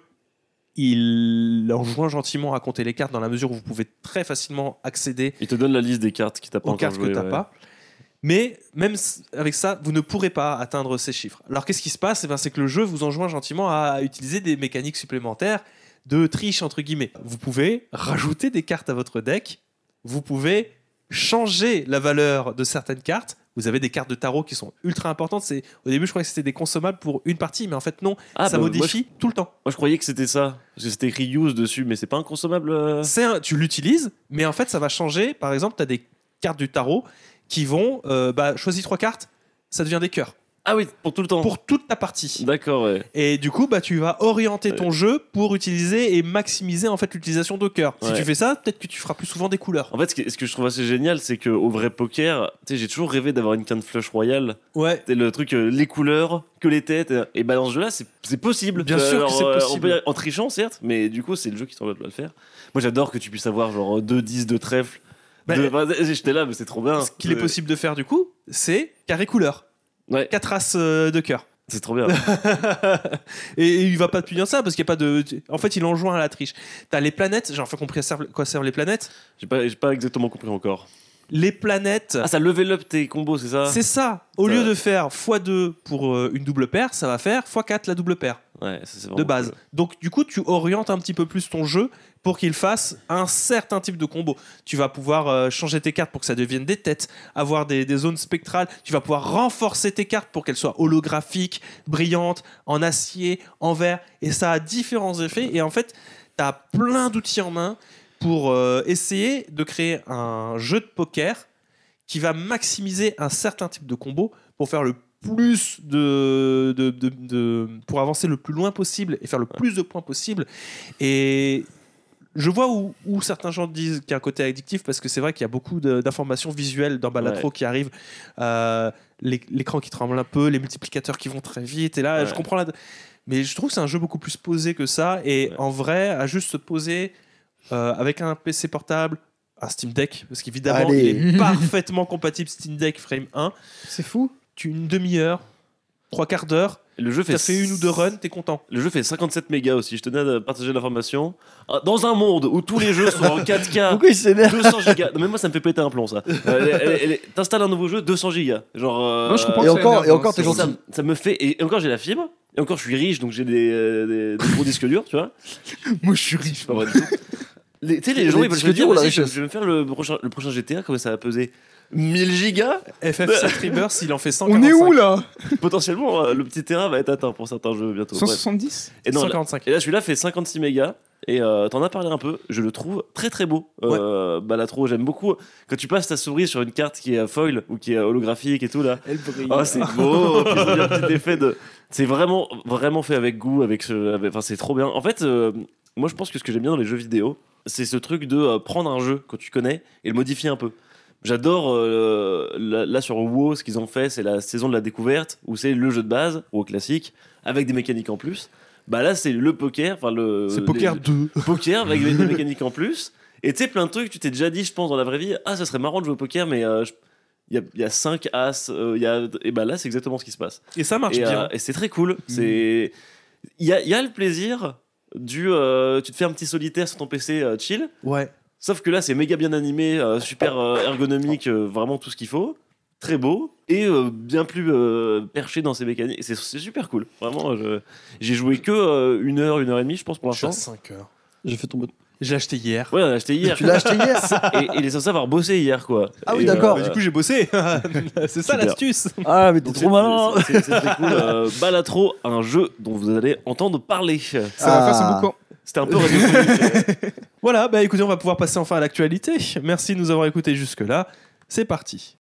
[SPEAKER 1] il enjoint gentiment à compter les cartes dans la mesure où vous pouvez très facilement accéder
[SPEAKER 2] Il te donne la liste des cartes qui t'as pas
[SPEAKER 1] aux
[SPEAKER 2] encore
[SPEAKER 1] cartes
[SPEAKER 2] joué,
[SPEAKER 1] que tu
[SPEAKER 2] ouais.
[SPEAKER 1] pas. Mais même s- avec ça, vous ne pourrez pas atteindre ces chiffres. Alors qu'est-ce qui se passe Eh ben, C'est que le jeu vous enjoint gentiment à utiliser des mécaniques supplémentaires de triche, entre guillemets. Vous pouvez rajouter des cartes à votre deck, vous pouvez changer la valeur de certaines cartes. Vous avez des cartes de tarot qui sont ultra importantes. C'est Au début, je croyais que c'était des consommables pour une partie, mais en fait, non.
[SPEAKER 2] Ah,
[SPEAKER 1] ça
[SPEAKER 2] bah, moi, je,
[SPEAKER 1] modifie tout le temps.
[SPEAKER 2] moi, je croyais que c'était ça. Parce que c'était écrit use dessus, mais c'est pas inconsommable. euh.
[SPEAKER 1] C'est un- tu l'utilises, mais en fait, ça va changer. Par exemple, tu as des cartes du tarot qui vont. euh, bah, choisis trois cartes, ça devient des cœurs.
[SPEAKER 2] Ah oui, pour tout le temps.
[SPEAKER 1] Pour toute ta partie.
[SPEAKER 2] D'accord, ouais.
[SPEAKER 1] Et du coup, bah, tu vas orienter ton jeu pour utiliser et maximiser en fait l'utilisation de cœurs. Si
[SPEAKER 2] Ouais.
[SPEAKER 1] tu fais ça, peut-être que tu feras plus souvent des couleurs.
[SPEAKER 2] En fait, ce que, ce que je trouve assez génial, c'est qu'au vrai poker, tu sais, j'ai toujours rêvé d'avoir une carte flush royale.
[SPEAKER 1] Ouais.
[SPEAKER 2] C'est le truc, euh, les couleurs, que les têtes. euh, Et bah, dans ce jeu-là, c'est c'est possible.
[SPEAKER 1] Bien sûr que c'est
[SPEAKER 2] euh,
[SPEAKER 1] possible.
[SPEAKER 2] on peut- en trichant, certes, mais du coup, c'est le jeu qui t'embête de le faire. Moi, j'adore que tu puisses avoir genre 2 10 de trèfle.
[SPEAKER 1] Bah,
[SPEAKER 2] deux- bah, J'étais là, mais c'est trop bien. Euh,
[SPEAKER 1] Ce qu'il est possible de faire du coup, c'est carré couleur.
[SPEAKER 2] Ouais.
[SPEAKER 1] Quatre as euh, de cœur.
[SPEAKER 2] C'est trop bien.
[SPEAKER 1] et, et il va pas punir ça parce qu'il y a pas de. En fait, il enjoint à la triche. T'as les planètes. J'ai enfin compris à serv- quoi servent les planètes.
[SPEAKER 2] J'ai pas, j'ai pas exactement compris encore.
[SPEAKER 1] Les planètes.
[SPEAKER 2] Ah, ça level up tes combos, c'est ça
[SPEAKER 1] C'est ça. Au
[SPEAKER 2] Ça-
[SPEAKER 1] lieu de faire x2 pour euh, une double paire, ça va faire x4 la double paire
[SPEAKER 2] Ouais, ça, c'est vraiment
[SPEAKER 1] de base.
[SPEAKER 2] cool.
[SPEAKER 1] Donc du coup, tu orientes un petit peu plus ton jeu pour qu'il fasse un certain type de combo. Tu vas pouvoir euh, changer tes cartes pour que ça devienne des têtes, avoir des, des zones spectrales, tu vas pouvoir renforcer tes cartes pour qu'elles soient holographiques, brillantes, en acier, en verre, et ça a différents effets, et en fait, tu as plein d'outils en main pour euh, essayer de créer un jeu de poker qui va maximiser un certain type de combo pour faire le plus de, de- de- de- pour avancer le plus loin possible et faire le plus de points possible et je vois où, où certains gens disent qu'il y a un côté addictif parce que c'est vrai qu'il y a beaucoup de- d'informations visuelles dans Balatro qui arrivent euh, l'éc- l'écran qui tremble un peu les multiplicateurs qui vont très vite et là
[SPEAKER 2] Ouais.
[SPEAKER 1] je comprends la mais je trouve que c'est un jeu beaucoup plus posé que ça et
[SPEAKER 2] Ouais.
[SPEAKER 1] en vrai à juste se poser euh, avec un PC portable un Steam Deck parce qu'évidemment
[SPEAKER 6] Allez.
[SPEAKER 1] il est parfaitement compatible Steam Deck Frame 1
[SPEAKER 3] C'est fou.
[SPEAKER 1] tu une demi-heure, trois quarts d'heure,
[SPEAKER 2] Le jeu fait,
[SPEAKER 1] t'as fait une ou deux runs, t'es content.
[SPEAKER 2] Le jeu fait 57 mégas aussi. Je tenais à partager l'information. Ah, Dans un monde où tous les jeux sont en 4K,
[SPEAKER 6] Pourquoi il s'énerve
[SPEAKER 2] 200 gigas. Non, mais moi, ça me fait péter un plomb, ça. Euh, elle- elle- elle- T'installes un nouveau jeu, 200 gigas. Genre. euh,
[SPEAKER 5] Non, je comprends
[SPEAKER 6] Et
[SPEAKER 5] que ça
[SPEAKER 6] encore,
[SPEAKER 5] énerve,
[SPEAKER 6] et
[SPEAKER 5] hein,
[SPEAKER 6] encore, t'es
[SPEAKER 5] c'est
[SPEAKER 2] ça,
[SPEAKER 6] gentil.
[SPEAKER 2] ça me fait. Et encore, j'ai la fibre. Et encore, je suis riche, donc j'ai des, euh, des- des gros disques durs, tu vois.
[SPEAKER 5] Moi, je suis riche.
[SPEAKER 2] Pas vrai du tout. Les- Tu sais, les gens,
[SPEAKER 6] Les
[SPEAKER 2] ils veulent
[SPEAKER 6] disques
[SPEAKER 2] se dire,
[SPEAKER 6] durs ou la
[SPEAKER 2] vas-y, je
[SPEAKER 6] richesse
[SPEAKER 2] je vais me faire le prochain, le prochain GTA, comment ça va peser 1000 gigas
[SPEAKER 1] FF7 Rebirth, il en fait 145.
[SPEAKER 5] On est où là
[SPEAKER 2] Potentiellement, euh, le petit terrain va être atteint pour certains jeux bientôt. Bref.
[SPEAKER 5] 170
[SPEAKER 2] Et non, là-
[SPEAKER 1] 145.
[SPEAKER 2] Et là, celui-là fait 56 mégas. Et euh, t'en as parlé un peu. Je le trouve très très beau. Euh, Balatro, j'aime beaucoup. Quand tu passes ta souris sur une carte qui est euh, foil ou qui est holographique et tout là.
[SPEAKER 3] Elle brille.
[SPEAKER 2] Oh, c'est beau. Puis ça fait un petit effet de. C'est vraiment vraiment fait avec goût, avec ce. avec- Enfin, c'est trop bien. En fait, euh, moi, je pense que ce que j'aime bien dans les jeux vidéo, c'est ce truc de euh, prendre un jeu que tu connais et le modifier un peu. J'adore euh, là, là, sur WoW, ce qu'ils ont fait, c'est la saison de la découverte où c'est le jeu de base, WoW classique, avec des mécaniques en plus. Bah là, c'est le poker, enfin le.
[SPEAKER 1] C'est Poker
[SPEAKER 2] les-
[SPEAKER 1] 2.
[SPEAKER 2] poker avec des des mécaniques en plus. Et tu sais, plein de trucs, tu t'es déjà dit, je pense, dans la vraie vie, ah, ça serait marrant de jouer au poker, mais euh, je- il y, a, il y a 5 as, euh, il y a... et bah là, c'est exactement ce qui se passe.
[SPEAKER 1] Et ça marche
[SPEAKER 2] Et, euh,
[SPEAKER 1] bien.
[SPEAKER 2] et c'est très
[SPEAKER 1] Mm.
[SPEAKER 2] cool. C'est Il y a, il y a le plaisir du. euh, tu te fais un petit solitaire sur ton PC euh, chill,
[SPEAKER 1] Ouais.
[SPEAKER 2] sauf que là, c'est méga bien animé, euh, super euh, ergonomique, euh, vraiment tout ce qu'il faut. Très beau et euh, bien plus euh, perché dans ses mécaniques. C'est c'est super cool. Vraiment, euh, je- j'ai joué que euh, une heure, une heure et demie, je pense, pour
[SPEAKER 1] Je suis
[SPEAKER 2] l'instant.
[SPEAKER 1] à 5 heures.
[SPEAKER 6] J'ai fait tomber.
[SPEAKER 1] J'ai acheté hier.
[SPEAKER 2] Ouais, on l'a acheté hier.
[SPEAKER 6] Tu l'as acheté hier
[SPEAKER 2] et, et il est censé avoir bossé hier, quoi.
[SPEAKER 6] Ah oui,
[SPEAKER 2] Et,
[SPEAKER 6] d'accord.
[SPEAKER 2] euh,
[SPEAKER 1] Mais bah, du coup, j'ai bossé. c'est ça
[SPEAKER 2] Super.
[SPEAKER 1] l'astuce.
[SPEAKER 6] Ah, mais t'es
[SPEAKER 2] donc
[SPEAKER 6] trop
[SPEAKER 2] c'est-
[SPEAKER 6] malin
[SPEAKER 2] c'est- c'est- c'est très cool. Euh, Balatro, un jeu dont vous allez entendre parler.
[SPEAKER 5] Ça va faire
[SPEAKER 6] Ah.
[SPEAKER 5] son boucan.
[SPEAKER 2] C'était un peu radiophonique.
[SPEAKER 1] Voilà, bah écoutez, on va pouvoir passer enfin à l'actualité. Merci de nous avoir écoutés jusque-là. C'est parti.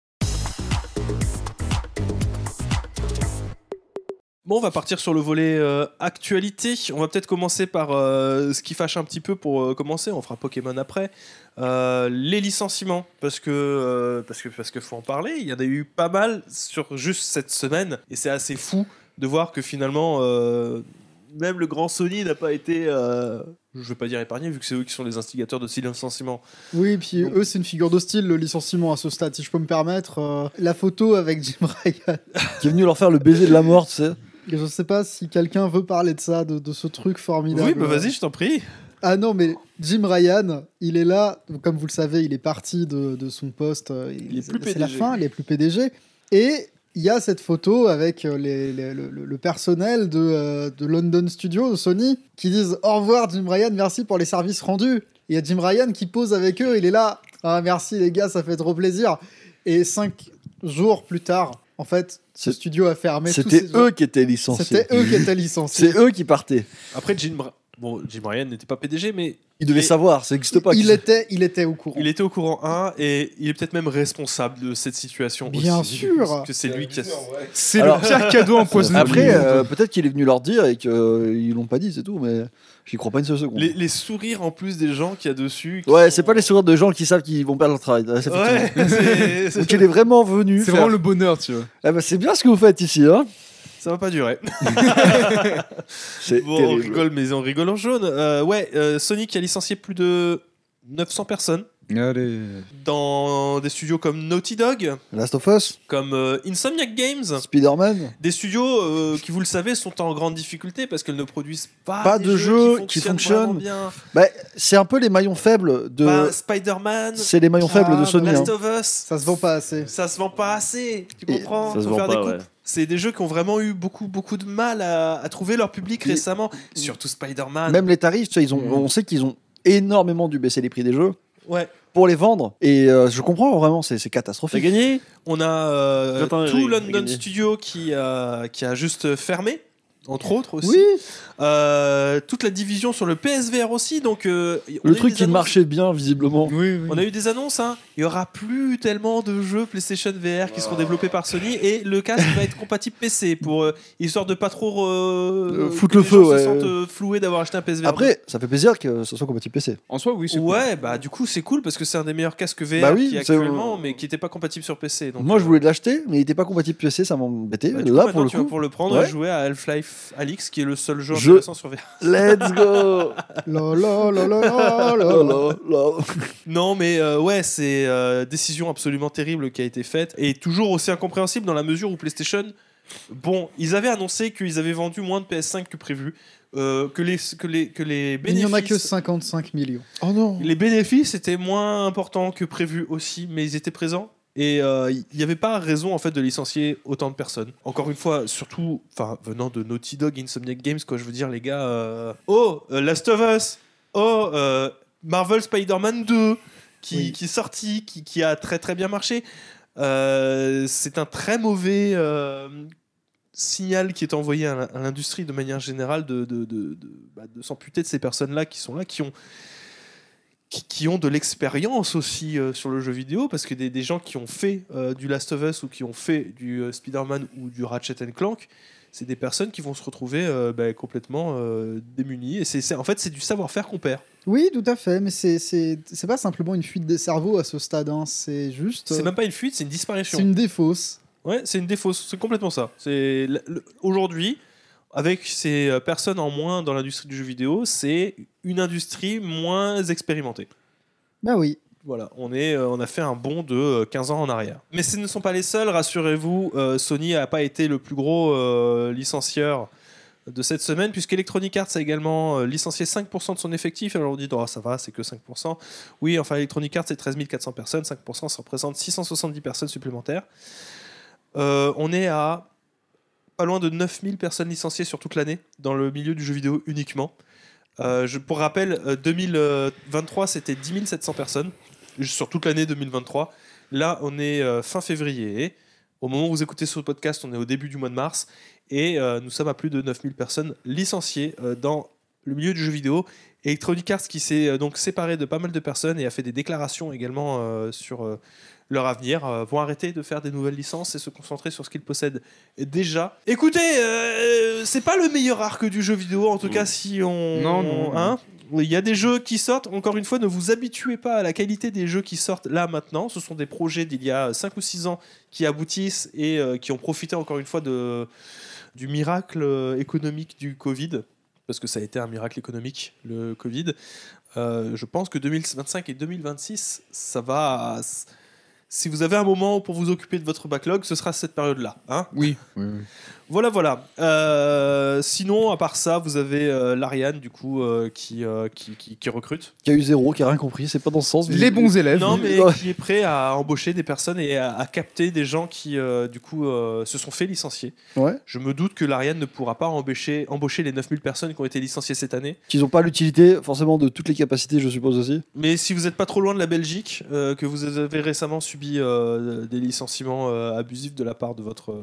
[SPEAKER 1] Bon, on va partir sur le volet euh, actualité. On va peut-être commencer par euh, ce qui fâche un petit peu pour euh, commencer. On fera Pokémon après. Euh, les licenciements, parce que euh, parce que parce que faut en parler. Il y en a eu pas mal sur juste cette semaine, et c'est assez fou de voir que finalement euh, même le grand Sony n'a pas été euh, je veux pas dire épargné, vu que c'est eux qui sont les instigateurs de ces licenciements.
[SPEAKER 3] Oui, puis
[SPEAKER 1] Donc-
[SPEAKER 3] eux, c'est une figure de style, le licenciement à ce stade, si je peux me permettre. Euh, la photo avec Jim Ryan.
[SPEAKER 6] qui est venu leur faire le baiser de la mort, tu sais.
[SPEAKER 3] Et Je sais pas si quelqu'un veut parler de ça, de, de ce truc formidable.
[SPEAKER 1] Oui, bah vas-y, je t'en prie.
[SPEAKER 3] Ah non, mais Jim Ryan, il est là, comme vous le savez, il est parti de, de son poste. euh,
[SPEAKER 1] Il est plus
[SPEAKER 3] C'est la
[SPEAKER 1] PDG.
[SPEAKER 3] fin, il est plus PDG. Et il y a cette photo avec euh, les- les- le, le- le personnel de, euh, de London Studio, de Sony, qui disent au revoir Jim Ryan, merci pour les services rendus. Et Il y a Jim Ryan qui pose avec eux, il est là. Ah, merci les gars, ça fait trop plaisir. Et cinq jours plus tard, en fait, ce
[SPEAKER 6] C'est-
[SPEAKER 3] studio a fermé. tous
[SPEAKER 6] C'était
[SPEAKER 3] ses-
[SPEAKER 6] eux qui étaient licenciés.
[SPEAKER 3] C'était eux qui étaient licenciés.
[SPEAKER 6] C'est eux qui partaient.
[SPEAKER 1] Après, Jim, Bra- bon, Jim Ryan n'était pas PDG, mais
[SPEAKER 6] Ils devaient
[SPEAKER 1] Et-
[SPEAKER 6] savoir, ça n'existe pas.
[SPEAKER 3] Il
[SPEAKER 6] qu'ils-
[SPEAKER 3] était, il était au courant.
[SPEAKER 1] il était au courant 1 et il est peut-être même responsable de cette situation.
[SPEAKER 3] Bien
[SPEAKER 1] aussi,
[SPEAKER 3] sûr.
[SPEAKER 1] parce que c'est lui qui a.
[SPEAKER 5] C'est
[SPEAKER 6] Alors-
[SPEAKER 5] le pire cadeau empoisonné.
[SPEAKER 6] Après, euh, peut-être qu'il est venu leur dire et qu'ils l'ont pas dit, c'est tout, mais j'y crois pas une seule seconde.
[SPEAKER 1] Les, les sourires en plus des gens qu'il y a dessus. qui
[SPEAKER 6] Ouais,
[SPEAKER 1] sont-
[SPEAKER 6] c'est pas les sourires de gens qui savent qu'ils vont perdre leur travail. Ouais, c'est effectivement.
[SPEAKER 1] Ouais, c'est- c'est-
[SPEAKER 6] Donc il est vraiment venu.
[SPEAKER 5] c'est
[SPEAKER 6] faire-
[SPEAKER 5] vraiment le bonheur, tu vois.
[SPEAKER 6] Eh ben, c'est bien ce que vous faites ici, hein
[SPEAKER 1] ça va pas durer.
[SPEAKER 6] C'est
[SPEAKER 1] Bon, on
[SPEAKER 6] terrible.
[SPEAKER 1] rigole, mais on rigole en jaune. Euh, ouais, euh, Sony qui a licencié plus de 900 personnes
[SPEAKER 5] Allez.
[SPEAKER 1] dans des studios comme Naughty Dog,
[SPEAKER 6] Last of Us,
[SPEAKER 1] comme euh, Insomniac Games.
[SPEAKER 6] Spider-Man,
[SPEAKER 1] Des studios euh, qui, vous le savez, sont en grande difficulté parce qu'elles ne produisent pas,
[SPEAKER 6] Pas
[SPEAKER 1] des
[SPEAKER 6] de
[SPEAKER 1] jeux
[SPEAKER 6] jeux
[SPEAKER 1] qui
[SPEAKER 6] qui
[SPEAKER 1] fonctionnent.
[SPEAKER 6] fonctionnent.
[SPEAKER 1] vraiment bien.
[SPEAKER 6] bah, c'est un peu les maillons faibles de.
[SPEAKER 1] Pas Spider-Man,
[SPEAKER 6] c'est les maillons
[SPEAKER 3] Ah,
[SPEAKER 6] faibles de
[SPEAKER 3] bah,
[SPEAKER 6] Sony. hein.
[SPEAKER 1] Bah, Last of Us.
[SPEAKER 3] Ça se vend pas assez.
[SPEAKER 1] Ça se vend pas assez, tu
[SPEAKER 6] Et-
[SPEAKER 1] comprends
[SPEAKER 2] Ça se
[SPEAKER 1] Faut
[SPEAKER 2] vend
[SPEAKER 1] faire des
[SPEAKER 2] pas,
[SPEAKER 1] coupes.
[SPEAKER 2] ouais.
[SPEAKER 1] C'est des jeux qui ont vraiment eu beaucoup, beaucoup de mal à, à trouver leur public
[SPEAKER 6] Et-
[SPEAKER 1] récemment, surtout Spider-Man.
[SPEAKER 6] Même les tarifs, tu sais, ils ont,
[SPEAKER 1] Mm.
[SPEAKER 6] on sait qu'ils ont énormément dû baisser les prix des jeux
[SPEAKER 1] Ouais.
[SPEAKER 6] pour les vendre. Et euh, je comprends vraiment, c'est c'est
[SPEAKER 2] T'as
[SPEAKER 6] catastrophique.
[SPEAKER 2] gagné
[SPEAKER 1] On a euh,
[SPEAKER 2] Attends,
[SPEAKER 1] tout
[SPEAKER 2] j'ai- j'ai
[SPEAKER 1] London
[SPEAKER 2] gagné.
[SPEAKER 1] Studio qui, euh, qui a juste fermé, entre autres aussi.
[SPEAKER 6] Oui,
[SPEAKER 1] Euh, toute la division sur le PSVR aussi, donc euh, on a
[SPEAKER 6] le
[SPEAKER 1] eu
[SPEAKER 6] truc
[SPEAKER 1] des
[SPEAKER 6] qui
[SPEAKER 1] annonces- Mm.
[SPEAKER 6] marchait bien visiblement.
[SPEAKER 5] Oui, oui.
[SPEAKER 1] On a eu des annonces, hein. il y aura plus tellement de jeux PlayStation VR qui seront développés par Sony et le casque va être compatible PC pour euh, histoire de pas trop euh,
[SPEAKER 6] Euh, foutre
[SPEAKER 1] que
[SPEAKER 6] le
[SPEAKER 1] les
[SPEAKER 6] feu,
[SPEAKER 1] gens se
[SPEAKER 6] ouais.
[SPEAKER 1] sentent euh, floués d'avoir acheté un PSVR.
[SPEAKER 6] Après, ça fait plaisir que ce soit compatible PC.
[SPEAKER 5] En soi, oui, c'est
[SPEAKER 1] ouais, bah du coup c'est cool parce que c'est un des meilleurs casques VR
[SPEAKER 6] Bah oui,
[SPEAKER 1] qui est
[SPEAKER 6] c'est-
[SPEAKER 1] actuellement, mais qui n'était pas compatible sur PC. Donc,
[SPEAKER 6] Moi, je
[SPEAKER 1] euh,
[SPEAKER 6] voulais l'acheter, mais il n'était pas compatible PC, ça m'embêtait.
[SPEAKER 1] bah, du coup,
[SPEAKER 6] Là,
[SPEAKER 1] maintenant,
[SPEAKER 6] pour le
[SPEAKER 1] tu vas
[SPEAKER 6] coup,
[SPEAKER 1] pour le prendre
[SPEAKER 6] Ouais.
[SPEAKER 1] et jouer à Half-Life Alix, qui est le seul jeu
[SPEAKER 6] Je-
[SPEAKER 1] intéressant sur VR.
[SPEAKER 6] let's go
[SPEAKER 3] La, la, la, la, la, la.
[SPEAKER 6] Oh là là.
[SPEAKER 1] Non, mais euh, ouais, c'est euh, décision absolument terrible qui a été faite et toujours aussi incompréhensible dans la mesure où PlayStation, bon, ils avaient annoncé qu'ils avaient vendu moins de PS5 que prévu, euh, que les que les que les
[SPEAKER 3] Il n'y
[SPEAKER 1] bénéfices.
[SPEAKER 3] en a que 55 millions.
[SPEAKER 6] Oh non
[SPEAKER 1] Les bénéfices étaient moins importants que prévu aussi, mais ils étaient présents. Et euh, il n'y avait pas raison en fait de licencier autant de personnes. Encore une fois, surtout, enfin, venant de Naughty Dog, Insomniac Games, quoi, je veux dire, les gars. euh, Oh, euh, Last of Us. Oh, euh, Marvel Spider-Man 2, qui,
[SPEAKER 3] Oui.
[SPEAKER 1] qui est sorti, qui, qui a très très bien marché. Euh, c'est un très mauvais euh, signal qui est envoyé à l'in- à l'industrie de manière générale de, de, de- de- bah, de s'amputer de ces personnes-là qui sont là, qui ont, qui, qui ont de l'expérience aussi euh, sur le jeu vidéo, parce que des, des gens qui ont fait euh, du Last of Us ou qui ont fait du euh, Spider-Man ou du Ratchet and Clank, c'est des personnes qui vont se retrouver euh, bah, complètement euh, démunies. Et c'est c'est- en fait, c'est du savoir-faire qu'on perd.
[SPEAKER 3] Oui, tout à fait, mais c'est- c'est c'est pas simplement une fuite des cerveaux à ce stade, hein, c'est juste.
[SPEAKER 1] C'est
[SPEAKER 3] euh,
[SPEAKER 1] même pas une fuite, c'est une disparition.
[SPEAKER 3] C'est une défausse.
[SPEAKER 1] Ouais, c'est une défausse, c'est complètement ça. C'est le- le- aujourd'hui avec ces euh, personnes en moins dans l'industrie du jeu vidéo, c'est une industrie moins expérimentée.
[SPEAKER 3] Bah oui.
[SPEAKER 1] Voilà, on, est, euh, on a fait un bond de euh, 15 ans en arrière. Mais ce ne sont pas les seuls, rassurez-vous, euh, Sony n'a pas été le plus gros euh, licencieur de cette semaine, puisqu'Electronic Arts a également euh, licencié 5% de son effectif. Alors on dit, oh, ça va, c'est que 5%. Oui, enfin, Electronic Arts, c'est 13 400 personnes, 5%, ça représente 670 personnes supplémentaires. Euh, on est à pas loin de 9000 personnes licenciées sur toute l'année, dans le milieu du jeu vidéo uniquement. Euh, je, pour rappel, euh, 2023, c'était 10 700 personnes sur toute l'année 2023. Là, on est euh, fin février. Au moment où vous écoutez ce podcast, on est au début du mois de mars. Et euh, nous sommes à plus de 9000 personnes licenciées euh, dans le milieu du jeu vidéo. Electronic Arts qui s'est euh, donc séparé de pas mal de personnes et a fait des déclarations également euh, sur euh, leur avenir, euh, vont arrêter de faire des nouvelles licences et se concentrer sur ce qu'ils possèdent déjà. Écoutez, euh, c'est pas le meilleur arc du jeu vidéo, en tout cas si on...
[SPEAKER 5] Non, non,
[SPEAKER 1] hein, il y a des jeux qui sortent. Encore une fois, ne vous habituez pas à la qualité des jeux qui sortent là maintenant. Ce sont des projets d'il y a 5 ou 6 ans qui aboutissent et euh, qui ont profité encore une fois de, du miracle euh, économique du Covid. Parce que ça a été un miracle économique, le Covid. Euh, je pense que 2025 et 2026, ça va. si vous avez un moment pour vous occuper de votre backlog, ce sera cette période-là. Hein
[SPEAKER 5] Oui. oui, oui.
[SPEAKER 1] voilà, voilà. Euh, sinon, à part ça, vous avez euh, l'Ariane, du coup, euh, qui, euh, qui, qui, qui recrute.
[SPEAKER 6] Qui a eu zéro, qui a rien compris, c'est pas dans ce sens. mais-
[SPEAKER 5] Les bons élèves.
[SPEAKER 1] Non, mais
[SPEAKER 5] Oh.
[SPEAKER 6] Ouais.
[SPEAKER 1] qui est prêt à embaucher des personnes et à, à capter des gens qui, euh, du coup, euh, se sont fait licencier.
[SPEAKER 6] Ouais.
[SPEAKER 1] Je me doute que l'Ariane ne pourra pas embaucher, embaucher les 9000 personnes qui ont été licenciées cette année.
[SPEAKER 6] Qu'ils n'ont pas l'utilité forcément de toutes les capacités, je suppose aussi.
[SPEAKER 1] Mais si vous n'êtes pas trop loin de la Belgique, euh, que vous avez récemment subi euh, des licenciements euh, abusifs de la part de votre euh,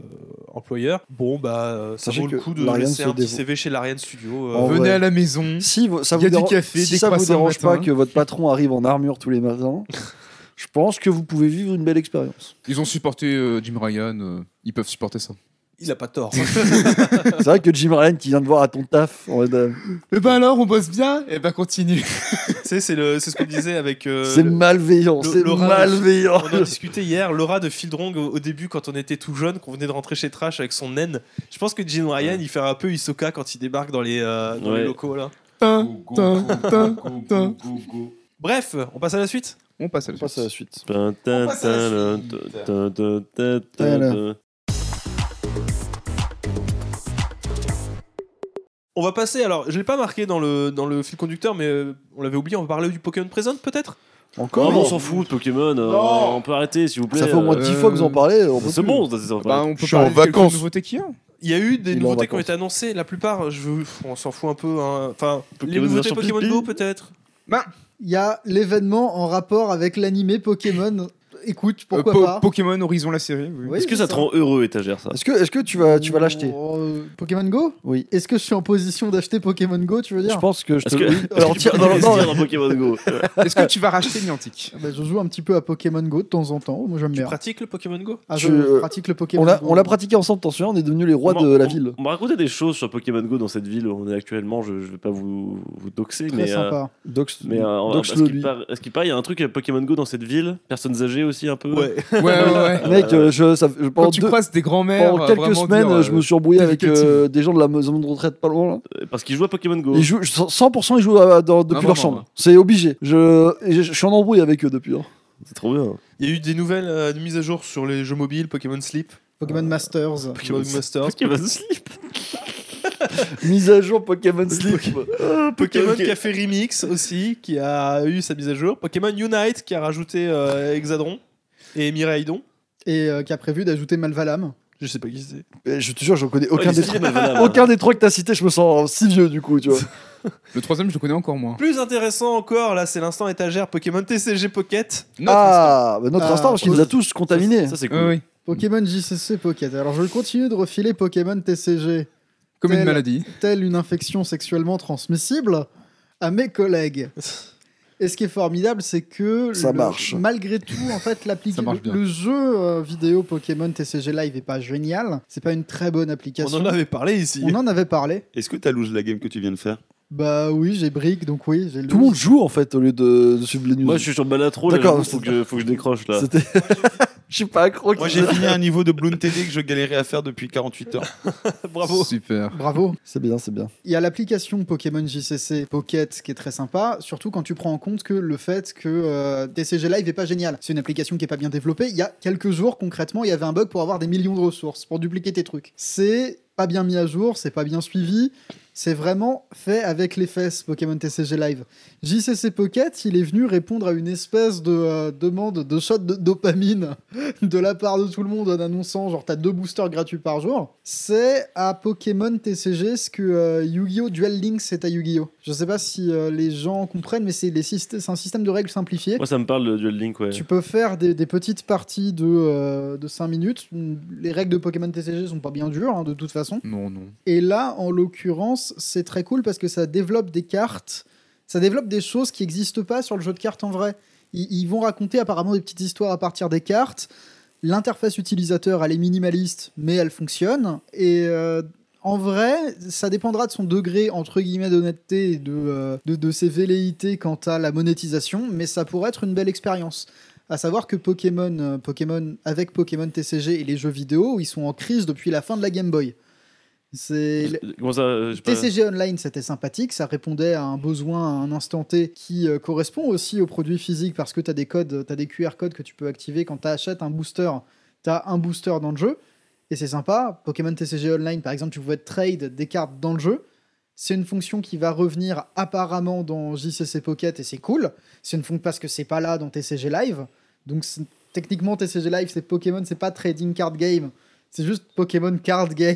[SPEAKER 1] employeur, bon, bah, euh, ça
[SPEAKER 6] Sachez
[SPEAKER 1] vaut le
[SPEAKER 6] que
[SPEAKER 1] coup de
[SPEAKER 6] l'Ariane
[SPEAKER 1] laisser
[SPEAKER 6] se
[SPEAKER 1] un petit
[SPEAKER 6] dévo-
[SPEAKER 1] CV chez l'Ariane Studio. euh,
[SPEAKER 6] En
[SPEAKER 5] Venez
[SPEAKER 6] vrai.
[SPEAKER 5] à la maison.
[SPEAKER 6] Si vo- ça
[SPEAKER 5] Hmm. Il y
[SPEAKER 6] vous,
[SPEAKER 5] a du
[SPEAKER 6] dérange-
[SPEAKER 5] café,
[SPEAKER 6] si
[SPEAKER 5] des
[SPEAKER 6] ça vous
[SPEAKER 5] croissants le
[SPEAKER 6] dérange pas
[SPEAKER 5] matin.
[SPEAKER 6] que votre patron arrive en armure tous les matins, je pense que vous pouvez vivre une belle expérience.
[SPEAKER 5] Ils ont supporté euh, Jim Ryan. euh, ils peuvent supporter ça.
[SPEAKER 1] Il a pas tort.
[SPEAKER 6] C'est vrai que Jim Ryan qui vient de voir à ton taf, en mode, euh,
[SPEAKER 5] Eh ben alors, on bosse bien. Eh ben continue.
[SPEAKER 1] tu sais, c'est le- c'est ce qu'on disait avec. euh,
[SPEAKER 6] c'est
[SPEAKER 1] le-
[SPEAKER 6] malveillant,
[SPEAKER 1] le-
[SPEAKER 6] c'est
[SPEAKER 1] Laura-
[SPEAKER 6] malveillant.
[SPEAKER 1] On en discutait hier, Laura de Fildrong au, au début quand on était tout jeune, qu'on venait de rentrer chez Trash avec son naine. Je pense que Jim Ryan, il fait un peu Isoka quand il débarque dans les, euh, dans les
[SPEAKER 2] Ouais.
[SPEAKER 1] locaux là.
[SPEAKER 5] Tin, tin, tin. tin.
[SPEAKER 1] Bref, on passe à la suite.
[SPEAKER 5] Hein? On passe à
[SPEAKER 6] On
[SPEAKER 5] la
[SPEAKER 6] passe à
[SPEAKER 5] suite.
[SPEAKER 6] la
[SPEAKER 2] Tin,
[SPEAKER 6] suite.
[SPEAKER 2] tin, tin, tin, tin, tin,
[SPEAKER 6] Voilà.
[SPEAKER 2] tin.
[SPEAKER 1] On va passer, alors je l'ai pas marqué dans le, dans le fil conducteur, mais euh, on l'avait oublié, on va parler du Pokémon Present peut-être
[SPEAKER 2] Non,
[SPEAKER 6] Encore
[SPEAKER 2] mais on s'en fout de Pokémon. euh,
[SPEAKER 4] Non.
[SPEAKER 2] On peut arrêter, s'il vous plaît.
[SPEAKER 6] Ça fait au moins
[SPEAKER 5] euh,
[SPEAKER 6] 10 fois que vous en parlez. on peut
[SPEAKER 2] C'est
[SPEAKER 6] plus.
[SPEAKER 2] bon, ça, c'est
[SPEAKER 5] Bah, on peut
[SPEAKER 4] Je suis en
[SPEAKER 5] parler de quelques
[SPEAKER 4] vacances.
[SPEAKER 5] nouveautés qu'il y a.
[SPEAKER 1] Il y a eu des
[SPEAKER 6] Il est en
[SPEAKER 1] nouveautés qui ont
[SPEAKER 6] vacances.
[SPEAKER 1] été annoncées, la plupart, je, veux- on s'en fout un peu. hein. Enfin, les
[SPEAKER 2] Pokémon
[SPEAKER 1] nouveautés
[SPEAKER 2] version
[SPEAKER 1] Pokémon
[SPEAKER 2] pipi.
[SPEAKER 1] Go peut-être
[SPEAKER 3] Il y a l'événement en rapport avec l'animé Pokémon. Écoute, pourquoi
[SPEAKER 5] Euh, Po-
[SPEAKER 3] pas
[SPEAKER 5] Pokémon Horizon, la série. oui.
[SPEAKER 3] Oui,
[SPEAKER 2] Est-ce que
[SPEAKER 3] c'est
[SPEAKER 2] ça te rend heureux, étagère, ça
[SPEAKER 6] Est-ce que, est que tu vas, tu vas l'acheter
[SPEAKER 3] Euh, Pokémon Go
[SPEAKER 6] Oui.
[SPEAKER 3] Est-ce que je suis en position d'acheter Pokémon Go, tu veux
[SPEAKER 6] Je
[SPEAKER 3] dire
[SPEAKER 6] pense que je te.
[SPEAKER 2] Est-ce que-
[SPEAKER 6] oui. Alors,
[SPEAKER 2] Tu
[SPEAKER 6] Bah, tiens,
[SPEAKER 2] peux
[SPEAKER 6] non, non,
[SPEAKER 2] investir dans Pokémon Go.
[SPEAKER 5] Est-ce que tu vas racheter Niantic
[SPEAKER 3] Ah bah, Je joue un petit peu à Pokémon Go de temps en temps. Moi, j'aime
[SPEAKER 1] Tu
[SPEAKER 3] bien.
[SPEAKER 1] pratiques le Pokémon Go
[SPEAKER 3] Ah, je
[SPEAKER 6] Tu, euh,
[SPEAKER 3] pratique le Pokémon
[SPEAKER 6] on l'a-
[SPEAKER 3] Go.
[SPEAKER 6] on l'a pratiqué ensemble, t'en souviens On est devenus les rois
[SPEAKER 2] On m'a-
[SPEAKER 6] de la
[SPEAKER 2] on-
[SPEAKER 6] ville.
[SPEAKER 2] On m'a raconté des choses sur Pokémon Go dans cette ville où on est actuellement. Je, je vais pas vous, vous doxer,
[SPEAKER 3] Très
[SPEAKER 2] mais. euh,
[SPEAKER 3] sympa.
[SPEAKER 6] Dox-
[SPEAKER 2] mais euh, à
[SPEAKER 6] Dox-le,
[SPEAKER 2] ce qu'il
[SPEAKER 6] lui.
[SPEAKER 2] paraît- à ce qu'il paraît, il y a un truc à Pokémon Go dans cette ville. Personnes âgées aussi, un peu.
[SPEAKER 5] Ouais, ouais, ouais.
[SPEAKER 6] Mec, euh, je, ça, je- pendant,
[SPEAKER 5] Quand tu
[SPEAKER 6] deux-
[SPEAKER 5] croises des grands-mères.
[SPEAKER 6] pendant
[SPEAKER 5] euh,
[SPEAKER 6] quelques
[SPEAKER 5] vraiment
[SPEAKER 6] semaines,
[SPEAKER 5] dire, euh,
[SPEAKER 6] je me suis embrouillé avec
[SPEAKER 5] délicatine.
[SPEAKER 6] euh, des gens de la maison de retraite pas loin. là.
[SPEAKER 2] Euh, Parce qu'ils jouent à Pokémon Go.
[SPEAKER 6] Ils jouent, 100% ils jouent à- dans- depuis
[SPEAKER 5] Un
[SPEAKER 6] leur
[SPEAKER 5] moment,
[SPEAKER 6] chambre.
[SPEAKER 5] ouais.
[SPEAKER 6] C'est obligé. Je, et je, je suis en embrouille avec eux depuis. hein.
[SPEAKER 2] C'est trop bien.
[SPEAKER 1] Il y a eu des nouvelles euh, mises à jour sur les jeux mobiles, Pokémon Sleep,
[SPEAKER 3] Pokémon Masters.
[SPEAKER 1] Pokémon Masters,
[SPEAKER 2] Pokémon Sleep.
[SPEAKER 6] Mise à jour Pokémon Sleep.
[SPEAKER 1] Pokémon
[SPEAKER 2] Ok.
[SPEAKER 1] Café Remix aussi, qui a eu sa mise à jour. Pokémon Unite, qui a rajouté euh, Hexadron et Miraidon.
[SPEAKER 3] Et euh, qui a prévu d'ajouter Malvalam.
[SPEAKER 1] Je sais pas qui c'est.
[SPEAKER 6] Et je te jure, je connais aucun,
[SPEAKER 2] Ouais,
[SPEAKER 6] des,
[SPEAKER 2] c'est
[SPEAKER 6] trois,
[SPEAKER 2] bien, voilà.
[SPEAKER 6] aucun des trois que t'as cité. Je me sens si vieux du coup, tu vois.
[SPEAKER 5] Le troisième, je le connais encore moins.
[SPEAKER 1] Plus intéressant encore, là, c'est l'instant étagère Pokémon TCG Pocket.
[SPEAKER 5] Notre
[SPEAKER 6] ah, bah, notre
[SPEAKER 3] Ah,
[SPEAKER 6] instant, parce qu'il nous a tous contaminés.
[SPEAKER 2] Ça, c'est
[SPEAKER 5] instant.
[SPEAKER 2] cool.
[SPEAKER 5] Oui, oui.
[SPEAKER 3] Pokémon JCC Pocket. Alors, je continue de refiler Pokémon TCG,
[SPEAKER 5] Comme
[SPEAKER 3] Tel-
[SPEAKER 5] une maladie.
[SPEAKER 3] telle une infection sexuellement transmissible, à mes collègues. Et ce qui est formidable, c'est que
[SPEAKER 6] Ça
[SPEAKER 3] le-
[SPEAKER 6] marche.
[SPEAKER 3] malgré tout, en fait,
[SPEAKER 5] Ça marche
[SPEAKER 3] l'application,
[SPEAKER 5] bien.
[SPEAKER 3] le, jeu euh, vidéo Pokémon TCG Live est pas génial. C'est pas une très bonne
[SPEAKER 1] On
[SPEAKER 3] application.
[SPEAKER 1] en avait parlé ici.
[SPEAKER 3] On en avait parlé.
[SPEAKER 4] Est-ce que t'as loose la game que tu viens de faire
[SPEAKER 3] Bah oui, j'ai brique, donc oui, j'ai
[SPEAKER 6] Tout le monde joue en fait au lieu de, de suivre les news.
[SPEAKER 2] Moi, je suis sur Balatro. là,
[SPEAKER 6] D'accord,
[SPEAKER 2] j'avoue, Faut
[SPEAKER 6] c'est-
[SPEAKER 2] que, je- faut que je décroche là.
[SPEAKER 6] C'était- je suis pas accro.
[SPEAKER 4] Moi, j'ai fini un niveau de Bloom TD que je galérais à faire depuis 48 heures.
[SPEAKER 1] Bravo.
[SPEAKER 5] Super.
[SPEAKER 3] Bravo.
[SPEAKER 6] C'est bien, c'est bien.
[SPEAKER 3] Il y a l'application Pokémon JCC Pocket qui est très sympa, surtout quand tu prends en compte que le fait que euh, TCG Live est pas génial. C'est une application qui est pas bien développée. Il y a quelques jours, concrètement, il y avait un bug pour avoir des millions de ressources, pour dupliquer tes trucs. C'est pas bien mis à jour, c'est pas bien suivi. C'est vraiment fait avec les fesses, Pokémon TCG Live. JCC Pocket, il est venu répondre à une espèce de euh, demande de shot de dopamine de la part de tout le monde en annonçant genre t'as deux boosters gratuits par jour. C'est à Pokémon TCG ce que euh, Yu-Gi-Oh! Duel Links c'est à Yu-Gi-Oh! Je sais pas si euh, les gens comprennent, mais c'est des syst- c'est un système de règles simplifiées.
[SPEAKER 2] Moi, ça me parle de Duel Link, ouais.
[SPEAKER 3] Tu peux faire des, des petites parties de, 5 minutes. Les règles de Pokémon TCG sont pas bien dures, hein, de toute façon.
[SPEAKER 5] Non, non.
[SPEAKER 3] Et là, en l'occurrence, c'est très cool parce que ça développe des cartes, ça développe des choses qui n'existent pas sur le jeu de cartes en vrai. Ils, ils vont raconter apparemment des petites histoires à partir des cartes. L'interface utilisateur, elle est minimaliste, mais elle fonctionne. Et euh, en vrai, ça dépendra de son degré, entre guillemets, d'honnêteté et de, euh, de, de ses velléités quant à la monétisation, mais ça pourrait être une belle expérience. À savoir que Pokémon, euh, Pokémon, avec Pokémon TCG et les jeux vidéo, ils sont en crise depuis la fin de la Game Boy. C'est
[SPEAKER 2] Comment ça euh, j'ai pas-
[SPEAKER 3] TCG Online, c'était sympathique, ça répondait à un besoin à un instant T qui euh, correspond aussi aux produits physiques parce que tu as des codes, tu as des QR codes que tu peux activer quand tu achètes un booster. Tu as un booster dans le jeu et c'est sympa. Pokémon TCG Online, par exemple, tu pouvais trade des cartes dans le jeu. C'est une fonction qui va revenir apparemment dans JCC Pocket et c'est cool. C'est une fonction parce que c'est pas là dans TCG Live. Donc c'est- techniquement, TCG Live, c'est Pokémon, c'est pas trading card game. C'est juste Pokémon card game.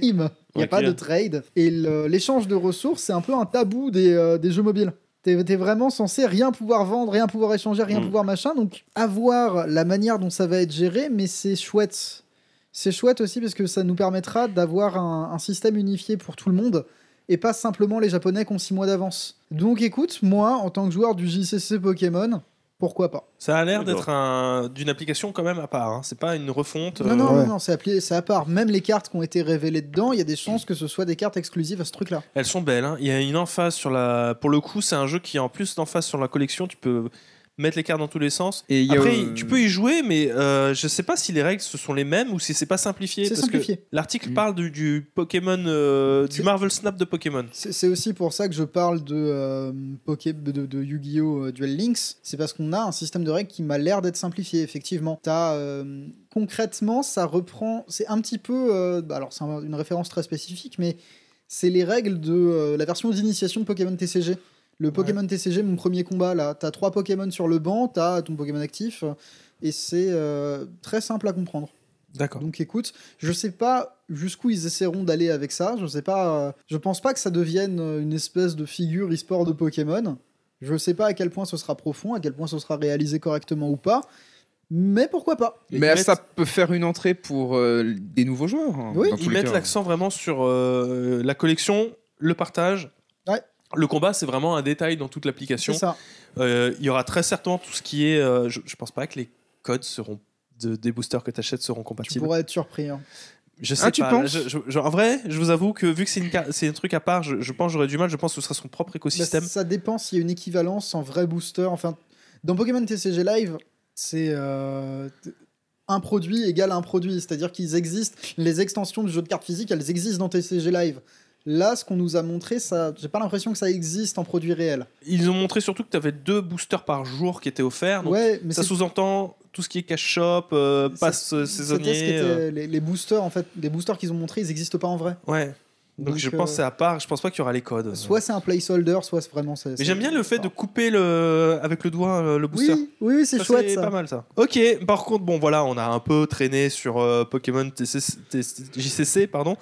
[SPEAKER 3] Il n'y a
[SPEAKER 2] Ok.
[SPEAKER 3] pas de trade. Et le- l'échange de ressources, c'est un peu un tabou des, euh, des jeux mobiles. T'es t'es vraiment censé rien pouvoir vendre, rien pouvoir échanger, rien
[SPEAKER 2] Mm.
[SPEAKER 3] pouvoir machin. Donc, avoir la manière dont ça va être géré, mais c'est chouette. C'est chouette aussi parce que ça nous permettra d'avoir un, un système unifié pour tout le monde et pas simplement les Japonais qui ont 6 mois d'avance. Donc, écoute, moi, en tant que joueur du JCC Pokémon, pourquoi pas
[SPEAKER 1] Ça a l'air
[SPEAKER 2] D'accord.
[SPEAKER 1] d'être un- d'une application quand même à part. hein. C'est pas une refonte. euh,
[SPEAKER 3] Non, non,
[SPEAKER 6] ouais.
[SPEAKER 3] non, non, c'est appelé- c'est à part. Même les cartes qui ont été révélées dedans, il y a des chances que ce soit des cartes exclusives à ce truc-là.
[SPEAKER 1] Elles sont belles. hein. Il y a une emphase sur la. Pour le coup, c'est un jeu qui en plus d'emphase sur la collection. Tu peux mettre les cartes dans tous les sens.
[SPEAKER 5] Et il y a,
[SPEAKER 1] Après,
[SPEAKER 5] euh,
[SPEAKER 1] tu peux y jouer, mais euh, je sais pas si les règles ce sont les mêmes ou si c'est pas simplifié.
[SPEAKER 3] C'est
[SPEAKER 1] parce que
[SPEAKER 3] simplifié.
[SPEAKER 1] L'article
[SPEAKER 5] Mm.
[SPEAKER 1] parle du, du Pokémon, euh, du
[SPEAKER 3] C'est-
[SPEAKER 1] Marvel Snap de Pokémon.
[SPEAKER 3] C'est c'est aussi pour ça que je parle de, euh, Poké, de, de Yu-Gi-Oh! euh, Duel Links. C'est parce qu'on a un système de règles qui m'a l'air d'être simplifié, effectivement. T'as, euh, concrètement, ça reprend. C'est un petit peu. euh, bah alors, c'est un- une référence très spécifique, mais c'est les règles de euh, la version d'initiation de Pokémon TCG. Le Pokémon TCG, mon premier combat, là. T'as trois Pokémon sur le banc, t'as ton Pokémon actif, euh, et c'est euh, très simple à comprendre.
[SPEAKER 1] D'accord.
[SPEAKER 3] Donc écoute, je sais pas jusqu'où ils essaieront d'aller avec ça. Je sais pas. euh, je pense pas que ça devienne euh, une espèce de figure e-sport de Pokémon. Je sais pas à quel point ce sera profond, à quel point ce sera réalisé correctement ou pas. Mais pourquoi pas
[SPEAKER 1] Et
[SPEAKER 5] Mais
[SPEAKER 1] ils
[SPEAKER 5] ça
[SPEAKER 1] mettent-
[SPEAKER 5] peut faire une entrée pour euh, des nouveaux joueurs. hein,
[SPEAKER 3] Oui,
[SPEAKER 5] dans tous
[SPEAKER 1] Ils
[SPEAKER 5] les
[SPEAKER 1] mettent
[SPEAKER 5] cas.
[SPEAKER 1] l'accent vraiment sur euh, la collection, le partage.
[SPEAKER 3] Ouais.
[SPEAKER 1] Le combat, c'est vraiment un détail dans toute l'application.
[SPEAKER 3] C'est ça.
[SPEAKER 1] Euh, il y aura très certainement tout ce qui est. euh, je, je pense pas que les codes seront de- des boosters que tu achètes seront
[SPEAKER 3] Tu
[SPEAKER 1] compatibles.
[SPEAKER 3] pourrais être surpris. hein.
[SPEAKER 1] Je sais
[SPEAKER 5] Ah, tu
[SPEAKER 1] pas. là,
[SPEAKER 5] penses
[SPEAKER 1] je- je- je- en vrai, je vous avoue que vu que c'est une car- c'est un truc à part, je, je pense que j'aurais du mal. Je pense que ce sera son propre
[SPEAKER 3] Bah,
[SPEAKER 1] écosystème.
[SPEAKER 3] ça dépend s'il y a une équivalence en vrai booster. Enfin, dans Pokémon TCG Live, c'est euh, un produit égale un produit. C'est-à-dire qu'ils existent. Les extensions du jeu de cartes physique, elles existent dans TCG Live. Là, ce qu'on nous a montré, ça, j'ai pas l'impression que ça existe en produit réel.
[SPEAKER 1] Ils ont montré surtout que tu avais deux boosters par jour qui étaient offerts. Donc
[SPEAKER 3] ouais, mais
[SPEAKER 1] Ah ça
[SPEAKER 3] c'est-
[SPEAKER 1] sous-entend tout ce qui est cash shop, euh,
[SPEAKER 3] c'est-
[SPEAKER 1] pass euh,
[SPEAKER 3] c'était ce qui
[SPEAKER 1] saisonnier.
[SPEAKER 3] était-
[SPEAKER 1] euh,
[SPEAKER 3] les, les boosters, en fait, les boosters qu'ils ont montrés, ils n'existent pas en vrai.
[SPEAKER 1] ouais. Donc,
[SPEAKER 3] Donc,
[SPEAKER 1] je
[SPEAKER 3] euh,
[SPEAKER 1] pense que c'est à part. Je pense pas qu'il y aura les codes.
[SPEAKER 3] Soit c'est un placeholder, soit c'est vraiment. c'est-
[SPEAKER 1] Ah, Mais
[SPEAKER 3] c'est-
[SPEAKER 1] j'aime bien le fait de couper le avec le doigt euh, le
[SPEAKER 3] Oui,
[SPEAKER 1] booster.
[SPEAKER 3] oui, oui, c'est
[SPEAKER 1] Ça,
[SPEAKER 3] chouette.
[SPEAKER 1] pas
[SPEAKER 3] Ça.
[SPEAKER 1] mal ça. Ok, par contre, bon voilà, on a un peu traîné sur euh, Pokémon TCC, JCC, pardon.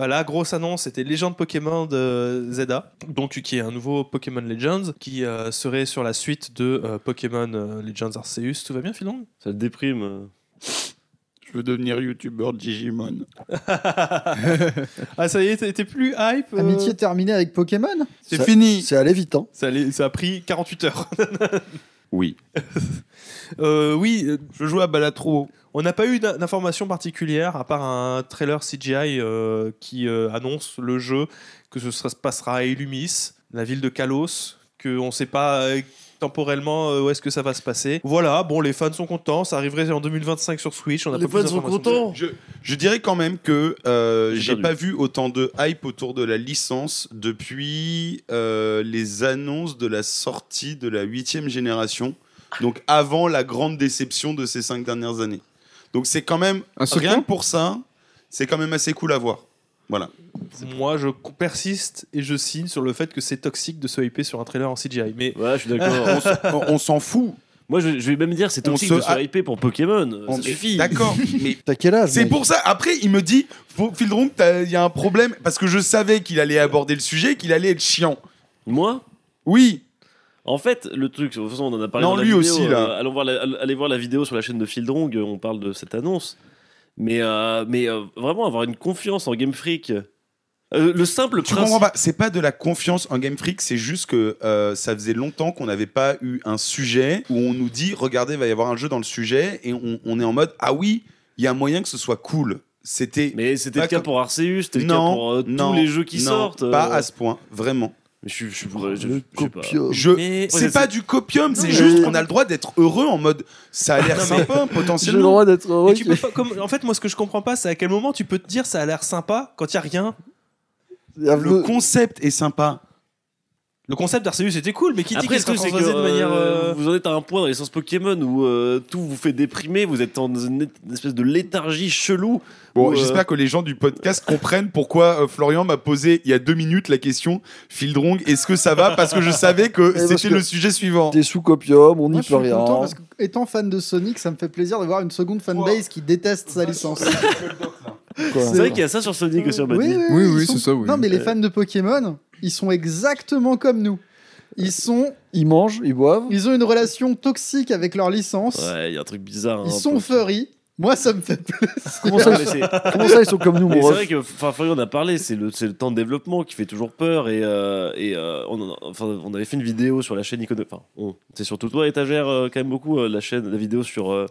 [SPEAKER 1] Euh, la grosse annonce, c'était Légende Pokémon de Zelda, donc qui est un nouveau Pokémon Legends, qui euh, serait sur la suite de euh, Pokémon euh, Legends Arceus. Tout va bien, Philong
[SPEAKER 2] Ça te déprime. euh.
[SPEAKER 7] Je veux devenir youtubeur Digimon.
[SPEAKER 1] Ah ça y est, t'es t'es plus hype euh,
[SPEAKER 3] Amitié terminée avec Pokémon.
[SPEAKER 7] C'est
[SPEAKER 6] Ça-
[SPEAKER 7] fini
[SPEAKER 6] C'est allé vite, hein.
[SPEAKER 1] ça, allait- ça a pris 48 heures.
[SPEAKER 4] Oui.
[SPEAKER 1] Euh, oui, euh, je joue à Balatro. On n'a pas eu d'in- d'informations particulières à part un trailer CGI euh, qui euh, annonce le jeu, que ce sera- se passera à Illumis, la ville de Kalos, qu'on ne sait pas euh, temporellement euh, où est-ce que ça va se passer. Voilà, bon, les fans sont contents, ça arriverait en 2025 sur Switch. On a
[SPEAKER 2] Les
[SPEAKER 1] pas plus
[SPEAKER 2] fans sont
[SPEAKER 1] d'informations.
[SPEAKER 2] contents.
[SPEAKER 4] Je, je dirais quand même que euh,
[SPEAKER 2] J'ai
[SPEAKER 4] j'ai
[SPEAKER 2] perdu.
[SPEAKER 4] pas vu autant de hype autour de la licence depuis euh, les annonces de la sortie de la huitième génération, donc avant la grande déception de ces cinq dernières années. Donc c'est quand même
[SPEAKER 5] Un second
[SPEAKER 4] rien que pour ça, c'est quand même assez cool à voir. Voilà.
[SPEAKER 1] Moi, je persiste et je signe sur le fait que c'est toxique de se hyper sur un trailer en CGI. Mais
[SPEAKER 2] Ouais, je suis d'accord.
[SPEAKER 4] On s'en- on s'en fout.
[SPEAKER 2] Moi, je, je vais même dire, c'est
[SPEAKER 4] On
[SPEAKER 2] toxique
[SPEAKER 4] se
[SPEAKER 2] de se
[SPEAKER 4] ha-
[SPEAKER 2] hyper pour Pokémon.
[SPEAKER 4] On-
[SPEAKER 2] ça suffit.
[SPEAKER 4] D'accord, mais
[SPEAKER 6] T'as quel âge
[SPEAKER 4] C'est
[SPEAKER 6] mec
[SPEAKER 4] pour ça. Après, il me dit, faut- Phildron, t'as- il y a un problème parce que je savais qu'il allait aborder le sujet, qu'il allait être chiant.
[SPEAKER 2] Moi,
[SPEAKER 4] Oui,
[SPEAKER 2] En fait, le truc, de toute façon, on en a parlé.
[SPEAKER 4] Non,
[SPEAKER 2] dans la
[SPEAKER 4] lui
[SPEAKER 2] vidéo,
[SPEAKER 4] aussi, là.
[SPEAKER 2] euh, allons voir la- allez voir la vidéo sur la chaîne de Fildrong, euh, on parle de cette annonce. Mais, euh, mais euh, vraiment, avoir une confiance en Game Freak. euh, le simple
[SPEAKER 4] tu
[SPEAKER 2] principe.
[SPEAKER 4] comprends pas. C'est pas de la confiance en Game Freak, c'est juste que euh, ça faisait longtemps qu'on n'avait pas eu un sujet où on nous dit, regardez, il va y avoir un jeu dans le sujet, et on, on est en mode, ah oui, il y a moyen que ce soit cool. C'était
[SPEAKER 2] Mais c'était le
[SPEAKER 4] Pas
[SPEAKER 2] cas
[SPEAKER 4] comme-
[SPEAKER 2] pour Arceus, c'était le cas
[SPEAKER 4] Non,
[SPEAKER 2] pour euh,
[SPEAKER 4] non,
[SPEAKER 2] tous les jeux qui
[SPEAKER 4] non,
[SPEAKER 2] sortent. euh,
[SPEAKER 4] pas à ce point, vraiment.
[SPEAKER 2] mais je suis. je suis- je- je- je
[SPEAKER 6] Le
[SPEAKER 2] sais pas.
[SPEAKER 6] copium.
[SPEAKER 4] Je
[SPEAKER 1] mais
[SPEAKER 2] Ouais,
[SPEAKER 4] Euh, c'est pas du copium, c'est
[SPEAKER 6] mais-
[SPEAKER 4] juste qu'on a le droit d'être heureux en mode ça a l'air
[SPEAKER 1] Non, mais-
[SPEAKER 4] sympa
[SPEAKER 6] J'ai le
[SPEAKER 4] potentiellement.
[SPEAKER 6] droit d'être heureux.
[SPEAKER 1] Mais tu peux pas- comme- en fait, moi, ce que je comprends pas, c'est à quel moment tu peux te dire ça a l'air sympa quand il y a rien.
[SPEAKER 4] Le concept est sympa.
[SPEAKER 1] Le concept d'Arceus était cool, mais qui dit
[SPEAKER 2] Après,
[SPEAKER 1] qu'il
[SPEAKER 2] le
[SPEAKER 1] sera
[SPEAKER 2] truc, c'est que
[SPEAKER 1] transvasé de manière.
[SPEAKER 2] euh,
[SPEAKER 1] euh,
[SPEAKER 2] vous en êtes à un point dans l'essence Pokémon où euh, tout vous fait déprimer, vous êtes dans une une espèce de léthargie chelou.
[SPEAKER 4] Bon,
[SPEAKER 2] Ou, euh,
[SPEAKER 4] j'espère que les gens du podcast comprennent pourquoi euh, Florian m'a posé il y a deux minutes la question Fildrong, est-ce que ça va Parce que je savais que
[SPEAKER 6] parce
[SPEAKER 4] c'était
[SPEAKER 6] que-
[SPEAKER 4] le sujet suivant.
[SPEAKER 6] T'es sous copium, on
[SPEAKER 3] Moi,
[SPEAKER 6] n'y
[SPEAKER 3] je
[SPEAKER 6] peut
[SPEAKER 3] suis
[SPEAKER 6] rien.
[SPEAKER 3] content parce que, étant fan de Sonic, ça me fait plaisir de voir une seconde fanbase qui déteste sa licence.
[SPEAKER 6] quoi.
[SPEAKER 2] C'est vrai qu'il y a ça sur Sonic aussi, on m'a
[SPEAKER 3] Oui,
[SPEAKER 2] dit.
[SPEAKER 3] oui,
[SPEAKER 5] Oui,
[SPEAKER 3] ils
[SPEAKER 5] oui,
[SPEAKER 3] sont-
[SPEAKER 5] c'est ça, oui.
[SPEAKER 3] Non, mais les fans de Pokémon, ils sont exactement comme nous. Ils, sont,
[SPEAKER 6] Ils mangent, ils boivent.
[SPEAKER 3] ils ont une relation toxique avec leur licence.
[SPEAKER 2] Ouais, il y a un truc bizarre.
[SPEAKER 3] Ils
[SPEAKER 2] hein,
[SPEAKER 3] sont
[SPEAKER 2] pour-
[SPEAKER 3] furry. Moi, ça me fait
[SPEAKER 6] Comment
[SPEAKER 2] Non,
[SPEAKER 6] ça,
[SPEAKER 2] mais
[SPEAKER 6] ils-
[SPEAKER 2] c'est-
[SPEAKER 6] comment ça, ils sont comme nous,
[SPEAKER 2] Mais
[SPEAKER 6] mon
[SPEAKER 2] c'est
[SPEAKER 6] ref
[SPEAKER 2] vrai que, enfin, Florian en a parlé, c'est le, c'est le temps de développement qui fait toujours peur. Et, euh, et, euh, on, en a- enfin, on avait fait une vidéo sur la chaîne Icono. Enfin, on- c'est surtout toi, étagère, euh, quand même beaucoup, euh, la chaîne, la vidéo sur euh,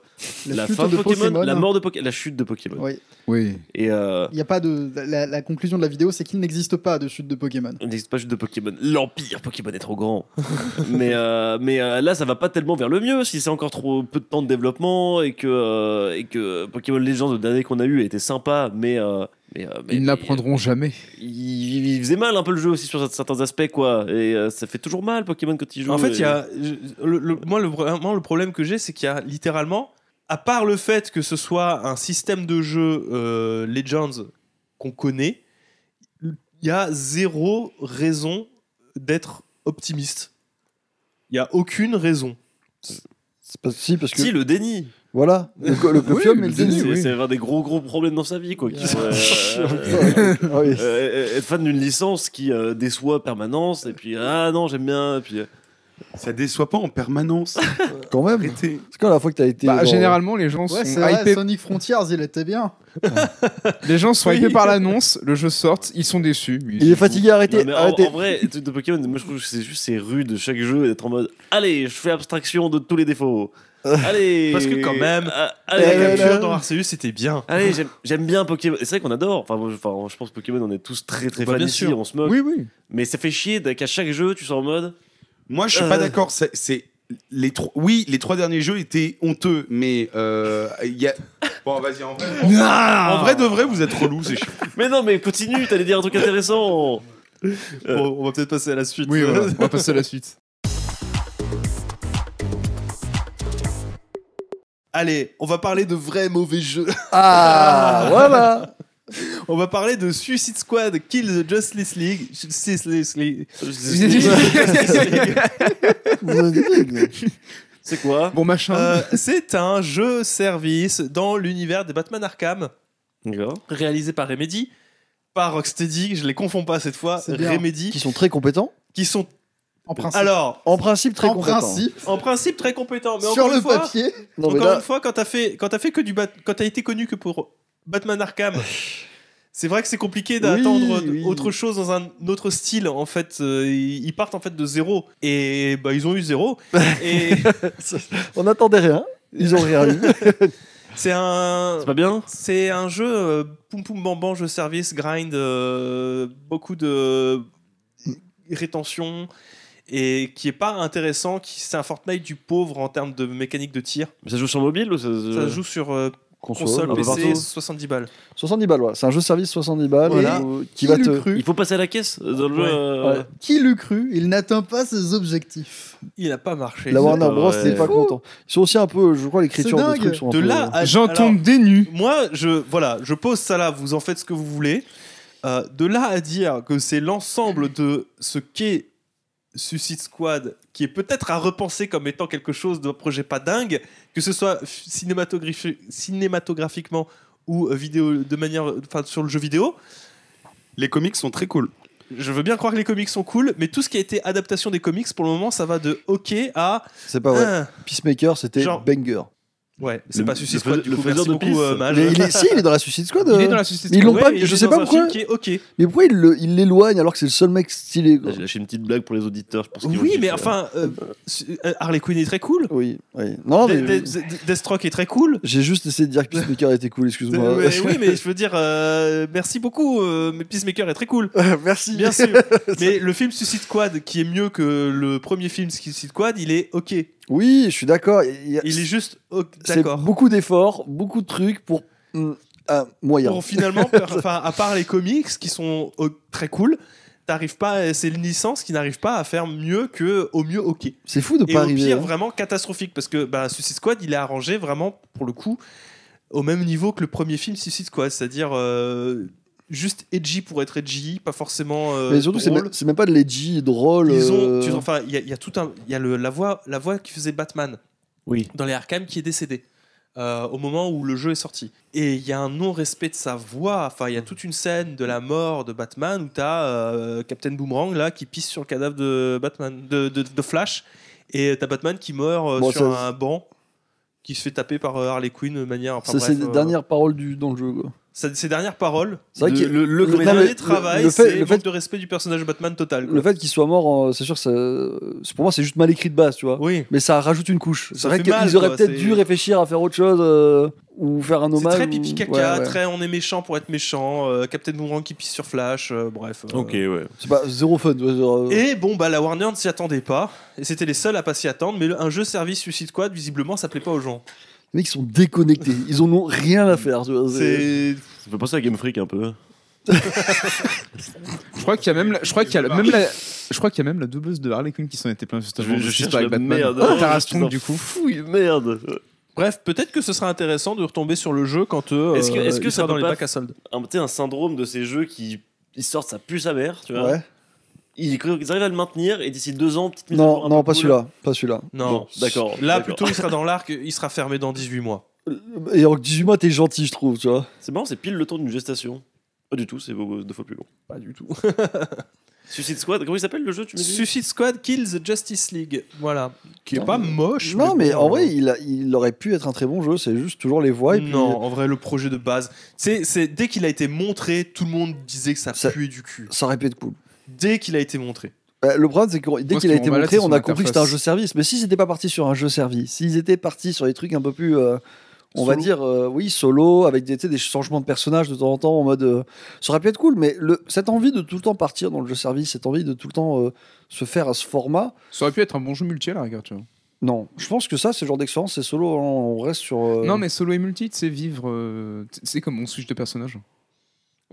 [SPEAKER 3] La
[SPEAKER 2] la,
[SPEAKER 3] chute
[SPEAKER 2] fin de,
[SPEAKER 3] de
[SPEAKER 2] Pokémon,
[SPEAKER 3] Pokémon. hein.
[SPEAKER 2] la mort de Pokémon, la chute de Pokémon.
[SPEAKER 3] Oui.
[SPEAKER 5] Oui.
[SPEAKER 2] Et euh,
[SPEAKER 3] Il y a pas de la, la conclusion de la vidéo, c'est qu'il n'existe pas de chute de Pokémon.
[SPEAKER 2] on n'existe pas chute de Pokémon. L'empire Pokémon est trop grand. mais euh, mais euh, là, ça va pas tellement vers le mieux si c'est encore trop peu de temps de développement et que, euh, et que Pokémon Legends, le dernier qu'on a eu, était sympa, mais. euh, mais, euh, mais- euh,
[SPEAKER 5] Ils ne l'apprendront jamais.
[SPEAKER 2] il, il faisait mal un peu le jeu aussi sur certains aspects quoi et euh, ça fait toujours mal Pokémon quand il joue
[SPEAKER 1] En fait,
[SPEAKER 2] et-
[SPEAKER 1] il y a, je- le- le- moi, le, vraiment, le problème que j'ai, c'est qu'il y a littéralement, à part le fait que ce soit un système de jeu euh, Legends qu'on connaît, il y a zéro raison d'être optimiste. Il y a aucune raison.
[SPEAKER 6] C'est pas- Si, parce que.
[SPEAKER 2] si le déni
[SPEAKER 6] Voilà. Le, co- le copium et le
[SPEAKER 5] le
[SPEAKER 2] c'est
[SPEAKER 5] déni,
[SPEAKER 6] déni.
[SPEAKER 5] oui.
[SPEAKER 2] c'est avoir des gros gros problèmes dans sa vie quoi qui sont, euh,
[SPEAKER 6] Ah oui.
[SPEAKER 2] euh, être fan d'une licence qui euh, déçoit permanence et puis ah non j'aime bien et puis euh,
[SPEAKER 4] Ça déçoit pas en permanence.
[SPEAKER 6] Quand même.
[SPEAKER 4] Arrêtez.
[SPEAKER 6] C'est quand la fois que t'as été.
[SPEAKER 5] Bah,
[SPEAKER 6] genre,
[SPEAKER 5] généralement, les gens
[SPEAKER 3] Ouais,
[SPEAKER 5] sont
[SPEAKER 3] c'est vrai,
[SPEAKER 5] hypés.
[SPEAKER 3] Sonic Frontiers, il était bien.
[SPEAKER 5] Les gens sont
[SPEAKER 1] Oui.
[SPEAKER 5] hypés par l'annonce, le jeu sort, ils sont déçus. mais
[SPEAKER 6] Il est fatigué,
[SPEAKER 2] non,
[SPEAKER 6] arrêtez.
[SPEAKER 2] mais en-
[SPEAKER 6] arrêtez.
[SPEAKER 2] en, vrai les trucs de Pokémon moi je trouve que c'est juste c'est rude de chaque jeu et d'être en mode allez je fais abstraction de tous les défauts allez
[SPEAKER 1] Parce que quand même,
[SPEAKER 2] Ah,
[SPEAKER 5] Eh,
[SPEAKER 1] La
[SPEAKER 2] allez,
[SPEAKER 6] là, là.
[SPEAKER 1] capture dans Arceus, c'était bien.
[SPEAKER 2] Allez, j'aime- j'aime bien Pokémon. C'est vrai qu'on adore. Enfin, moi, je- enfin, je pense que Pokémon, on est tous très très
[SPEAKER 1] Bah,
[SPEAKER 2] fans
[SPEAKER 1] bien
[SPEAKER 2] ici,
[SPEAKER 1] sûr.
[SPEAKER 2] on se moque.
[SPEAKER 5] Oui, oui.
[SPEAKER 2] Mais ça fait chier d'a- qu'à chaque jeu, tu sois en mode.
[SPEAKER 4] Moi, je suis
[SPEAKER 2] Euh.
[SPEAKER 4] pas d'accord. C'est- C'est les trois. Oui, les trois derniers jeux étaient honteux, mais euh, il y a. Bon, vas-y. En vrai, en vrai de vrai, vous êtes relou. C'est chiant.
[SPEAKER 2] Mais non, mais continue, t'allais dire un truc intéressant. Euh.
[SPEAKER 1] Bon, on va peut-être passer à la suite.
[SPEAKER 5] Oui, voilà. on va passer à la suite.
[SPEAKER 1] Allez, on va parler de vrais mauvais jeux.
[SPEAKER 6] Ah, voilà.
[SPEAKER 1] On va parler de Suicide Squad Kill the Justice League. Justice League.
[SPEAKER 6] Vous êtes dingue.
[SPEAKER 2] C'est quoi
[SPEAKER 5] bon machin.
[SPEAKER 1] Euh, c'est un jeu service dans l'univers des Batman Arkham,
[SPEAKER 2] D'accord.
[SPEAKER 1] réalisé par Remedy, par Rocksteady, je les confonds pas cette fois,
[SPEAKER 3] C'est bien.
[SPEAKER 6] Qui Ah,
[SPEAKER 1] Remedy,
[SPEAKER 6] sont très compétents.
[SPEAKER 1] qui sont
[SPEAKER 3] En principe.
[SPEAKER 1] alors
[SPEAKER 6] En principe, très
[SPEAKER 3] en
[SPEAKER 6] compétents.
[SPEAKER 3] principe,
[SPEAKER 1] en principe très compétents, Ah, mais
[SPEAKER 3] sur
[SPEAKER 1] encore
[SPEAKER 3] le
[SPEAKER 1] une fois,
[SPEAKER 3] papier,
[SPEAKER 6] Non, mais
[SPEAKER 1] encore
[SPEAKER 6] là,
[SPEAKER 1] une fois, quand t'as fait, quand t'as fait que du Bat- quand t'as été connu que pour Batman Arkham, c'est vrai que c'est compliqué d'attendre
[SPEAKER 6] Oui, oui.
[SPEAKER 1] autre chose dans un autre style. En fait, Euh, ils ils partent en fait de zéro et bah ils ont eu zéro. et
[SPEAKER 6] on attendait rien. Ils ont rien eu.
[SPEAKER 1] c'est un,
[SPEAKER 2] C'est pas bien
[SPEAKER 1] C'est un jeu euh, poum poum bamban, jeu service, grind, euh, beaucoup de rétention et qui est pas intéressant. Qui c'est un Fortnite du pauvre en termes de mécanique de tir.
[SPEAKER 2] Mais Ça joue sur mobile ou ça,
[SPEAKER 1] Ça se joue sur euh, console,
[SPEAKER 2] un peu
[SPEAKER 1] PC,
[SPEAKER 2] partout.
[SPEAKER 1] 70 balles.
[SPEAKER 6] 70 balles, voilà. C'est un jeu service 70 balles
[SPEAKER 1] Voilà.
[SPEAKER 6] euh, qui
[SPEAKER 3] qui
[SPEAKER 6] va
[SPEAKER 3] l'eût
[SPEAKER 6] te.
[SPEAKER 3] cru
[SPEAKER 2] Il faut passer à la caisse euh, dans le jeu.
[SPEAKER 1] Ouais.
[SPEAKER 2] euh,
[SPEAKER 6] Ouais.
[SPEAKER 3] Qui l'eût cru Il n'atteint pas ses objectifs.
[SPEAKER 1] Il a pas marché.
[SPEAKER 6] La Warner
[SPEAKER 2] Ah
[SPEAKER 6] Bros.
[SPEAKER 2] ouais.
[SPEAKER 6] n'est pas
[SPEAKER 3] Fou.
[SPEAKER 6] content. Ils sont aussi un peu, je crois, l'écriture
[SPEAKER 3] C'est
[SPEAKER 6] des
[SPEAKER 3] dingue.
[SPEAKER 6] trucs sont un
[SPEAKER 1] De
[SPEAKER 6] peu-
[SPEAKER 1] là, à,
[SPEAKER 5] J'en
[SPEAKER 1] alors,
[SPEAKER 5] tombe des nues.
[SPEAKER 1] Moi, je voilà, je pose ça là. Vous en faites ce que vous voulez. Euh, de là à dire que c'est l'ensemble de ce qu'est Suicide Squad, qui est peut-être à repenser comme étant quelque chose d'un projet pas dingue, que ce soit f- cinématographi- cinématographiquement ou euh, vidéo de manière, enfin sur le jeu vidéo.
[SPEAKER 4] Les comics sont très cool.
[SPEAKER 1] Je veux bien croire que les comics sont cool, mais tout ce qui a été adaptation des comics, pour le moment, ça va de OK à
[SPEAKER 6] C'est pas vrai.
[SPEAKER 1] Hein.
[SPEAKER 6] Peacemaker, c'était
[SPEAKER 1] Genre-
[SPEAKER 6] banger.
[SPEAKER 1] ouais, c'est
[SPEAKER 2] Le-
[SPEAKER 1] pas Suicide
[SPEAKER 2] le
[SPEAKER 1] Squad
[SPEAKER 2] fais-
[SPEAKER 1] du
[SPEAKER 2] le
[SPEAKER 1] coup.
[SPEAKER 2] faiseur
[SPEAKER 1] Merci
[SPEAKER 2] de
[SPEAKER 1] beaucoup,
[SPEAKER 2] pisse.
[SPEAKER 1] euh, Maj.
[SPEAKER 6] Mais il est, si, il est dans la Suicide Squad.
[SPEAKER 5] Il est
[SPEAKER 6] euh.
[SPEAKER 5] dans la société.
[SPEAKER 6] mais ils l'ont
[SPEAKER 1] Ouais,
[SPEAKER 6] pas.
[SPEAKER 1] mais il
[SPEAKER 6] je
[SPEAKER 1] est
[SPEAKER 6] sais
[SPEAKER 1] dans
[SPEAKER 6] pas
[SPEAKER 1] un
[SPEAKER 6] pourquoi.
[SPEAKER 1] film qui est OK.
[SPEAKER 6] Mais pourquoi il le- il l'éloigne alors que c'est le seul mec stylé quoi.
[SPEAKER 2] J'ai lâché une petite blague pour les auditeurs. Je pense qu'ils vont
[SPEAKER 1] Oui, mais
[SPEAKER 2] kiffer.
[SPEAKER 1] enfin, euh, su- euh, Harley Quinn est très cool.
[SPEAKER 6] Oui, oui. Non,
[SPEAKER 1] De-
[SPEAKER 6] mais
[SPEAKER 1] De- De- Deathstroke est très cool. Euh,
[SPEAKER 6] j'ai juste essayé de dire que Peacemaker était cool, excuse-moi.
[SPEAKER 1] Mais oui, mais je veux dire, euh, merci beaucoup. euh, mais Peacemaker est très cool,
[SPEAKER 6] Merci.
[SPEAKER 1] bien sûr. mais le film Suicide Squad, qui est mieux que le premier film Suicide Squad, il est ok.
[SPEAKER 6] Oui, je suis d'accord. Il y a-
[SPEAKER 1] Il est juste ok,
[SPEAKER 6] C'est
[SPEAKER 1] d'accord.
[SPEAKER 6] beaucoup d'efforts, beaucoup de trucs pour mm, un moyen.
[SPEAKER 1] Pour finalement, per- enfin, à part les comics qui sont euh, très cool, t'arrives pas. C'est une licence qui n'arrive pas à faire mieux que au mieux ok.
[SPEAKER 6] C'est fou de
[SPEAKER 1] Et
[SPEAKER 6] pas
[SPEAKER 1] au
[SPEAKER 6] arriver.
[SPEAKER 1] pire,
[SPEAKER 6] hein.
[SPEAKER 1] vraiment catastrophique parce que bah, Suicide Squad, il est arrangé vraiment pour le coup au même niveau que le premier film Suicide Squad, c'est-à-dire euh, juste edgy pour être edgy, pas forcément. euh,
[SPEAKER 6] Mais surtout, c'est
[SPEAKER 1] drôle.
[SPEAKER 6] même, c'est même pas de l'edgy drôle.
[SPEAKER 1] Ils ont,
[SPEAKER 6] euh,
[SPEAKER 1] tu- enfin, il y, a- il y a tout un, il y a le, la voix, la voix qui faisait Batman.
[SPEAKER 2] Oui.
[SPEAKER 1] Dans les Arkham, qui est décédé euh, au moment où le jeu est sorti. Et il y a un non-respect de sa voix. Enfin, il y a toute une scène de la mort de Batman où t'as euh, Captain Boomerang là qui pisse sur le cadavre de Batman, de, de- de Flash, et t'as Batman qui meurt euh,
[SPEAKER 6] Bon,
[SPEAKER 1] sur
[SPEAKER 6] ça-
[SPEAKER 1] un banc, qui se fait taper par euh, Harley Quinn de manière. Enfin,
[SPEAKER 6] ça,
[SPEAKER 1] bref,
[SPEAKER 6] c'est les
[SPEAKER 1] euh,
[SPEAKER 6] dernières paroles du, dans le jeu. quoi.
[SPEAKER 1] ça- Ses dernières paroles.
[SPEAKER 6] C'est vrai
[SPEAKER 1] de-
[SPEAKER 6] que
[SPEAKER 1] le,
[SPEAKER 6] le-
[SPEAKER 1] dernier
[SPEAKER 6] non, mais le-
[SPEAKER 1] travail,
[SPEAKER 6] le fait-
[SPEAKER 1] c'est
[SPEAKER 6] le
[SPEAKER 1] manque
[SPEAKER 6] fait-
[SPEAKER 1] de respect du personnage de Batman total. quoi.
[SPEAKER 6] Le fait qu'il soit mort, en- c'est sûr, ça- c'est- pour moi, c'est juste mal écrit de base, tu vois.
[SPEAKER 1] Oui.
[SPEAKER 6] Mais ça rajoute une couche.
[SPEAKER 1] Ça
[SPEAKER 6] C'est vrai
[SPEAKER 1] fait
[SPEAKER 6] qu'ils
[SPEAKER 1] mal,
[SPEAKER 6] auraient
[SPEAKER 1] quoi,
[SPEAKER 6] peut-être
[SPEAKER 1] c'est-
[SPEAKER 6] dû réfléchir à faire autre chose euh, ou faire un
[SPEAKER 1] C'est
[SPEAKER 6] hommage.
[SPEAKER 1] très
[SPEAKER 6] ou-
[SPEAKER 1] pipi caca,
[SPEAKER 6] ouais, ouais.
[SPEAKER 1] très on est méchant pour être méchant, euh, Captain Boomerang qui pisse sur Flash, euh, bref. euh.
[SPEAKER 2] Ok, ouais.
[SPEAKER 6] C'est pas zéro fun. tu vois, genre, euh,
[SPEAKER 1] Et bon, bah la Warner ne s'y attendait pas, et c'était les seuls à pas s'y attendre, mais le- un jeu service Suicide Squad, visiblement, ça plaît pas aux gens.
[SPEAKER 6] Les mecs ils sont déconnectés. Ils en ont rien à faire. tu vois, c'est-
[SPEAKER 1] C'est.
[SPEAKER 2] Ça fait penser à Game Freak un peu. hein.
[SPEAKER 5] Je crois qu'il y a même, la, je crois qu'il y a la- même la, je crois qu'il y a même la doubleuse de Harley Quinn qui s'en était plaint juste avant.
[SPEAKER 2] Je- je
[SPEAKER 5] de
[SPEAKER 2] cherche
[SPEAKER 5] pas avec
[SPEAKER 2] la
[SPEAKER 5] Batman.
[SPEAKER 2] merde. hein,
[SPEAKER 5] Ah,
[SPEAKER 2] Je
[SPEAKER 5] Tara
[SPEAKER 2] suis
[SPEAKER 5] Strong,
[SPEAKER 2] un
[SPEAKER 5] du coup.
[SPEAKER 2] Fouille, merde
[SPEAKER 1] Bref, peut-être que ce sera intéressant de retomber sur le jeu quand euh,
[SPEAKER 2] Est-ce que- est-ce
[SPEAKER 1] il
[SPEAKER 2] que
[SPEAKER 1] sera
[SPEAKER 2] ça
[SPEAKER 1] dans
[SPEAKER 2] peut
[SPEAKER 1] les
[SPEAKER 2] pas
[SPEAKER 1] bacs à soldes.
[SPEAKER 2] un, tu sais, un syndrome de ces jeux qui ils sortent ça pue sa mère, tu vois.
[SPEAKER 6] Ouais.
[SPEAKER 2] Ils, ils arrivent à le maintenir et d'ici deux ans, petite mise à jour
[SPEAKER 6] Non,
[SPEAKER 2] un
[SPEAKER 6] non,
[SPEAKER 2] peu
[SPEAKER 6] pas
[SPEAKER 2] cool.
[SPEAKER 6] celui-là. Pas celui-là.
[SPEAKER 1] Non,
[SPEAKER 2] Bon, d'accord,
[SPEAKER 1] Là,
[SPEAKER 2] d'accord.
[SPEAKER 1] plutôt, il sera dans l'arc, il sera fermé dans 18 mois.
[SPEAKER 6] Et en 18 mois, t'es gentil, je trouve, tu vois.
[SPEAKER 2] C'est marrant, c'est pile le temps d'une gestation. Pas du tout, c'est beau- deux fois plus long.
[SPEAKER 1] Pas du tout.
[SPEAKER 2] Suicide Squad, comment il s'appelle le jeu tu me dis
[SPEAKER 1] Suicide Squad Kills the Justice League, voilà. Qui est
[SPEAKER 6] Non,
[SPEAKER 1] pas
[SPEAKER 6] mais-
[SPEAKER 1] moche.
[SPEAKER 6] Non, mais
[SPEAKER 1] bon,
[SPEAKER 6] en vrai,
[SPEAKER 1] euh,
[SPEAKER 6] il, a- il aurait pu être un très bon jeu. C'est juste toujours les voix. Et puis,
[SPEAKER 1] non, en vrai, le projet de base, c'est, c'est dès qu'il a été montré, tout le monde disait que ça,
[SPEAKER 6] Ça-
[SPEAKER 1] puait du cul.
[SPEAKER 6] Ça aurait pu être cool.
[SPEAKER 1] Dès qu'il a été montré.
[SPEAKER 6] Euh, Le problème, c'est que dès
[SPEAKER 5] Moi,
[SPEAKER 6] qu'il
[SPEAKER 5] ce
[SPEAKER 6] a
[SPEAKER 5] qui
[SPEAKER 6] été
[SPEAKER 5] m'emballe,
[SPEAKER 6] montré,
[SPEAKER 5] c'est
[SPEAKER 6] on
[SPEAKER 5] son
[SPEAKER 6] a compris que c'était un
[SPEAKER 5] interface.
[SPEAKER 6] jeu service. Mais s'ils n'étaient pas partis sur un jeu service, s'ils étaient partis sur des trucs un peu plus, euh, on va
[SPEAKER 1] Solo.
[SPEAKER 6] dire, euh, oui, solo, avec des, tu sais, des changements de personnages de temps en temps, en mode, euh, ça aurait pu être cool. Mais le, cette envie de tout le temps partir dans le jeu service, cette envie de tout le temps euh, se faire à ce format,
[SPEAKER 5] Ça aurait pu être un bon jeu multi à la rigueur, tu vois.
[SPEAKER 6] non. Je pense que ça, c'est le genre d'expérience, c'est solo, hein. on reste sur. euh,
[SPEAKER 5] Non, mais solo et multi, c'est vivre. euh, C'est comme on switch de personnage.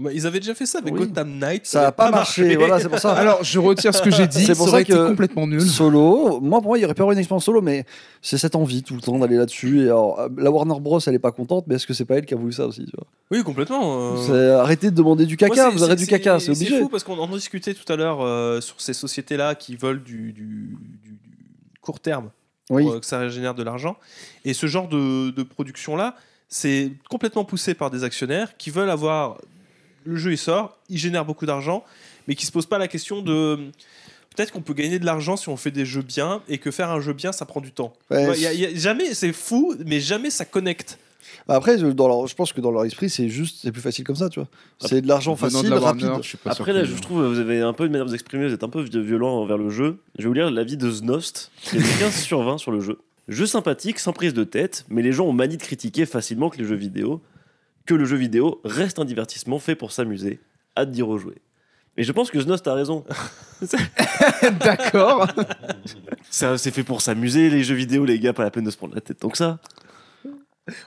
[SPEAKER 1] Bah, ils avaient déjà fait ça avec
[SPEAKER 6] Oui.
[SPEAKER 1] Gotham Knight.
[SPEAKER 6] ça n'a
[SPEAKER 1] avait
[SPEAKER 6] pas marché. Voilà, c'est pour ça.
[SPEAKER 5] Alors, je retire ce que j'ai dit.
[SPEAKER 6] Ah. C'est
[SPEAKER 5] C'est
[SPEAKER 6] pour
[SPEAKER 5] ça
[SPEAKER 6] ça
[SPEAKER 5] aurait été
[SPEAKER 6] que-
[SPEAKER 5] complètement nul.
[SPEAKER 6] Solo, moi pour moi il aurait pu avoir une expérience solo, mais c'est cette envie tout le temps d'aller là-dessus. Et alors, euh, la Warner Bros elle est pas contente, mais est-ce que c'est pas elle qui a voulu ça aussi tu vois
[SPEAKER 1] Oui, complètement. euh.
[SPEAKER 6] C'est arrêtez de demander du caca,
[SPEAKER 1] Moi,
[SPEAKER 6] vous arrêtez du caca, c'est
[SPEAKER 1] C'est
[SPEAKER 6] obligé.
[SPEAKER 1] fou parce qu'on en discutait tout à l'heure euh, sur ces sociétés-là qui veulent du, du- du- du court terme
[SPEAKER 6] Oui,
[SPEAKER 1] pour euh, que ça génère de l'argent. Et ce genre de, de production-là, c'est complètement poussé par des actionnaires qui veulent avoir. Le jeu il sort, il génère beaucoup d'argent, mais qui se posent pas la question de. Peut-être qu'on peut gagner de l'argent si on fait des jeux bien et que faire un jeu bien ça prend du temps.
[SPEAKER 6] Ouais,
[SPEAKER 1] Ouais, y a- Bah, y a- jamais, c'est fou, mais jamais ça connecte.
[SPEAKER 6] Bah, Après, je- dans leur- je pense que dans leur esprit c'est juste, c'est plus facile comme ça, tu vois. C'est de l'argent
[SPEAKER 5] Ah, Venant
[SPEAKER 6] facile,
[SPEAKER 5] de la
[SPEAKER 6] rapide.
[SPEAKER 5] Warner, je suis pas sûr
[SPEAKER 2] Après, là,
[SPEAKER 5] que-
[SPEAKER 2] je trouve vous avez un peu une manière de vous exprimer, vous êtes un peu violent envers le jeu. Je vais vous lire l'avis de Znost, qui a mis 15 sur 20 sur le jeu. Jeu sympathique, sans prise de tête, mais les gens ont manie de critiquer facilement que les jeux vidéo, que le jeu vidéo reste un divertissement fait pour s'amuser. Hâte d'y rejouer. Et je pense que Znost a raison.
[SPEAKER 5] D'accord.
[SPEAKER 2] Ça, c'est fait pour s'amuser, les jeux vidéo, les gars, pas la peine de se prendre la tête tant que ça.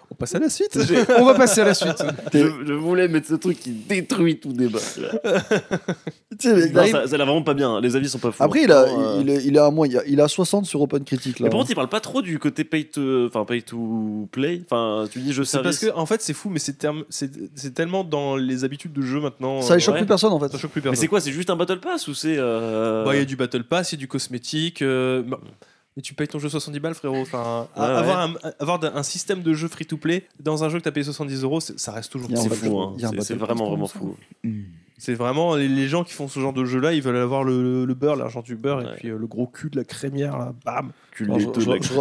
[SPEAKER 1] On passe à la suite.
[SPEAKER 5] On va passer à la suite.
[SPEAKER 2] Je, je voulais mettre ce truc qui détruit tout débat. Bah, là.
[SPEAKER 6] Tu sais, mais il
[SPEAKER 2] Non,
[SPEAKER 6] arrive-
[SPEAKER 2] ça ça l'a vraiment pas bien, hein. les avis sont pas fous.
[SPEAKER 6] Après, il a,
[SPEAKER 2] Pourtant, euh,
[SPEAKER 6] il, est- il a un mois, il a, il a 60 sur Open Critique là.
[SPEAKER 2] Mais par contre, il parle pas trop du côté pay to, enfin, pay to play. Enfin, tu dis je
[SPEAKER 1] C'est parce
[SPEAKER 2] service.
[SPEAKER 1] que, en fait, c'est fou, mais c'est terme- c'est c'est tellement dans les habitudes de jeu maintenant.
[SPEAKER 6] ça
[SPEAKER 1] euh,
[SPEAKER 6] les choque
[SPEAKER 2] ouais.
[SPEAKER 6] plus personne en fait.
[SPEAKER 1] ça choque plus
[SPEAKER 2] Mais c'est
[SPEAKER 1] personne.
[SPEAKER 2] quoi C'est juste un battle pass ou c'est euh,
[SPEAKER 1] Bah, Il y a du Battle Pass, il y a du cosmétique. euh, bah, Mais tu payes ton jeu 70 balles, frérot. Enfin,
[SPEAKER 2] Ouais,
[SPEAKER 1] a-
[SPEAKER 2] ouais.
[SPEAKER 1] avoir, un, avoir d'un- un système de jeu free-to-play dans un jeu que t'as payé 70 euros, c'est- ça reste toujours.
[SPEAKER 6] Il y a un
[SPEAKER 2] c'est
[SPEAKER 1] possible.
[SPEAKER 6] battle-
[SPEAKER 2] fou, hein.
[SPEAKER 6] il y a un
[SPEAKER 2] C'est- c'est
[SPEAKER 6] battle pass
[SPEAKER 2] vraiment
[SPEAKER 6] pour
[SPEAKER 2] vraiment
[SPEAKER 6] ça.
[SPEAKER 2] fou.
[SPEAKER 1] C'est vraiment les, les gens qui font ce genre de jeu-là, ils veulent avoir le, le beurre, l'argent du beurre, et
[SPEAKER 2] Ouais.
[SPEAKER 1] puis euh, le gros cul de la crémière, là, bam.
[SPEAKER 2] Culé
[SPEAKER 6] Alors, je-
[SPEAKER 2] deux,
[SPEAKER 6] je-
[SPEAKER 2] mec.
[SPEAKER 6] je- je-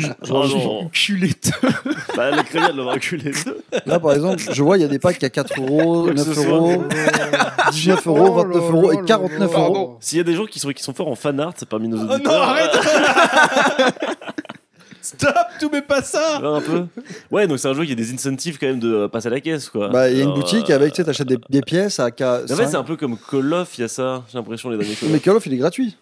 [SPEAKER 6] je- je-
[SPEAKER 2] Ah non.
[SPEAKER 5] Culette.
[SPEAKER 2] Bah, la crémière de l'avoir culé deux.
[SPEAKER 6] Là, par exemple, je vois, il y a des packs à 4 euros,
[SPEAKER 2] Quoi que
[SPEAKER 6] 9
[SPEAKER 2] ce
[SPEAKER 6] euros, 19
[SPEAKER 5] Oh
[SPEAKER 6] euros, 29 euros et 49 euros.
[SPEAKER 5] Pardon.
[SPEAKER 2] S'il y a des gens qui sont qui sont forts en fan art parmi nos
[SPEAKER 1] Oh
[SPEAKER 2] auditeurs. euh.
[SPEAKER 1] non, arrête Stop, tu mets pas ça
[SPEAKER 2] euh, un peu. Ouais, donc c'est un jeu qui a des incentives quand même de euh, passer à la caisse quoi.
[SPEAKER 6] Bah, il y a une
[SPEAKER 2] Alors,
[SPEAKER 6] boutique
[SPEAKER 2] euh,
[SPEAKER 6] avec, tu sais, t'achètes des, des pièces à K.
[SPEAKER 2] mais En fait, c'est un peu comme Call of, il y a ça, j'ai l'impression, les derniers Call
[SPEAKER 6] Mais
[SPEAKER 2] of.
[SPEAKER 6] Call of, il est gratuit.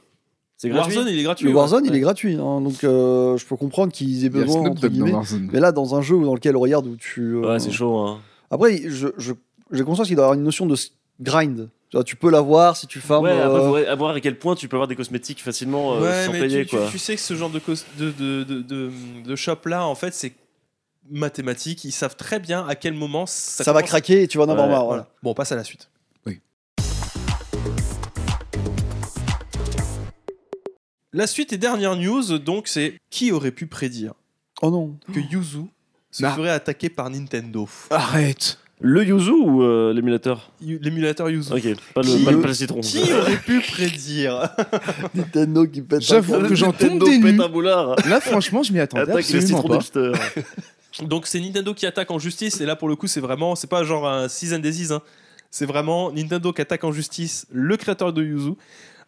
[SPEAKER 2] C'est gratuit.
[SPEAKER 1] Warzone, il est gratuit.
[SPEAKER 6] le
[SPEAKER 1] ouais.
[SPEAKER 6] Warzone, il est gratuit. hein, donc, euh, je peux comprendre qu'ils aient
[SPEAKER 5] Il y a
[SPEAKER 6] besoin,
[SPEAKER 5] Snoop
[SPEAKER 6] entre
[SPEAKER 5] Dogg dans
[SPEAKER 6] guillemets.
[SPEAKER 5] Warzone.
[SPEAKER 6] Mais là, dans un jeu où- dans lequel, regarde, où tu. euh,
[SPEAKER 2] Ouais, c'est chaud, hein.
[SPEAKER 6] Après, je, je, j'ai conscience qu'il doit y avoir une notion de s- grind. Tu, vois, tu peux l'avoir si tu farmes.
[SPEAKER 2] Ouais, après,
[SPEAKER 6] euh,
[SPEAKER 2] faudrait- à voir à quel point tu peux avoir des cosmétiques facilement euh,
[SPEAKER 1] ouais,
[SPEAKER 2] sans
[SPEAKER 1] mais
[SPEAKER 2] payer,
[SPEAKER 1] tu, tu-
[SPEAKER 2] quoi.
[SPEAKER 1] tu sais que ce genre de, cos- de, de, de, de- de shop-là, en fait, c'est mathématique. Ils savent très bien à quel moment ça,
[SPEAKER 6] ça, va
[SPEAKER 1] commence-
[SPEAKER 6] craquer et tu vas en avoir
[SPEAKER 2] Ouais,
[SPEAKER 6] marre.
[SPEAKER 1] Voilà.
[SPEAKER 6] Voilà.
[SPEAKER 1] Bon, on passe à la suite.
[SPEAKER 5] Oui.
[SPEAKER 1] La suite et dernière news, donc, c'est qui aurait pu prédire
[SPEAKER 6] Oh non.
[SPEAKER 1] que Yuzu se
[SPEAKER 5] Nah.
[SPEAKER 1] ferait attaquer par Nintendo
[SPEAKER 5] Arrête
[SPEAKER 2] Le Yuzu ou euh, l'émulateur
[SPEAKER 1] Yu- L'émulateur Yuzu.
[SPEAKER 2] Ok, pas
[SPEAKER 6] Qui-
[SPEAKER 2] le, pas le palcitron.
[SPEAKER 1] Qui aurait pu prédire
[SPEAKER 6] Nintendo qui pète. un
[SPEAKER 5] J'avoue
[SPEAKER 6] câble.
[SPEAKER 5] que j'en tombe
[SPEAKER 2] Nintendo
[SPEAKER 5] des
[SPEAKER 2] pète
[SPEAKER 5] nues.
[SPEAKER 2] un boulard.
[SPEAKER 5] Là, franchement, je m'y attendais
[SPEAKER 2] Attaque le
[SPEAKER 5] absolument
[SPEAKER 2] citron
[SPEAKER 5] pas.
[SPEAKER 2] d'Hipster.
[SPEAKER 1] Donc c'est Nintendo qui attaque en justice et là pour le coup c'est vraiment c'est pas genre un six and des hein. c'est vraiment Nintendo qui attaque en justice le créateur de Yuzu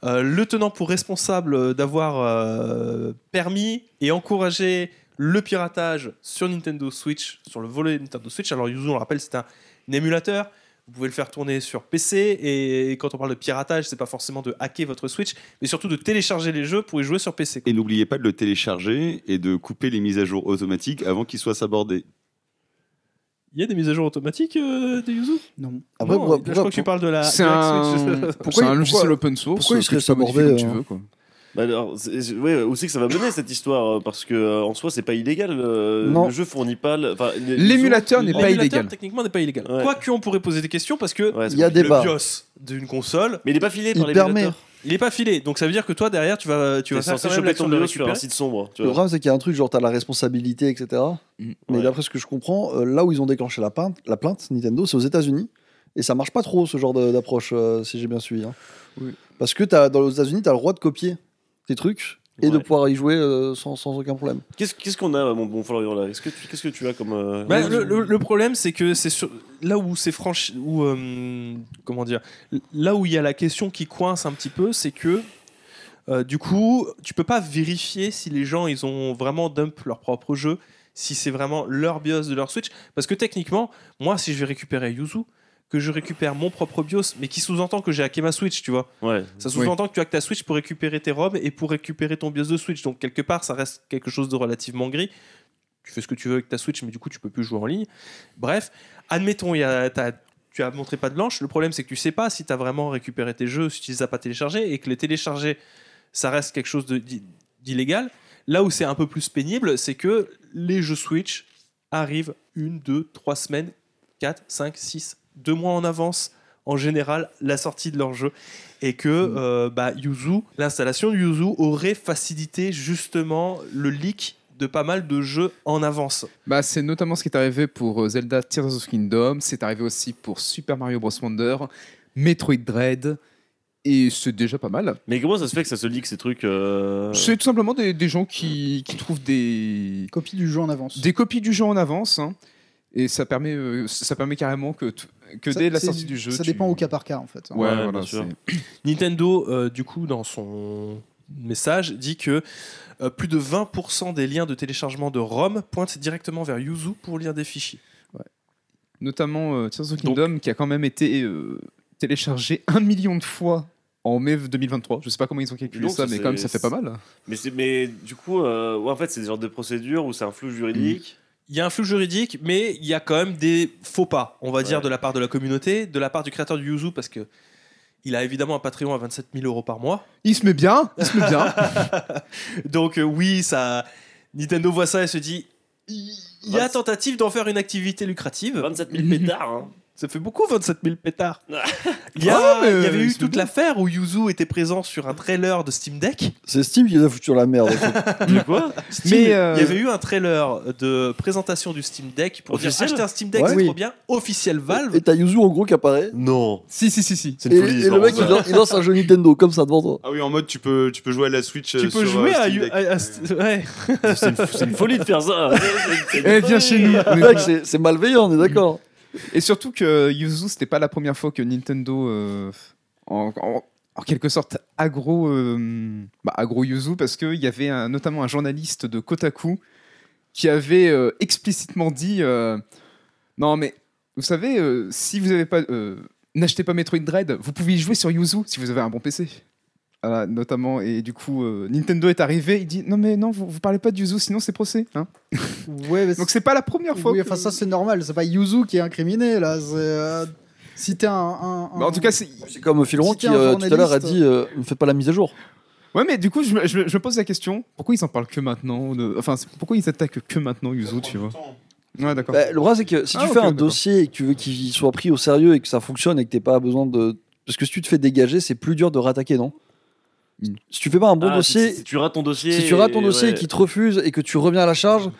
[SPEAKER 1] euh, le tenant pour responsable euh, d'avoir euh, permis et encouragé le piratage sur Nintendo Switch sur le volet Nintendo Switch alors Yuzu on le rappelle c'est un, un émulateur vous pouvez le faire tourner sur PC et, quand on parle de piratage c'est pas forcément de hacker votre Switch mais surtout de télécharger les jeux pour y jouer sur PC quoi.
[SPEAKER 4] Et n'oubliez pas de le télécharger et de couper les mises à jour automatiques avant qu'il soit sabordé.
[SPEAKER 1] il y a des mises à jour automatiques euh, de Yuzu
[SPEAKER 3] Non.
[SPEAKER 6] Après,
[SPEAKER 1] Non, là,
[SPEAKER 6] pourquoi-
[SPEAKER 1] je
[SPEAKER 6] pourquoi-
[SPEAKER 1] crois que tu parles de la
[SPEAKER 5] C'est
[SPEAKER 1] de la
[SPEAKER 5] un,
[SPEAKER 1] Switch.
[SPEAKER 5] c'est un
[SPEAKER 6] pourquoi-
[SPEAKER 5] logiciel open source.
[SPEAKER 6] pourquoi il
[SPEAKER 5] que tu
[SPEAKER 6] serait
[SPEAKER 5] peux modifier comme
[SPEAKER 6] sabordé,
[SPEAKER 5] tu
[SPEAKER 6] euh,
[SPEAKER 5] veux, quoi.
[SPEAKER 2] Bah alors, c'est- c'est- ouais, où c'est que ça va mener cette histoire euh, Parce que euh, en soi, c'est pas illégal. euh,
[SPEAKER 6] Non.
[SPEAKER 2] Le jeu fournit pas. le- enfin, les-
[SPEAKER 5] L'émulateur
[SPEAKER 2] les-
[SPEAKER 5] n'est pas
[SPEAKER 1] L'émulateur,
[SPEAKER 5] illégal.
[SPEAKER 1] Techniquement, n'est pas illégal.
[SPEAKER 2] Ouais.
[SPEAKER 1] Quoique, on pourrait poser des questions parce que
[SPEAKER 2] Ouais, c'est
[SPEAKER 6] Il y a
[SPEAKER 2] compliqué.
[SPEAKER 1] le
[SPEAKER 6] débat.
[SPEAKER 1] BIOS d'une console,
[SPEAKER 2] Mais il est pas filé
[SPEAKER 6] Il
[SPEAKER 2] par
[SPEAKER 6] permet.
[SPEAKER 2] l'émulateur.
[SPEAKER 1] il est pas filé. Donc ça veut dire que toi, derrière, tu vas, tu
[SPEAKER 2] Tu
[SPEAKER 1] vas
[SPEAKER 2] es
[SPEAKER 1] faire
[SPEAKER 2] censé
[SPEAKER 1] quand même
[SPEAKER 2] choper ton
[SPEAKER 1] l'action de le
[SPEAKER 2] vélo sur
[SPEAKER 1] récupérer.
[SPEAKER 2] un site sombre. Tu
[SPEAKER 6] Le
[SPEAKER 2] vois.
[SPEAKER 6] problème, c'est qu'il y a un truc, genre, t'as la responsabilité, etc.
[SPEAKER 5] Mm.
[SPEAKER 6] Mais
[SPEAKER 2] Ouais.
[SPEAKER 6] d'après ce que je comprends, euh, là où ils ont déclenché la plainte, la plainte Nintendo, c'est aux États-Unis. Et ça marche pas trop, ce genre de- d'approche, euh, si j'ai bien suivi. hein.
[SPEAKER 5] Oui.
[SPEAKER 6] Parce que as, dans les États-Unis, t'as le droit de copier tes trucs et de
[SPEAKER 2] Ouais.
[SPEAKER 6] pouvoir y jouer euh, sans, sans aucun problème.
[SPEAKER 2] Qu'est-ce qu'est-ce qu'on a, mon bon Florian là Est-ce que tu- Qu'est-ce que tu as comme euh,
[SPEAKER 1] Bah, le, le- le problème, c'est que c'est sur- là où c'est franchi, où euh, comment dire, là où il y a la question qui coince un petit peu, c'est que euh, du coup, tu peux pas vérifier si les gens ils ont vraiment dump leur propre jeu, si c'est vraiment leur BIOS de leur Switch, parce que techniquement, moi, si je vais récupérer Yuzu, que je récupère mon propre BIOS, mais qui sous-entend que j'ai hacké ma Switch, tu vois.
[SPEAKER 2] Ouais.
[SPEAKER 1] Ça sous-entend que tu as que ta Switch pour récupérer tes ROM et pour récupérer ton BIOS de Switch. Donc quelque part, ça reste quelque chose de relativement gris. Tu fais ce que tu veux avec ta Switch, mais du coup, tu peux plus jouer en ligne. Bref, admettons, il y a, t'as- tu as montré pas de blanche. Le problème, c'est que tu sais pas si tu as vraiment récupéré tes jeux, si tu les as pas téléchargés et que les télécharger, ça reste quelque chose de- d'i- d'illégal. Là où c'est un peu plus pénible, c'est que les jeux Switch arrivent une, deux, trois semaines, quatre, cinq, six, deux mois en avance en général la sortie de leur jeu et que euh, bah, Yuzu, l'installation de Yuzu aurait facilité justement le leak de pas mal de jeux en avance.
[SPEAKER 5] Bah, c'est notamment ce qui est arrivé pour euh, Zelda Tears of the Kingdom, c'est arrivé aussi pour Super Mario Bros. Wonder, Metroid Dread, et c'est déjà pas mal.
[SPEAKER 2] Mais comment ça se fait que ça se leak ces trucs euh,
[SPEAKER 5] C'est tout simplement des, des gens qui, qui trouvent des,
[SPEAKER 3] Copie du jeu en avance.
[SPEAKER 5] des copies du jeu en avance, hein, et ça permet, euh, ça permet carrément que, t- que
[SPEAKER 3] Ça-
[SPEAKER 5] dès la
[SPEAKER 3] c'est-
[SPEAKER 5] sortie du jeu.
[SPEAKER 3] Ça
[SPEAKER 5] tu-
[SPEAKER 3] dépend au cas par cas, en fait. hein.
[SPEAKER 5] Ouais,
[SPEAKER 2] Ouais,
[SPEAKER 5] voilà,
[SPEAKER 2] bien sûr.
[SPEAKER 5] c'est-
[SPEAKER 1] Nintendo, euh, du coup, dans son message, dit que euh, plus de 20% des liens de téléchargement de ROM pointent directement vers Yuzu pour lire des fichiers.
[SPEAKER 5] notamment euh, Tears of the Kingdom qui a quand même été euh, téléchargé un million de fois en mai 2023. Je sais pas comment ils ont calculé
[SPEAKER 2] Donc, ça,
[SPEAKER 5] ça, mais quand même
[SPEAKER 2] c'est-
[SPEAKER 5] ça fait pas mal.
[SPEAKER 2] Mais, c'est- mais du coup, euh, ouais, en fait, c'est des genres de procédures où c'est un flou juridique.
[SPEAKER 1] Il y a un flou juridique, mais il y a quand même des faux pas, on va dire,
[SPEAKER 2] Ouais.
[SPEAKER 1] de la part de la communauté, de la part du créateur du Yuzu, parce que il a évidemment un Patreon à 27 000 euros par mois.
[SPEAKER 5] Il se met bien, il se met bien.
[SPEAKER 1] Donc euh, oui, ça Nintendo voit ça et se dit il il y a tentative d'en faire une activité lucrative.
[SPEAKER 2] 27 000 pétards. Hein.
[SPEAKER 1] Ça fait beaucoup 27 000 pétards. Il y, a-
[SPEAKER 5] Ah, mais
[SPEAKER 1] il y avait eu
[SPEAKER 5] c'est
[SPEAKER 1] toute l'affaire où Yuzu était présent sur un trailer de Steam Deck.
[SPEAKER 6] C'est Steam qui les a foutus dans la merde.
[SPEAKER 5] mais euh,
[SPEAKER 1] Il y avait eu un trailer de présentation du Steam Deck pour dire
[SPEAKER 2] Officiel
[SPEAKER 1] acheter un Steam Deck,
[SPEAKER 6] Ouais.
[SPEAKER 1] c'est
[SPEAKER 6] Oui.
[SPEAKER 1] trop bien, officiel Valve.
[SPEAKER 6] et t'as Yuzu, en gros, qui apparaît.
[SPEAKER 2] Non.
[SPEAKER 5] si si si si.
[SPEAKER 2] C'est
[SPEAKER 6] Et,
[SPEAKER 2] une folie.
[SPEAKER 6] et le mec, il lance, il lance un jeu Nintendo comme ça devant toi.
[SPEAKER 4] Ah oui, en mode tu peux, tu peux jouer à la Switch.
[SPEAKER 1] Tu
[SPEAKER 4] euh,
[SPEAKER 1] peux
[SPEAKER 4] sur,
[SPEAKER 1] jouer
[SPEAKER 4] euh,
[SPEAKER 1] à,
[SPEAKER 4] Steam
[SPEAKER 1] Yu-
[SPEAKER 4] Deck.
[SPEAKER 1] à- à- ouais.
[SPEAKER 2] C'est une, c'est une folie de faire ça.
[SPEAKER 5] Eh, viens chez
[SPEAKER 2] Ah,
[SPEAKER 5] nous. On est-
[SPEAKER 6] Mec, c'est c'est malveillant, on est d'accord.
[SPEAKER 5] Et surtout que Yuzu, c'était pas la première fois que Nintendo, euh, en, en- en quelque sorte, agro, euh, bah, agro Yuzu, parce qu'il y avait un- notamment un journaliste de Kotaku qui avait euh, explicitement dit euh, Non, mais vous savez, euh, si vous n'avez pas. euh, N'achetez pas Metroid Dread, vous pouvez y jouer sur Yuzu si vous avez un bon PC. Voilà, notamment, et du coup, euh, Nintendo est arrivé, il dit Non, mais non, vous, vous parlez pas de Yuzu, sinon c'est procès. hein.
[SPEAKER 3] Ouais, mais
[SPEAKER 5] Donc c'est pas la première fois.
[SPEAKER 3] Oui,
[SPEAKER 5] que-
[SPEAKER 3] enfin ça c'est normal, c'est pas Yuzu qui est incriminé là. c'est, euh, si t'es un, un-
[SPEAKER 5] Bah, en tout cas, c'est-
[SPEAKER 6] C'est comme Philon
[SPEAKER 3] Si
[SPEAKER 6] qui
[SPEAKER 3] t'es un
[SPEAKER 6] euh, tout à l'heure a
[SPEAKER 3] journaliste-
[SPEAKER 6] dit euh, ne faites pas la mise à jour.
[SPEAKER 5] Ouais, mais du coup, je me, je me- je me pose la question pourquoi ils en parlent que maintenant de- Enfin, c'est- pourquoi ils attaquent que maintenant Yuzu, tu vois Ouais, d'accord.
[SPEAKER 6] Bah, le problème c'est que si
[SPEAKER 5] Ah,
[SPEAKER 6] tu
[SPEAKER 5] ok,
[SPEAKER 6] fais un
[SPEAKER 5] d'accord.
[SPEAKER 6] dossier et que tu veux qu'il soit pris au sérieux et que ça fonctionne et que t'es pas besoin de parce que si tu te fais dégager c'est plus dur de rattaquer non.
[SPEAKER 5] Mm.
[SPEAKER 6] Si tu fais pas un bon
[SPEAKER 2] Ah,
[SPEAKER 6] dossier,
[SPEAKER 2] Si, si tu rates ton dossier.
[SPEAKER 6] si tu rates ton
[SPEAKER 2] et-
[SPEAKER 6] dossier et
[SPEAKER 2] ouais.
[SPEAKER 6] qu'ils te refusent et que tu reviens à la charge,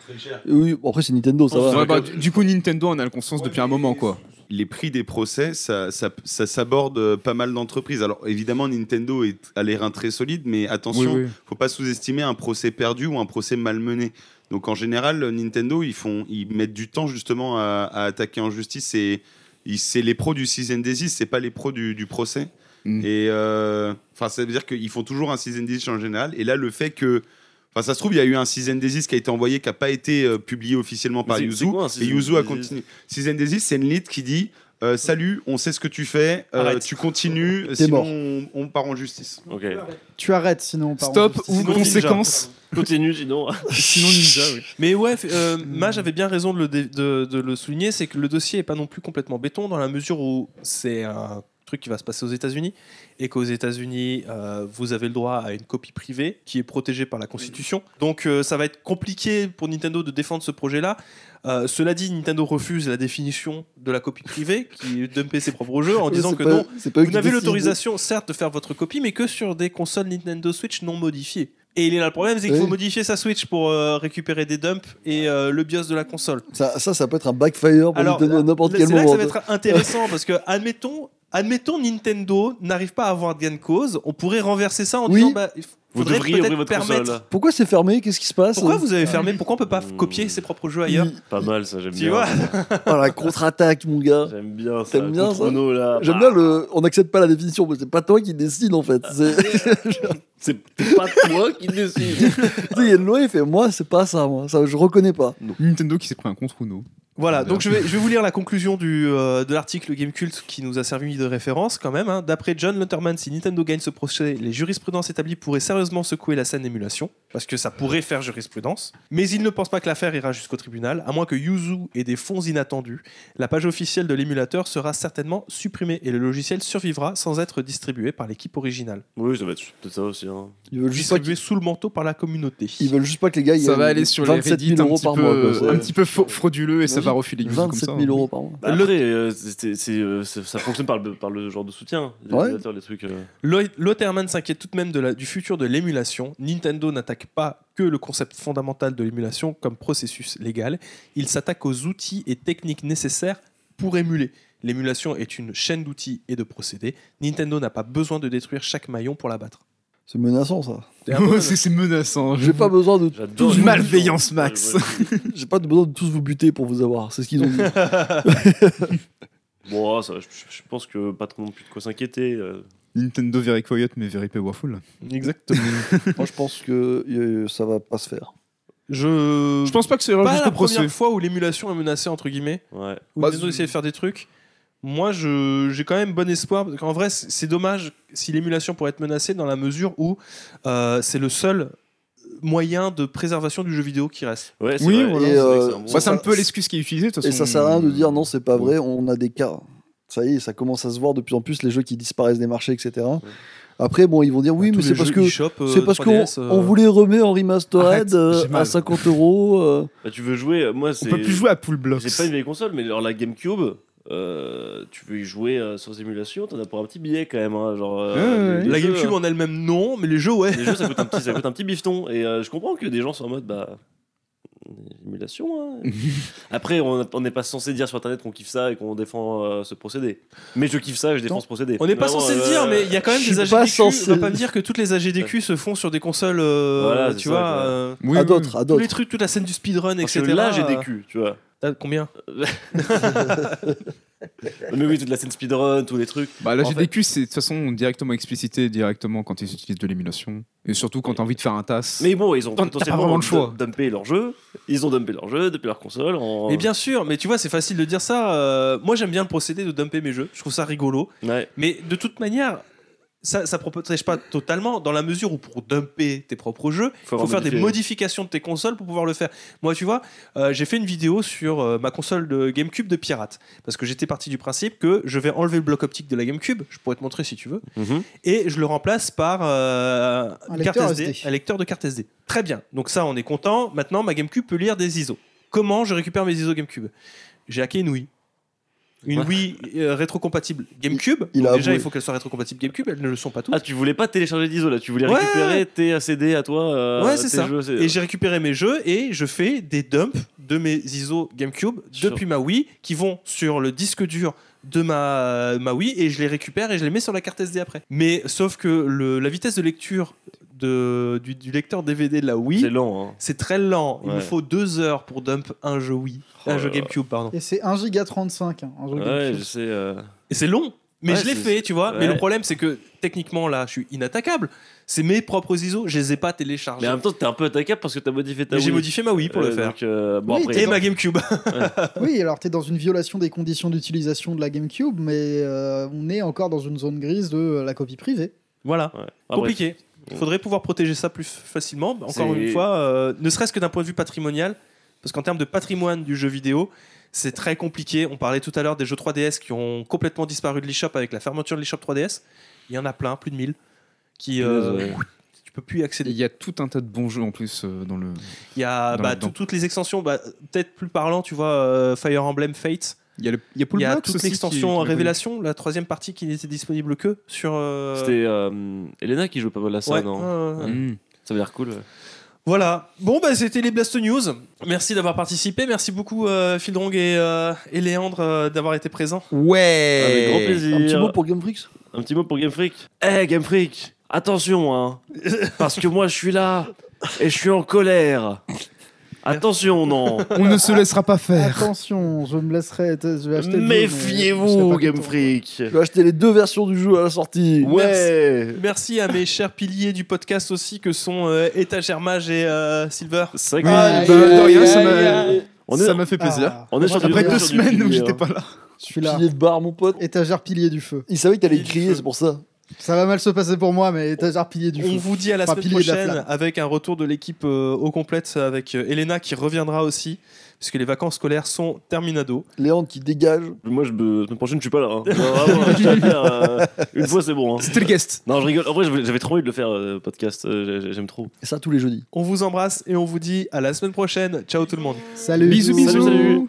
[SPEAKER 6] oui, bon, après c'est Nintendo ça
[SPEAKER 2] Ouais,
[SPEAKER 6] va.
[SPEAKER 5] Ouais, bah, du, du coup, Nintendo en a le conscience depuis un moment, quoi.
[SPEAKER 4] les prix des procès, ça, ça, ça s'aborde euh, pas mal d'entreprises. Alors évidemment, Nintendo est, a l'air un très solide, mais attention,
[SPEAKER 5] Oui, oui.
[SPEAKER 4] faut pas sous-estimer un procès perdu ou un procès malmené. Donc en général, euh, Nintendo, ils, font, ils mettent du temps justement à, à attaquer en justice. Et ils- c'est les pros du season disease, c'est pas les pros du, du procès.
[SPEAKER 5] Mm.
[SPEAKER 4] Et euh, enfin, ça veut dire qu'ils font toujours un season disease en général. Et là, le fait que, enfin, ça se trouve, il y a eu un season disease qui a été envoyé, qui a pas été euh, publié officiellement par
[SPEAKER 2] c'est- c'est
[SPEAKER 4] Yuzu.
[SPEAKER 2] quoi un
[SPEAKER 4] Et
[SPEAKER 2] season
[SPEAKER 4] Yuzu a
[SPEAKER 2] disease
[SPEAKER 4] continué. Season Disease, c'est une lead qui dit euh, Salut, on sait ce que tu fais, euh,
[SPEAKER 1] Arrête.
[SPEAKER 4] tu continues,
[SPEAKER 6] T'es
[SPEAKER 4] sinon
[SPEAKER 6] mort.
[SPEAKER 4] on, on part en justice.
[SPEAKER 2] Ok.
[SPEAKER 3] tu arrêtes sinon. on part en
[SPEAKER 5] Stop
[SPEAKER 3] justice.
[SPEAKER 5] ou
[SPEAKER 2] Sinon,
[SPEAKER 5] conséquence
[SPEAKER 2] Continue, sinon.
[SPEAKER 1] Sinon Ninja, oui. Mais ouais, f- euh, Mage avait bien raison de le, dé- de, de le souligner, c'est que le dossier est pas non plus complètement béton dans la mesure où c'est un truc qui va se passer aux États-Unis et qu'aux États-Unis, euh, vous avez le droit à une copie privée qui est protégée par la Constitution. Donc euh, ça va être compliqué pour Nintendo de défendre ce projet-là. Euh, cela dit, Nintendo refuse la définition de la copie privée qui est dumper ses propres jeux en
[SPEAKER 6] Ouais,
[SPEAKER 1] disant
[SPEAKER 6] c'est
[SPEAKER 1] que
[SPEAKER 6] pas-
[SPEAKER 1] non,
[SPEAKER 6] c'est pas eux
[SPEAKER 1] vous
[SPEAKER 6] qui
[SPEAKER 1] n'avez
[SPEAKER 6] décident.
[SPEAKER 1] l'autorisation, certes, de faire votre copie, mais que sur des consoles Nintendo Switch non modifiées. Et il est là le problème, c'est qu'il
[SPEAKER 6] Oui.
[SPEAKER 1] faut modifier sa Switch pour euh, récupérer des dumps et euh, le BIOS de la console.
[SPEAKER 6] Ça, ça, ça peut être un backfire pour
[SPEAKER 1] Alors,
[SPEAKER 6] Nintendo à n'importe
[SPEAKER 1] là,
[SPEAKER 6] quel
[SPEAKER 1] c'est là que
[SPEAKER 6] moment.
[SPEAKER 1] ça va être intéressant parce que, admettons, admettons Nintendo n'arrive pas à avoir de gain de cause, on pourrait renverser ça en
[SPEAKER 6] Oui.
[SPEAKER 1] disant bah, il
[SPEAKER 2] Vous
[SPEAKER 1] faudrait
[SPEAKER 2] devriez ouvrir
[SPEAKER 1] peut-être
[SPEAKER 2] votre
[SPEAKER 1] permettre.
[SPEAKER 2] console.
[SPEAKER 6] Pourquoi c'est fermé Qu'est-ce qui se passe
[SPEAKER 1] Pourquoi vous avez fermé Pourquoi on peut pas
[SPEAKER 2] Hmm.
[SPEAKER 1] copier ses propres jeux ailleurs
[SPEAKER 6] Mmh. Il-
[SPEAKER 2] Pas mal, ça, j'aime
[SPEAKER 1] Tu
[SPEAKER 2] bien.
[SPEAKER 1] vois
[SPEAKER 6] Oh la contre-attaque, mon gars.
[SPEAKER 2] J'aime bien ça.
[SPEAKER 6] T'aimes bien
[SPEAKER 2] Contre
[SPEAKER 6] ça
[SPEAKER 2] nous, là. Bah,
[SPEAKER 6] J'aime bien le. On n'accepte pas la définition, mais c'est pas toi qui décide en fait. C'est- Tu sais,
[SPEAKER 2] C'est pas toi qui décide.
[SPEAKER 6] Il y a une loi, il fait moi, c'est pas ça, moi. Ça, je reconnais pas.
[SPEAKER 5] Nintendo qui s'est pris un contre Uno.
[SPEAKER 1] Voilà,
[SPEAKER 5] Bien.
[SPEAKER 1] donc je vais, je vais vous lire la conclusion du, euh, de l'article Game Cult qui nous a servi de référence quand même. hein. D'après John Letterman, si Nintendo gagne ce procès, les jurisprudences établies pourraient sérieusement secouer la scène d'émulation, parce que ça pourrait faire jurisprudence. Mais il ne pense pas que l'affaire ira jusqu'au tribunal, à moins que Yuzu ait des fonds inattendus. La page officielle de l'émulateur sera certainement supprimée et le logiciel survivra sans être distribué par l'équipe originale.
[SPEAKER 2] Oui, ça va être peut-être ça aussi. hein.
[SPEAKER 6] Ils veulent juste pas
[SPEAKER 1] Distribué sous le manteau par la communauté.
[SPEAKER 6] qu'ils- ils veulent juste pas que les gars. ils
[SPEAKER 5] Ça
[SPEAKER 6] aient
[SPEAKER 5] va aller sur les
[SPEAKER 6] 27
[SPEAKER 5] Reddit
[SPEAKER 6] 000
[SPEAKER 5] un
[SPEAKER 6] euros
[SPEAKER 5] petit
[SPEAKER 6] par
[SPEAKER 5] peu,
[SPEAKER 6] mois. quoi.
[SPEAKER 5] euh,
[SPEAKER 6] Ouais.
[SPEAKER 5] un petit peu faux- frauduleux et ça va
[SPEAKER 6] Imagine,
[SPEAKER 5] refiler Yuzu comme
[SPEAKER 6] 27
[SPEAKER 5] ça. hein.
[SPEAKER 6] 000 euros par mois.
[SPEAKER 2] Bah, après, euh, c'est- c'est, euh, c'est- ça fonctionne par le, par le genre de soutien. Les
[SPEAKER 6] Ouais.
[SPEAKER 2] utilisateurs, les trucs. euh,
[SPEAKER 1] Lloyd- Lauterman s'inquiète tout de même de la- du futur de l'émulation. Nintendo n'attaque pas que le concept fondamental de l'émulation comme processus légal, il s'attaque aux outils et techniques nécessaires pour émuler. L'émulation est une chaîne d'outils et de procédés. Nintendo n'a pas besoin de détruire chaque maillon pour la battre.
[SPEAKER 6] C'est menaçant ça.
[SPEAKER 5] c'est c'est menaçant.
[SPEAKER 6] J'ai pas besoin de
[SPEAKER 2] J'adore.
[SPEAKER 5] Tous
[SPEAKER 2] les-
[SPEAKER 5] malveillance, Max.
[SPEAKER 2] Ouais, ouais.
[SPEAKER 6] j'ai pas besoin de tous vous buter pour vous avoir. C'est ce qu'ils ont dit.
[SPEAKER 2] Bon, ah, ça, va, je, je- je pense que pas trop non plus de quoi s'inquiéter. euh.
[SPEAKER 5] Nintendo Very Quiet, mais Very Powerful.
[SPEAKER 1] Exactement.
[SPEAKER 6] moi, je pense que euh, ça va pas se faire.
[SPEAKER 1] Je.
[SPEAKER 5] Je pense pas que ça ira
[SPEAKER 1] pas la
[SPEAKER 5] jusqu'au
[SPEAKER 1] première
[SPEAKER 5] procès.
[SPEAKER 1] fois où l'émulation est menacée entre guillemets.
[SPEAKER 2] Ouais.
[SPEAKER 1] ou
[SPEAKER 5] Bah,
[SPEAKER 1] Nintendo
[SPEAKER 5] c'est-
[SPEAKER 1] essayait de faire des trucs. Moi, je- j'ai quand même bon espoir. En vrai, c'est c'est dommage si l'émulation pourrait être menacée dans la mesure où euh, c'est le seul moyen de préservation du jeu vidéo qui reste.
[SPEAKER 2] Ouais, c'est
[SPEAKER 5] Oui,
[SPEAKER 2] vrai.
[SPEAKER 5] voilà.
[SPEAKER 2] C'est
[SPEAKER 6] Et,
[SPEAKER 2] vrai que
[SPEAKER 6] euh,
[SPEAKER 2] c'est un bon-
[SPEAKER 5] Bah, c'est
[SPEAKER 6] Ça-
[SPEAKER 5] un peu l'excuse qui est utilisée. de toute
[SPEAKER 6] Et
[SPEAKER 5] façon.
[SPEAKER 6] ça sert à rien de dire non, c'est pas vrai, on a des cas. Ça y est, ça commence à se voir de plus en plus, les jeux qui disparaissent des marchés, etc. Après, bon, ils vont
[SPEAKER 5] Bah,
[SPEAKER 6] dire oui, mais c'est parce que.
[SPEAKER 1] euh,
[SPEAKER 6] C'est
[SPEAKER 5] euh,
[SPEAKER 6] parce qu'on on voulait remettre en remastered
[SPEAKER 5] Arrête,
[SPEAKER 6] euh,
[SPEAKER 5] j'ai mal.
[SPEAKER 6] à 50 euros. euh.
[SPEAKER 2] Bah, tu veux jouer. euh, Moi, c'est.
[SPEAKER 5] On peut plus jouer à Pool Blocks.
[SPEAKER 2] J'ai pas une vieille console, mais alors la GameCube, euh, tu veux y jouer euh, sans émulation, t'en as pour un petit billet quand même. hein, genre, euh,
[SPEAKER 5] Ouais, ouais,
[SPEAKER 2] les-
[SPEAKER 5] ouais.
[SPEAKER 1] La
[SPEAKER 2] les jeux,
[SPEAKER 1] GameCube
[SPEAKER 2] hein.
[SPEAKER 1] en elle-même, non, mais les jeux, ouais.
[SPEAKER 2] Les jeux, ça coûte un petit, ça coûte un petit bifton. Et euh, je comprends que des gens sont en mode, bah. Émulation. hein. Après, on on n'est pas censé dire sur internet qu'on kiffe ça et qu'on défend euh, ce procédé. Mais je kiffe ça et je défends
[SPEAKER 6] Non.
[SPEAKER 2] ce procédé.
[SPEAKER 1] On n'est pas
[SPEAKER 2] Vraiment,
[SPEAKER 1] censé le
[SPEAKER 2] euh,
[SPEAKER 1] dire, mais il y a quand même
[SPEAKER 6] je
[SPEAKER 1] des
[SPEAKER 6] suis pas
[SPEAKER 1] AGDQ. On va
[SPEAKER 6] censé.
[SPEAKER 1] pas me dire que toutes les AGDQ se font sur des consoles, euh,
[SPEAKER 2] Voilà, c'est
[SPEAKER 1] tu
[SPEAKER 2] ça,
[SPEAKER 1] vois,
[SPEAKER 2] quoi.
[SPEAKER 1] euh,
[SPEAKER 5] Oui,
[SPEAKER 6] à
[SPEAKER 5] oui,
[SPEAKER 6] d'autres, à
[SPEAKER 1] tous les
[SPEAKER 6] d'autres.
[SPEAKER 1] trucs, toute la scène du speedrun,
[SPEAKER 2] Parce
[SPEAKER 1] etc.
[SPEAKER 2] que là, j'ai des
[SPEAKER 1] euh,
[SPEAKER 2] culs, tu vois.
[SPEAKER 1] t'as Combien
[SPEAKER 2] Mais oui, toute la scène speedrun, tous les trucs.
[SPEAKER 5] oui. Bah, la
[SPEAKER 2] En fait-
[SPEAKER 5] GDQ, c'est de toute façon directement explicité directement quand ils utilisent de l'émulation. Et surtout quand t'as envie de faire un tasse.
[SPEAKER 2] Mais bon, ils ont
[SPEAKER 5] T'as pas
[SPEAKER 2] potentiellement
[SPEAKER 5] vraiment le
[SPEAKER 2] dum-
[SPEAKER 5] choix.
[SPEAKER 2] dumpé leur jeu. Ils ont dumpé leur jeu depuis leur console. En...
[SPEAKER 1] Mais bien sûr, mais tu vois, c'est facile de dire ça. euh, moi, j'aime bien le procédé de dumper mes jeux. Je trouve ça rigolo.
[SPEAKER 2] Ouais.
[SPEAKER 1] Mais de toute manière, ça, ça protège pas totalement dans la mesure où pour dumper tes propres jeux, il faut,
[SPEAKER 2] leur
[SPEAKER 1] faire des
[SPEAKER 2] modifier.
[SPEAKER 1] modifications de tes consoles pour pouvoir le faire. Moi, tu vois, euh, j'ai fait une vidéo sur euh, ma console de GameCube de pirate parce que j'étais parti du principe que je vais enlever le bloc optique de la GameCube. Je pourrais te montrer si tu veux
[SPEAKER 2] Mhm.
[SPEAKER 1] et je le remplace par euh,
[SPEAKER 3] Un
[SPEAKER 1] carte
[SPEAKER 3] lecteur
[SPEAKER 1] SD,
[SPEAKER 3] SD.
[SPEAKER 1] un lecteur de carte SD. Très bien. Donc ça, on est content. Maintenant, ma GameCube peut lire des ISO. Comment je récupère mes ISO GameCube J'ai hacké une Wii. Une Wii euh, rétrocompatible GameCube.
[SPEAKER 6] Il- il
[SPEAKER 1] Donc
[SPEAKER 6] a
[SPEAKER 1] déjà,
[SPEAKER 6] avoué.
[SPEAKER 1] il faut qu'elle soit rétrocompatible GameCube. Elles ne le sont pas toutes.
[SPEAKER 2] Ah, tu voulais pas télécharger d'ISO là, tu voulais
[SPEAKER 1] Ouais,
[SPEAKER 2] récupérer
[SPEAKER 1] ouais.
[SPEAKER 2] tes ACD à toi. euh,
[SPEAKER 1] Ouais, c'est
[SPEAKER 2] tes
[SPEAKER 1] ça.
[SPEAKER 2] jeux, c'est-
[SPEAKER 1] Et j'ai récupéré mes jeux et je fais des dumps de mes ISO GameCube
[SPEAKER 2] Sur-
[SPEAKER 1] depuis ma Wii qui vont sur le disque dur de ma, ma Wii et je les récupère et je les mets sur la carte SD après. Mais sauf que le- la vitesse de lecture de, du, du lecteur DVD de la
[SPEAKER 2] c'est
[SPEAKER 1] Wii,
[SPEAKER 2] lent. hein.
[SPEAKER 1] c'est très lent. Il me
[SPEAKER 2] Ouais.
[SPEAKER 1] faut deux heures pour dump un jeu Wii,
[SPEAKER 2] Oh
[SPEAKER 1] un
[SPEAKER 2] là
[SPEAKER 1] jeu
[SPEAKER 2] là.
[SPEAKER 1] GameCube pardon.
[SPEAKER 3] Et c'est 1 giga 35. hein,
[SPEAKER 1] Oh,
[SPEAKER 3] un jeu
[SPEAKER 2] Ouais,
[SPEAKER 3] GameCube.
[SPEAKER 2] je sais. euh,
[SPEAKER 1] Et c'est long. Mais
[SPEAKER 2] Ouais,
[SPEAKER 1] je l'ai
[SPEAKER 2] c'est-
[SPEAKER 1] fait, tu vois.
[SPEAKER 2] ouais.
[SPEAKER 1] Mais le problème, c'est que techniquement, là, je suis inattaquable. C'est mes propres ISO, je les ai pas téléchargés.
[SPEAKER 2] Mais en même temps, t'es un peu attaquable parce que t'as modifié ta
[SPEAKER 1] Mais j'ai
[SPEAKER 2] Wii.
[SPEAKER 1] modifié ma Wii pour
[SPEAKER 2] Ouais,
[SPEAKER 1] le faire.
[SPEAKER 2] donc, euh, bon,
[SPEAKER 3] Oui,
[SPEAKER 2] après,
[SPEAKER 3] t'es
[SPEAKER 1] Et
[SPEAKER 2] il y a-
[SPEAKER 1] ma GameCube.
[SPEAKER 3] Oui, alors t'es dans une violation des conditions d'utilisation de la GameCube, mais euh, on est encore dans une zone grise de euh, la copie privée.
[SPEAKER 1] Voilà.
[SPEAKER 2] Ouais. Ah, bref.
[SPEAKER 1] Compliqué. Il faudrait pouvoir protéger ça plus facilement. Encore
[SPEAKER 2] C'est-
[SPEAKER 1] une fois, euh, ne serait-ce que d'un point de vue patrimonial, parce qu'en termes de patrimoine du jeu vidéo, c'est très compliqué. On parlait tout à l'heure des jeux 3DS qui ont complètement disparu de l'eShop avec la fermeture de l'eShop 3DS. Il y en a plein, plus de 1000, qui euh,
[SPEAKER 2] Punaise, ouais.
[SPEAKER 1] tu peux plus y
[SPEAKER 5] Il
[SPEAKER 1] accéder.
[SPEAKER 5] y a tout un tas de bons jeux en plus euh, dans le.
[SPEAKER 1] Il y a
[SPEAKER 5] Dans-
[SPEAKER 1] bah,
[SPEAKER 5] dans-
[SPEAKER 1] tout- toutes les extensions, bah, peut-être plus parlant, tu vois, euh, Fire Emblem Fate.
[SPEAKER 5] Il y a, le, il y a Paul
[SPEAKER 1] Il y a
[SPEAKER 5] Blox
[SPEAKER 1] toute
[SPEAKER 5] aussi qui-
[SPEAKER 1] l'extension
[SPEAKER 5] qui l'a
[SPEAKER 1] Révélation, la troisième partie qui n'était disponible que sur. euh,
[SPEAKER 2] C'était euh, Elena qui jouait pas mal à ça,
[SPEAKER 1] ouais,
[SPEAKER 2] non
[SPEAKER 1] ouais, ouais.
[SPEAKER 5] connu. Mm.
[SPEAKER 2] Ça veut dire cool. ouais.
[SPEAKER 1] Voilà. Bon, bah, c'était les Blast News. Merci d'avoir participé. Merci beaucoup, euh, Phildrong et, euh, et Léandre, euh, d'avoir été présents.
[SPEAKER 5] Ouais.
[SPEAKER 4] Ah
[SPEAKER 2] Avec Ah, grand plaisir.
[SPEAKER 6] Un petit mot pour Game Freaks
[SPEAKER 2] Un petit mot pour Game Freak. Eh Game Freak, attention hein, parce que moi je suis là et je suis en colère. Attention non.
[SPEAKER 5] On ne se laissera pas faire.
[SPEAKER 3] Attention, je me laisserai. Je vais acheter le jeu, mais je serai
[SPEAKER 2] Méfiez-vous
[SPEAKER 3] pas
[SPEAKER 2] Game
[SPEAKER 3] content.
[SPEAKER 2] Freak.
[SPEAKER 6] Tu vas acheter les deux versions du jeu à la sortie.
[SPEAKER 2] Ouais.
[SPEAKER 1] Merci à mes chers piliers du podcast aussi, que sont euh, Étagère Mage et euh, Silver.
[SPEAKER 2] C'est vrai que-
[SPEAKER 5] Oui, bah,
[SPEAKER 3] Aïe,
[SPEAKER 5] de
[SPEAKER 3] aïe,
[SPEAKER 5] rien, ça
[SPEAKER 3] aïe,
[SPEAKER 5] m'a-
[SPEAKER 3] aïe.
[SPEAKER 2] on est
[SPEAKER 5] ça m'a fait plaisir.
[SPEAKER 3] Ah,
[SPEAKER 2] on est sur
[SPEAKER 3] moi,
[SPEAKER 2] du-
[SPEAKER 5] Après
[SPEAKER 3] j'adore.
[SPEAKER 5] deux
[SPEAKER 2] sur du
[SPEAKER 5] semaines où
[SPEAKER 2] pilier,
[SPEAKER 5] j'étais
[SPEAKER 2] hein.
[SPEAKER 5] pas là.
[SPEAKER 3] Je suis là.
[SPEAKER 6] Pilier de bar, mon pote.
[SPEAKER 3] Étagère pilier du feu.
[SPEAKER 6] Il savait que t'allais
[SPEAKER 1] Pilier du
[SPEAKER 6] crier,
[SPEAKER 1] feu.
[SPEAKER 6] c'est pour ça.
[SPEAKER 3] Ça va mal se passer pour moi, mais étagère pilier du
[SPEAKER 1] On
[SPEAKER 3] feu.
[SPEAKER 1] vous dit à la
[SPEAKER 3] Enfin,
[SPEAKER 1] semaine
[SPEAKER 3] pilier de la
[SPEAKER 1] prochaine
[SPEAKER 3] flamme.
[SPEAKER 1] avec un retour de l'équipe euh, au complète avec euh, Elena qui reviendra aussi, puisque les vacances scolaires sont terminado.
[SPEAKER 6] Léandre qui dégage.
[SPEAKER 2] Moi je me... la semaine prochaine je suis pas là. hein. Vraiment, je tiens à le dire, euh, une fois c'est bon. hein.
[SPEAKER 5] C'était le guest.
[SPEAKER 2] Non je rigole. En vrai j'avais j'avais trop envie de le faire euh, podcast. Euh, j'ai- J'aime trop.
[SPEAKER 6] Et ça tous les jeudis.
[SPEAKER 1] On vous embrasse et on vous dit à la semaine prochaine. Ciao tout le monde.
[SPEAKER 3] Salut.
[SPEAKER 5] Bisous, bisous.
[SPEAKER 2] salut.